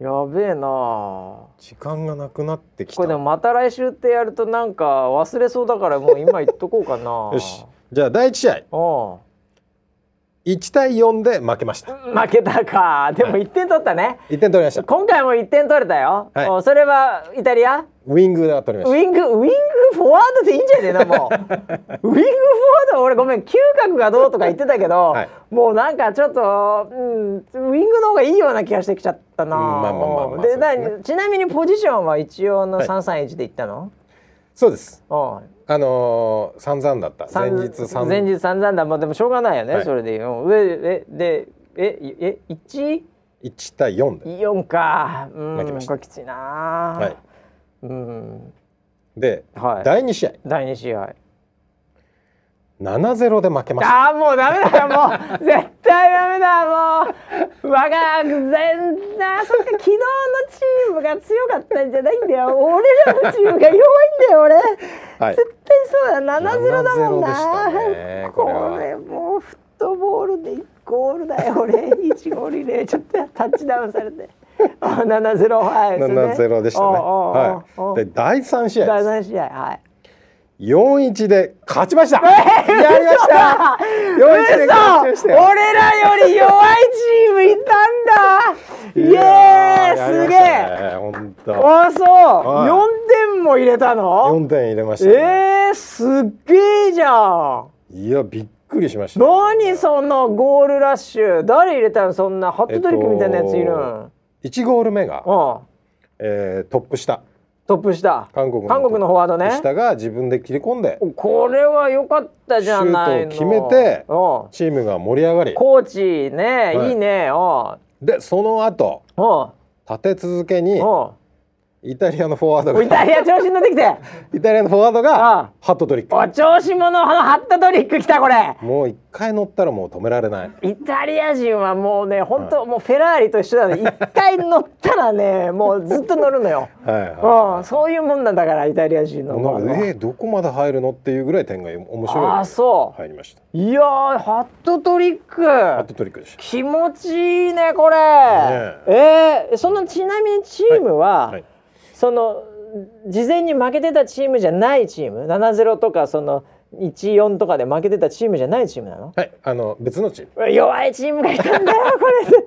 [SPEAKER 1] やべえな
[SPEAKER 2] 時間がなくなってき
[SPEAKER 1] こ
[SPEAKER 2] た
[SPEAKER 1] れでもまた来週ってやるとなんか忘れそうだからもう今言っとこうかな
[SPEAKER 2] (laughs) よしじゃあ第1試合
[SPEAKER 1] おう
[SPEAKER 2] 1対4で負けました
[SPEAKER 1] 負けたかでも1点取ったね、
[SPEAKER 2] 1点取りました
[SPEAKER 1] 今回も1点取れたよ、
[SPEAKER 2] はい
[SPEAKER 1] おそれはイタリア
[SPEAKER 2] ウィングが取りま
[SPEAKER 1] ウ
[SPEAKER 2] し
[SPEAKER 1] ィングウィングフォワードでいいんじゃねえのもうウ
[SPEAKER 2] (laughs)
[SPEAKER 1] ィングフォワード俺ごめん嗅覚がどうとか言ってたけど、
[SPEAKER 2] はい
[SPEAKER 1] もうなんかちょっと、うん、ウィングの方がいいような気がしてきちゃったな、
[SPEAKER 2] うんまあまあまあま
[SPEAKER 1] で
[SPEAKER 2] あそうです
[SPEAKER 1] だちなみにポジションは一応の
[SPEAKER 2] はい
[SPEAKER 1] 331でいったの、
[SPEAKER 2] たそうです
[SPEAKER 1] うん
[SPEAKER 2] あのー、散々だった前
[SPEAKER 1] 三
[SPEAKER 2] 日散
[SPEAKER 1] 前日散々だまあでもしょうがないよね、
[SPEAKER 2] はい
[SPEAKER 1] それでうん上えでええ一
[SPEAKER 2] 1対4で
[SPEAKER 1] 四かうん
[SPEAKER 2] 負けました
[SPEAKER 1] これきついな、
[SPEAKER 2] はい
[SPEAKER 1] うん
[SPEAKER 2] で、
[SPEAKER 1] はい
[SPEAKER 2] 第2試合
[SPEAKER 1] 第二試合
[SPEAKER 2] 7-0で負けました
[SPEAKER 1] ああもうダメだよもう絶対ダメだもう我が全然あそっか昨日のチームが強かったんじゃないんだよ俺らのチームが弱いんだよ俺、
[SPEAKER 2] はい
[SPEAKER 1] 絶対そうだ7ゼロだもんな
[SPEAKER 2] 7-0でしたねこ
[SPEAKER 1] こ
[SPEAKER 2] れ
[SPEAKER 1] れ
[SPEAKER 2] は
[SPEAKER 1] もうフットボールで1ゴールだよ俺1ゴール入れちょっとタッチダウンされ (laughs) てあ7ゼロはいそれね
[SPEAKER 2] 7-0でしたね
[SPEAKER 1] おうおうおうお
[SPEAKER 2] は
[SPEAKER 1] う
[SPEAKER 2] いで第3試合
[SPEAKER 1] 第
[SPEAKER 2] です
[SPEAKER 1] 3試合はい
[SPEAKER 2] 4-1で勝ちました、やりまし
[SPEAKER 1] 嘘だ
[SPEAKER 2] た4-1で勝ちま
[SPEAKER 1] 嘘
[SPEAKER 2] したよ
[SPEAKER 1] 俺らより弱いチームいたんだイ
[SPEAKER 2] いや
[SPEAKER 1] エーイすげえ
[SPEAKER 2] え。本当。
[SPEAKER 1] あそう
[SPEAKER 2] はい
[SPEAKER 1] 4点も入れたの
[SPEAKER 2] 四点入れました、ね。
[SPEAKER 1] えー、すっげえじゃん
[SPEAKER 2] いやびっくりしました。
[SPEAKER 1] 何そのゴールラッシュ誰入れたのそんなハットトリックみたいなやついるん、
[SPEAKER 2] 一ゴール目が、
[SPEAKER 1] うん
[SPEAKER 2] えー、トップ下
[SPEAKER 1] トップ下
[SPEAKER 2] 韓国の
[SPEAKER 1] 韓国のフォワード
[SPEAKER 2] トップ
[SPEAKER 1] ね
[SPEAKER 2] 下が自分で切り込んで
[SPEAKER 1] これは良かったじゃないの
[SPEAKER 2] シュートを決め
[SPEAKER 1] う
[SPEAKER 2] て
[SPEAKER 1] ん
[SPEAKER 2] チームが盛り上がり
[SPEAKER 1] コーチね、
[SPEAKER 2] はい
[SPEAKER 1] い、いねうん
[SPEAKER 2] でその後
[SPEAKER 1] う
[SPEAKER 2] 立て続けに
[SPEAKER 1] んうん
[SPEAKER 2] イタリアのフォワード
[SPEAKER 1] おイ
[SPEAKER 2] が
[SPEAKER 1] タリア調子に乗ってきて
[SPEAKER 2] イタリアのフォワード
[SPEAKER 1] あ
[SPEAKER 2] が
[SPEAKER 1] あ
[SPEAKER 2] ハットトリック。
[SPEAKER 1] お調子者のあのハットトリック来たこれ
[SPEAKER 2] もう一回乗ったらもう止められない。
[SPEAKER 1] イタリア人はもうね本当、もうフェラーリと一緒だね一回乗ったら
[SPEAKER 2] (laughs)
[SPEAKER 1] ねもうずっと乗るのよ、
[SPEAKER 2] はい
[SPEAKER 1] うん、
[SPEAKER 2] は
[SPEAKER 1] そういうもんなんだからイタリア人
[SPEAKER 2] い。
[SPEAKER 1] の
[SPEAKER 2] もうなんか
[SPEAKER 1] あ
[SPEAKER 2] えー、どこまで入るのっていうぐらい点が面白い
[SPEAKER 1] のあーそう、
[SPEAKER 2] 入りました。
[SPEAKER 1] い、やーハットトリック
[SPEAKER 2] ハットトリックでした。
[SPEAKER 1] 気持ちいいねこれええーそのちなみにチームは、
[SPEAKER 2] はい。
[SPEAKER 1] その事前に負けてたチームじゃないチーム7-0とかその1-4とかで負けてたチームじゃないチームなの
[SPEAKER 2] はい、あの別のチーム。
[SPEAKER 1] 弱いチームがいたんだよ (laughs) これ絶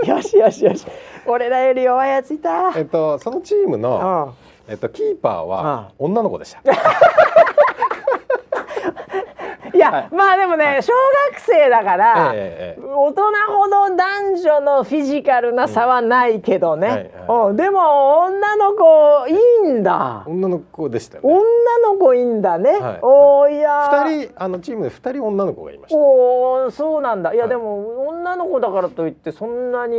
[SPEAKER 1] 対よしよしよし俺らより弱いやついた
[SPEAKER 2] えっと、そのチームの、
[SPEAKER 1] うん
[SPEAKER 2] えっと、キーパーは
[SPEAKER 1] あ
[SPEAKER 2] 女の子でした。
[SPEAKER 1] いや、まあでもね、小学生だから、
[SPEAKER 2] ええええ
[SPEAKER 1] 大人ほど男女のフィジカルな差はないけどね、
[SPEAKER 2] うんはいはい
[SPEAKER 1] うんでも女の子いいんだ、
[SPEAKER 2] 女の子でしたよ、ね。
[SPEAKER 1] 女の子いいんだね、
[SPEAKER 2] はい
[SPEAKER 1] おーいやー
[SPEAKER 2] 二人、あのチームで二人女の子がいました。
[SPEAKER 1] おーそうなんだいや、
[SPEAKER 2] はい
[SPEAKER 1] でも女の子だからといってそんなに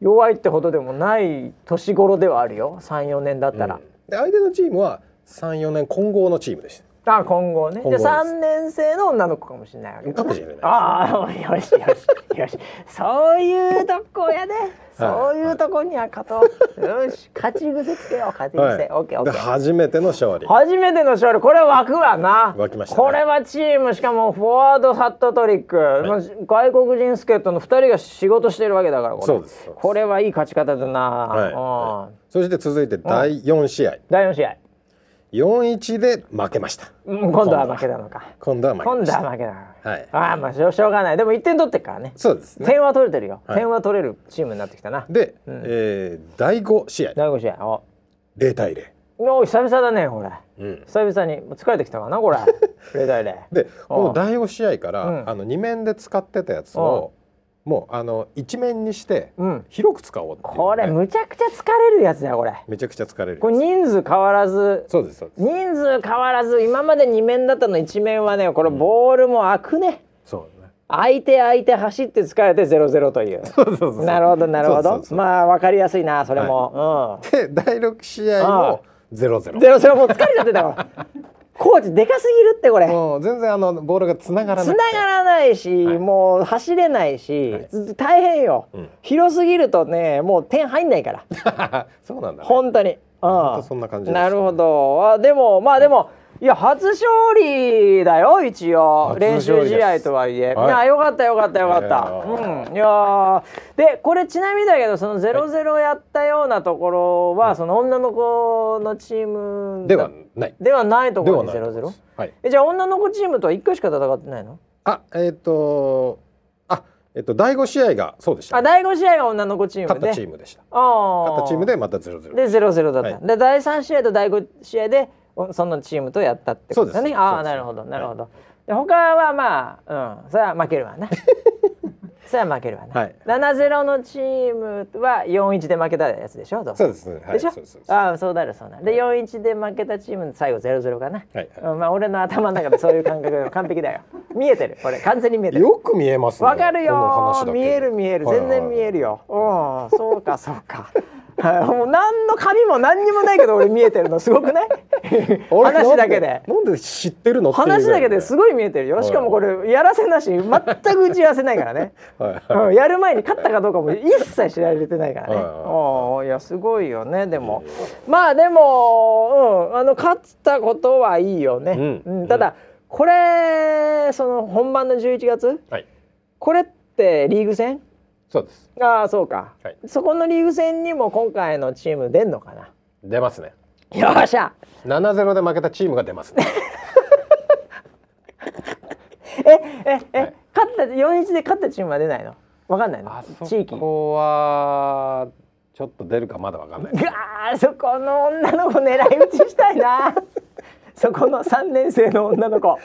[SPEAKER 1] 弱いってほどでもない年頃ではあるよ34年だったら、
[SPEAKER 2] うんで、相手のチームは三四年混合のチームでした。
[SPEAKER 1] あ今後ね
[SPEAKER 2] 今後です
[SPEAKER 1] じゃあ3年生の女の子かもしれないわけ
[SPEAKER 2] かもしれないです
[SPEAKER 1] ああよしよしよしそういうとこやで、そういうとこには勝とう、よし勝ち癖つけよう勝ち癖、オッケーオッ
[SPEAKER 2] で
[SPEAKER 1] ケー
[SPEAKER 2] 初めての勝利
[SPEAKER 1] 初めての勝利これ湧くわな
[SPEAKER 2] 湧きましたね
[SPEAKER 1] これはチームしかもフォワードハットトリック、もう外国人助っ人の2人が仕事してるわけだからこれ
[SPEAKER 2] そうですそうです
[SPEAKER 1] これはいい勝ち方だな、
[SPEAKER 2] はい
[SPEAKER 1] うん
[SPEAKER 2] そして続いて第4試合
[SPEAKER 1] 第4試合
[SPEAKER 2] 4-1で負けました
[SPEAKER 1] うん今度は負けたのか
[SPEAKER 2] 今度は負け
[SPEAKER 1] 今
[SPEAKER 2] まし
[SPEAKER 1] 度
[SPEAKER 2] た
[SPEAKER 1] は負けたのか、
[SPEAKER 2] はい
[SPEAKER 1] ああまあしょしょうがないでも1点取ってっからね
[SPEAKER 2] そうですね
[SPEAKER 1] 点は取れてるよ、
[SPEAKER 2] はい
[SPEAKER 1] 点は取れるチームになってきたな
[SPEAKER 2] で、えー第5試合
[SPEAKER 1] 第5試合お
[SPEAKER 2] 0対0、
[SPEAKER 1] お久々だねこれ
[SPEAKER 2] うん、
[SPEAKER 1] 久々にもう疲れてきたかな
[SPEAKER 2] (laughs)
[SPEAKER 1] これ0対0
[SPEAKER 2] でこの第5試合から、
[SPEAKER 1] うん
[SPEAKER 2] あの2面で使ってたやつをもうあの1面にして
[SPEAKER 1] うん
[SPEAKER 2] 広く使おうっていう
[SPEAKER 1] こ
[SPEAKER 2] ので、
[SPEAKER 1] れむちゃくちゃ疲れるやつだよこれ
[SPEAKER 2] めちゃくちゃ疲れる
[SPEAKER 1] これ人数変わらず
[SPEAKER 2] そうですそうです
[SPEAKER 1] 人数変わらず今まで2面だったの1面はねこれボールも開くね
[SPEAKER 2] そうね
[SPEAKER 1] 空いて空いて走って疲れて0-0という
[SPEAKER 2] そうそうそう
[SPEAKER 1] なるほどなるほ
[SPEAKER 2] そうそう
[SPEAKER 1] ど
[SPEAKER 2] そう
[SPEAKER 1] まあ分かりやすいなそれも
[SPEAKER 2] で第6試合も0-0
[SPEAKER 1] うん0-0もう疲れちゃってた
[SPEAKER 2] (laughs)
[SPEAKER 1] わコーチでかすぎるってこれ
[SPEAKER 2] もう全然あのボールが繋がらな
[SPEAKER 1] 繋
[SPEAKER 2] い
[SPEAKER 1] がらないし、もう走れないし、ず大変よ、
[SPEAKER 2] うん
[SPEAKER 1] 広すぎるとねもう点入んないから
[SPEAKER 2] (laughs) そうなんだ、ね、
[SPEAKER 1] 本当に、う
[SPEAKER 2] 当そんな感じでした
[SPEAKER 1] なるほどあでもまあでも、いや初勝利だよ一応
[SPEAKER 2] 初
[SPEAKER 1] 練
[SPEAKER 2] 勝
[SPEAKER 1] 習
[SPEAKER 2] 利です
[SPEAKER 1] 試合とはいえ、
[SPEAKER 2] はい
[SPEAKER 1] い、やよかったよかったよかっ
[SPEAKER 2] いや
[SPEAKER 1] た、うん、いやーでこれちなみにだけどその0-0やったようなところは、その女の子のチームだ
[SPEAKER 2] ではない
[SPEAKER 1] ではないとこ
[SPEAKER 2] で
[SPEAKER 1] ろ
[SPEAKER 2] は
[SPEAKER 1] に
[SPEAKER 2] ない
[SPEAKER 1] 0-0
[SPEAKER 2] はい
[SPEAKER 1] えじゃあ女の子チームとは1回しか戦ってないの
[SPEAKER 2] あえっ、とあえっ、と第5試合がそうでした
[SPEAKER 1] あ第5試合が女の子チームで
[SPEAKER 2] 勝ったチームでした
[SPEAKER 1] あー
[SPEAKER 2] 勝ったチームでまた0-0
[SPEAKER 1] で0-0だった、
[SPEAKER 2] はい
[SPEAKER 1] で第3試合と第5試合でおそのチームとやったってことだ
[SPEAKER 2] そう
[SPEAKER 1] ね
[SPEAKER 2] です
[SPEAKER 1] ああ
[SPEAKER 2] そうです
[SPEAKER 1] なるほどなるほど、で他はまあうんそれは負ける
[SPEAKER 2] (laughs)
[SPEAKER 1] わなそれは負けるわな、
[SPEAKER 2] はい
[SPEAKER 1] 7-0のチームは4-1で負けたやつでしょどうせ
[SPEAKER 2] そうですねはい
[SPEAKER 1] でしょ
[SPEAKER 2] そうですそうです
[SPEAKER 1] ああそうなるそうなるで4-1で負けたチーム最後0-0かな、
[SPEAKER 2] はい
[SPEAKER 1] うんまあ俺の頭の中でそういう感覚が完璧だよ見えてるこれ完全に見えてる
[SPEAKER 2] よく見えますね
[SPEAKER 1] わかる
[SPEAKER 2] この
[SPEAKER 1] よ
[SPEAKER 2] 話だけ
[SPEAKER 1] 見える見える全然見えるよ、うんそうかそうか (laughs) はいもう何の紙も何にもないけど俺見えてるのすごくない
[SPEAKER 2] はいはいはい
[SPEAKER 1] 話だけで
[SPEAKER 2] (laughs) 俺なんでなんで知ってるのっていうぐらい
[SPEAKER 1] 話だけですごい見えてるよしかもこれやらせなし全く打ち合わせないからね、
[SPEAKER 2] はい (laughs) はい
[SPEAKER 1] うん、やる前に勝ったかどうかも一切知られてないからね
[SPEAKER 2] はいはいはい
[SPEAKER 1] おーいやすごいよねでもまあでも、うん、あの勝ったことはいいよね、
[SPEAKER 2] うん
[SPEAKER 1] うんただこれその本番の11月
[SPEAKER 2] はい
[SPEAKER 1] これってリーグ戦
[SPEAKER 2] そうです
[SPEAKER 1] ああそうか、
[SPEAKER 2] はい
[SPEAKER 1] そこのリーグ戦にも今回のチーム出んのかな
[SPEAKER 2] 出ますね
[SPEAKER 1] よっしゃ
[SPEAKER 2] 7-0で負けたチームが出ます
[SPEAKER 1] (laughs)
[SPEAKER 2] ね
[SPEAKER 1] えええ、勝った4-1で勝ったチームは出ないのわかんないの地域
[SPEAKER 2] こはちょっと出るかまだわかんない
[SPEAKER 1] ぐわーそこの女の子狙い撃ちしたいなそこの3年生の女の子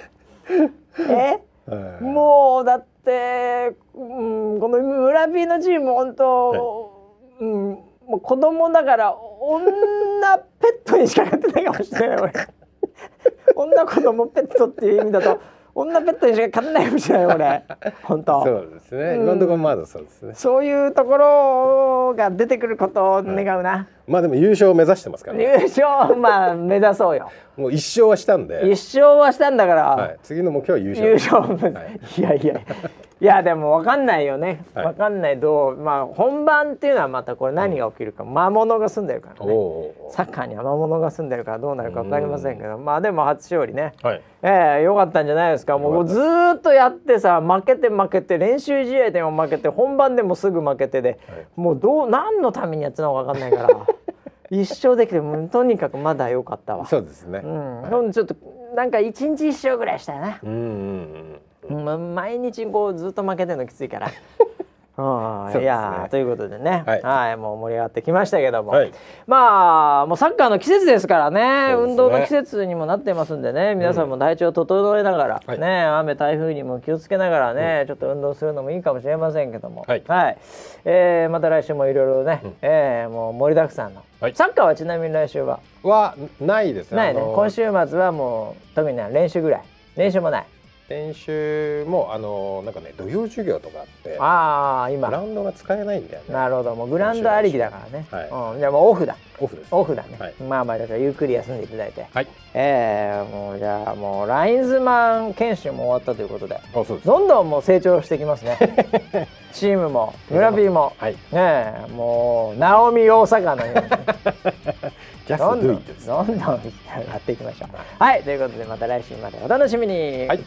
[SPEAKER 1] え
[SPEAKER 2] はい
[SPEAKER 1] もうだって、うん、この村 B のチーム本当、うん、もう子供だから女ペットにしかやってないかもしれない俺女子供ペットっていう意味だと女ペットにしか勝てないかもしれない俺本当
[SPEAKER 2] そうですね今のところまだそうですね
[SPEAKER 1] そういうところが出てくることを願うな、
[SPEAKER 2] まあでも優勝を目指してますからね
[SPEAKER 1] 優勝まあ目指そうよ
[SPEAKER 2] もう一勝はしたん
[SPEAKER 1] 一
[SPEAKER 2] で、
[SPEAKER 1] 勝はしたんだから、
[SPEAKER 2] はい、次の目標は優勝
[SPEAKER 1] 優勝、
[SPEAKER 2] はい
[SPEAKER 1] やいやいやでも分かんないよね、
[SPEAKER 2] はい
[SPEAKER 1] 分かんないどうまあ本番っていうのはまたこれ何が起きるか、魔物が住んでるから
[SPEAKER 2] お
[SPEAKER 1] ね
[SPEAKER 2] お
[SPEAKER 1] サッカーには魔物が住んでるからどうなるか分かりませんけどまあでも初勝利ね、
[SPEAKER 2] はい
[SPEAKER 1] ええ良かったんじゃないですかもうずーっとやってさ負けて負けて練習試合でも負けて本番でもすぐ負けてで、もうどう何のためにやってたのか分かんないから (laughs) 一生できてもうとにかくまだ良かったわ。
[SPEAKER 2] そうですね、
[SPEAKER 1] うんほんでちょっとなんか一日一勝ぐらいしたいな。
[SPEAKER 2] うんうん
[SPEAKER 1] ま、毎日こうずっと負けてるのきつい
[SPEAKER 2] (laughs)
[SPEAKER 1] から。あ
[SPEAKER 2] そうです
[SPEAKER 1] い
[SPEAKER 2] ね
[SPEAKER 1] やーということでね、
[SPEAKER 2] はい
[SPEAKER 1] もう盛り上がってきましたけども、
[SPEAKER 2] はい
[SPEAKER 1] まあもうサッカーの季節ですからね
[SPEAKER 2] そうで
[SPEAKER 1] 運
[SPEAKER 2] すね
[SPEAKER 1] 動の季節にもなってますんでね皆さんも体調を整えながら、
[SPEAKER 2] はい
[SPEAKER 1] ね雨台風にも気をつけながらね、ちょっと運動するのもいいかもしれませんけども、
[SPEAKER 2] はい
[SPEAKER 1] えーまた来週もいろいろね、えーもう盛りだくさんの、
[SPEAKER 2] はい
[SPEAKER 1] サッカーはちなみに来週は
[SPEAKER 2] うんはないですね
[SPEAKER 1] ないね
[SPEAKER 2] あの
[SPEAKER 1] 今週末はもう特にね練習ぐらい練習もない。
[SPEAKER 2] 先週もあのなんかね土曜授業とかあって
[SPEAKER 1] ああ
[SPEAKER 2] グラ
[SPEAKER 1] 今
[SPEAKER 2] ウンドが使えないんだよね
[SPEAKER 1] なるほどもうグラウンドありきだからね、
[SPEAKER 2] は
[SPEAKER 1] うん、じゃあもうオフだ
[SPEAKER 2] オフです
[SPEAKER 1] オフだね、
[SPEAKER 2] はい
[SPEAKER 1] まあまあだからゆっくり休んでいただいて
[SPEAKER 2] はい
[SPEAKER 1] ええもうじゃあもうラインズマン研修も終わったということで
[SPEAKER 2] あそうです
[SPEAKER 1] どんどんもう成長してきます
[SPEAKER 2] (laughs)
[SPEAKER 1] ねチームも村ーも
[SPEAKER 2] はい
[SPEAKER 1] ねえもうナオミ大阪のよう
[SPEAKER 2] (laughs)
[SPEAKER 1] に
[SPEAKER 2] ジャス
[SPEAKER 1] ど
[SPEAKER 2] ト
[SPEAKER 1] ん
[SPEAKER 2] ド
[SPEAKER 1] ど
[SPEAKER 2] ゥイ
[SPEAKER 1] んどんどんやっていきましょうはいということでまた来週までお楽しみに
[SPEAKER 2] はい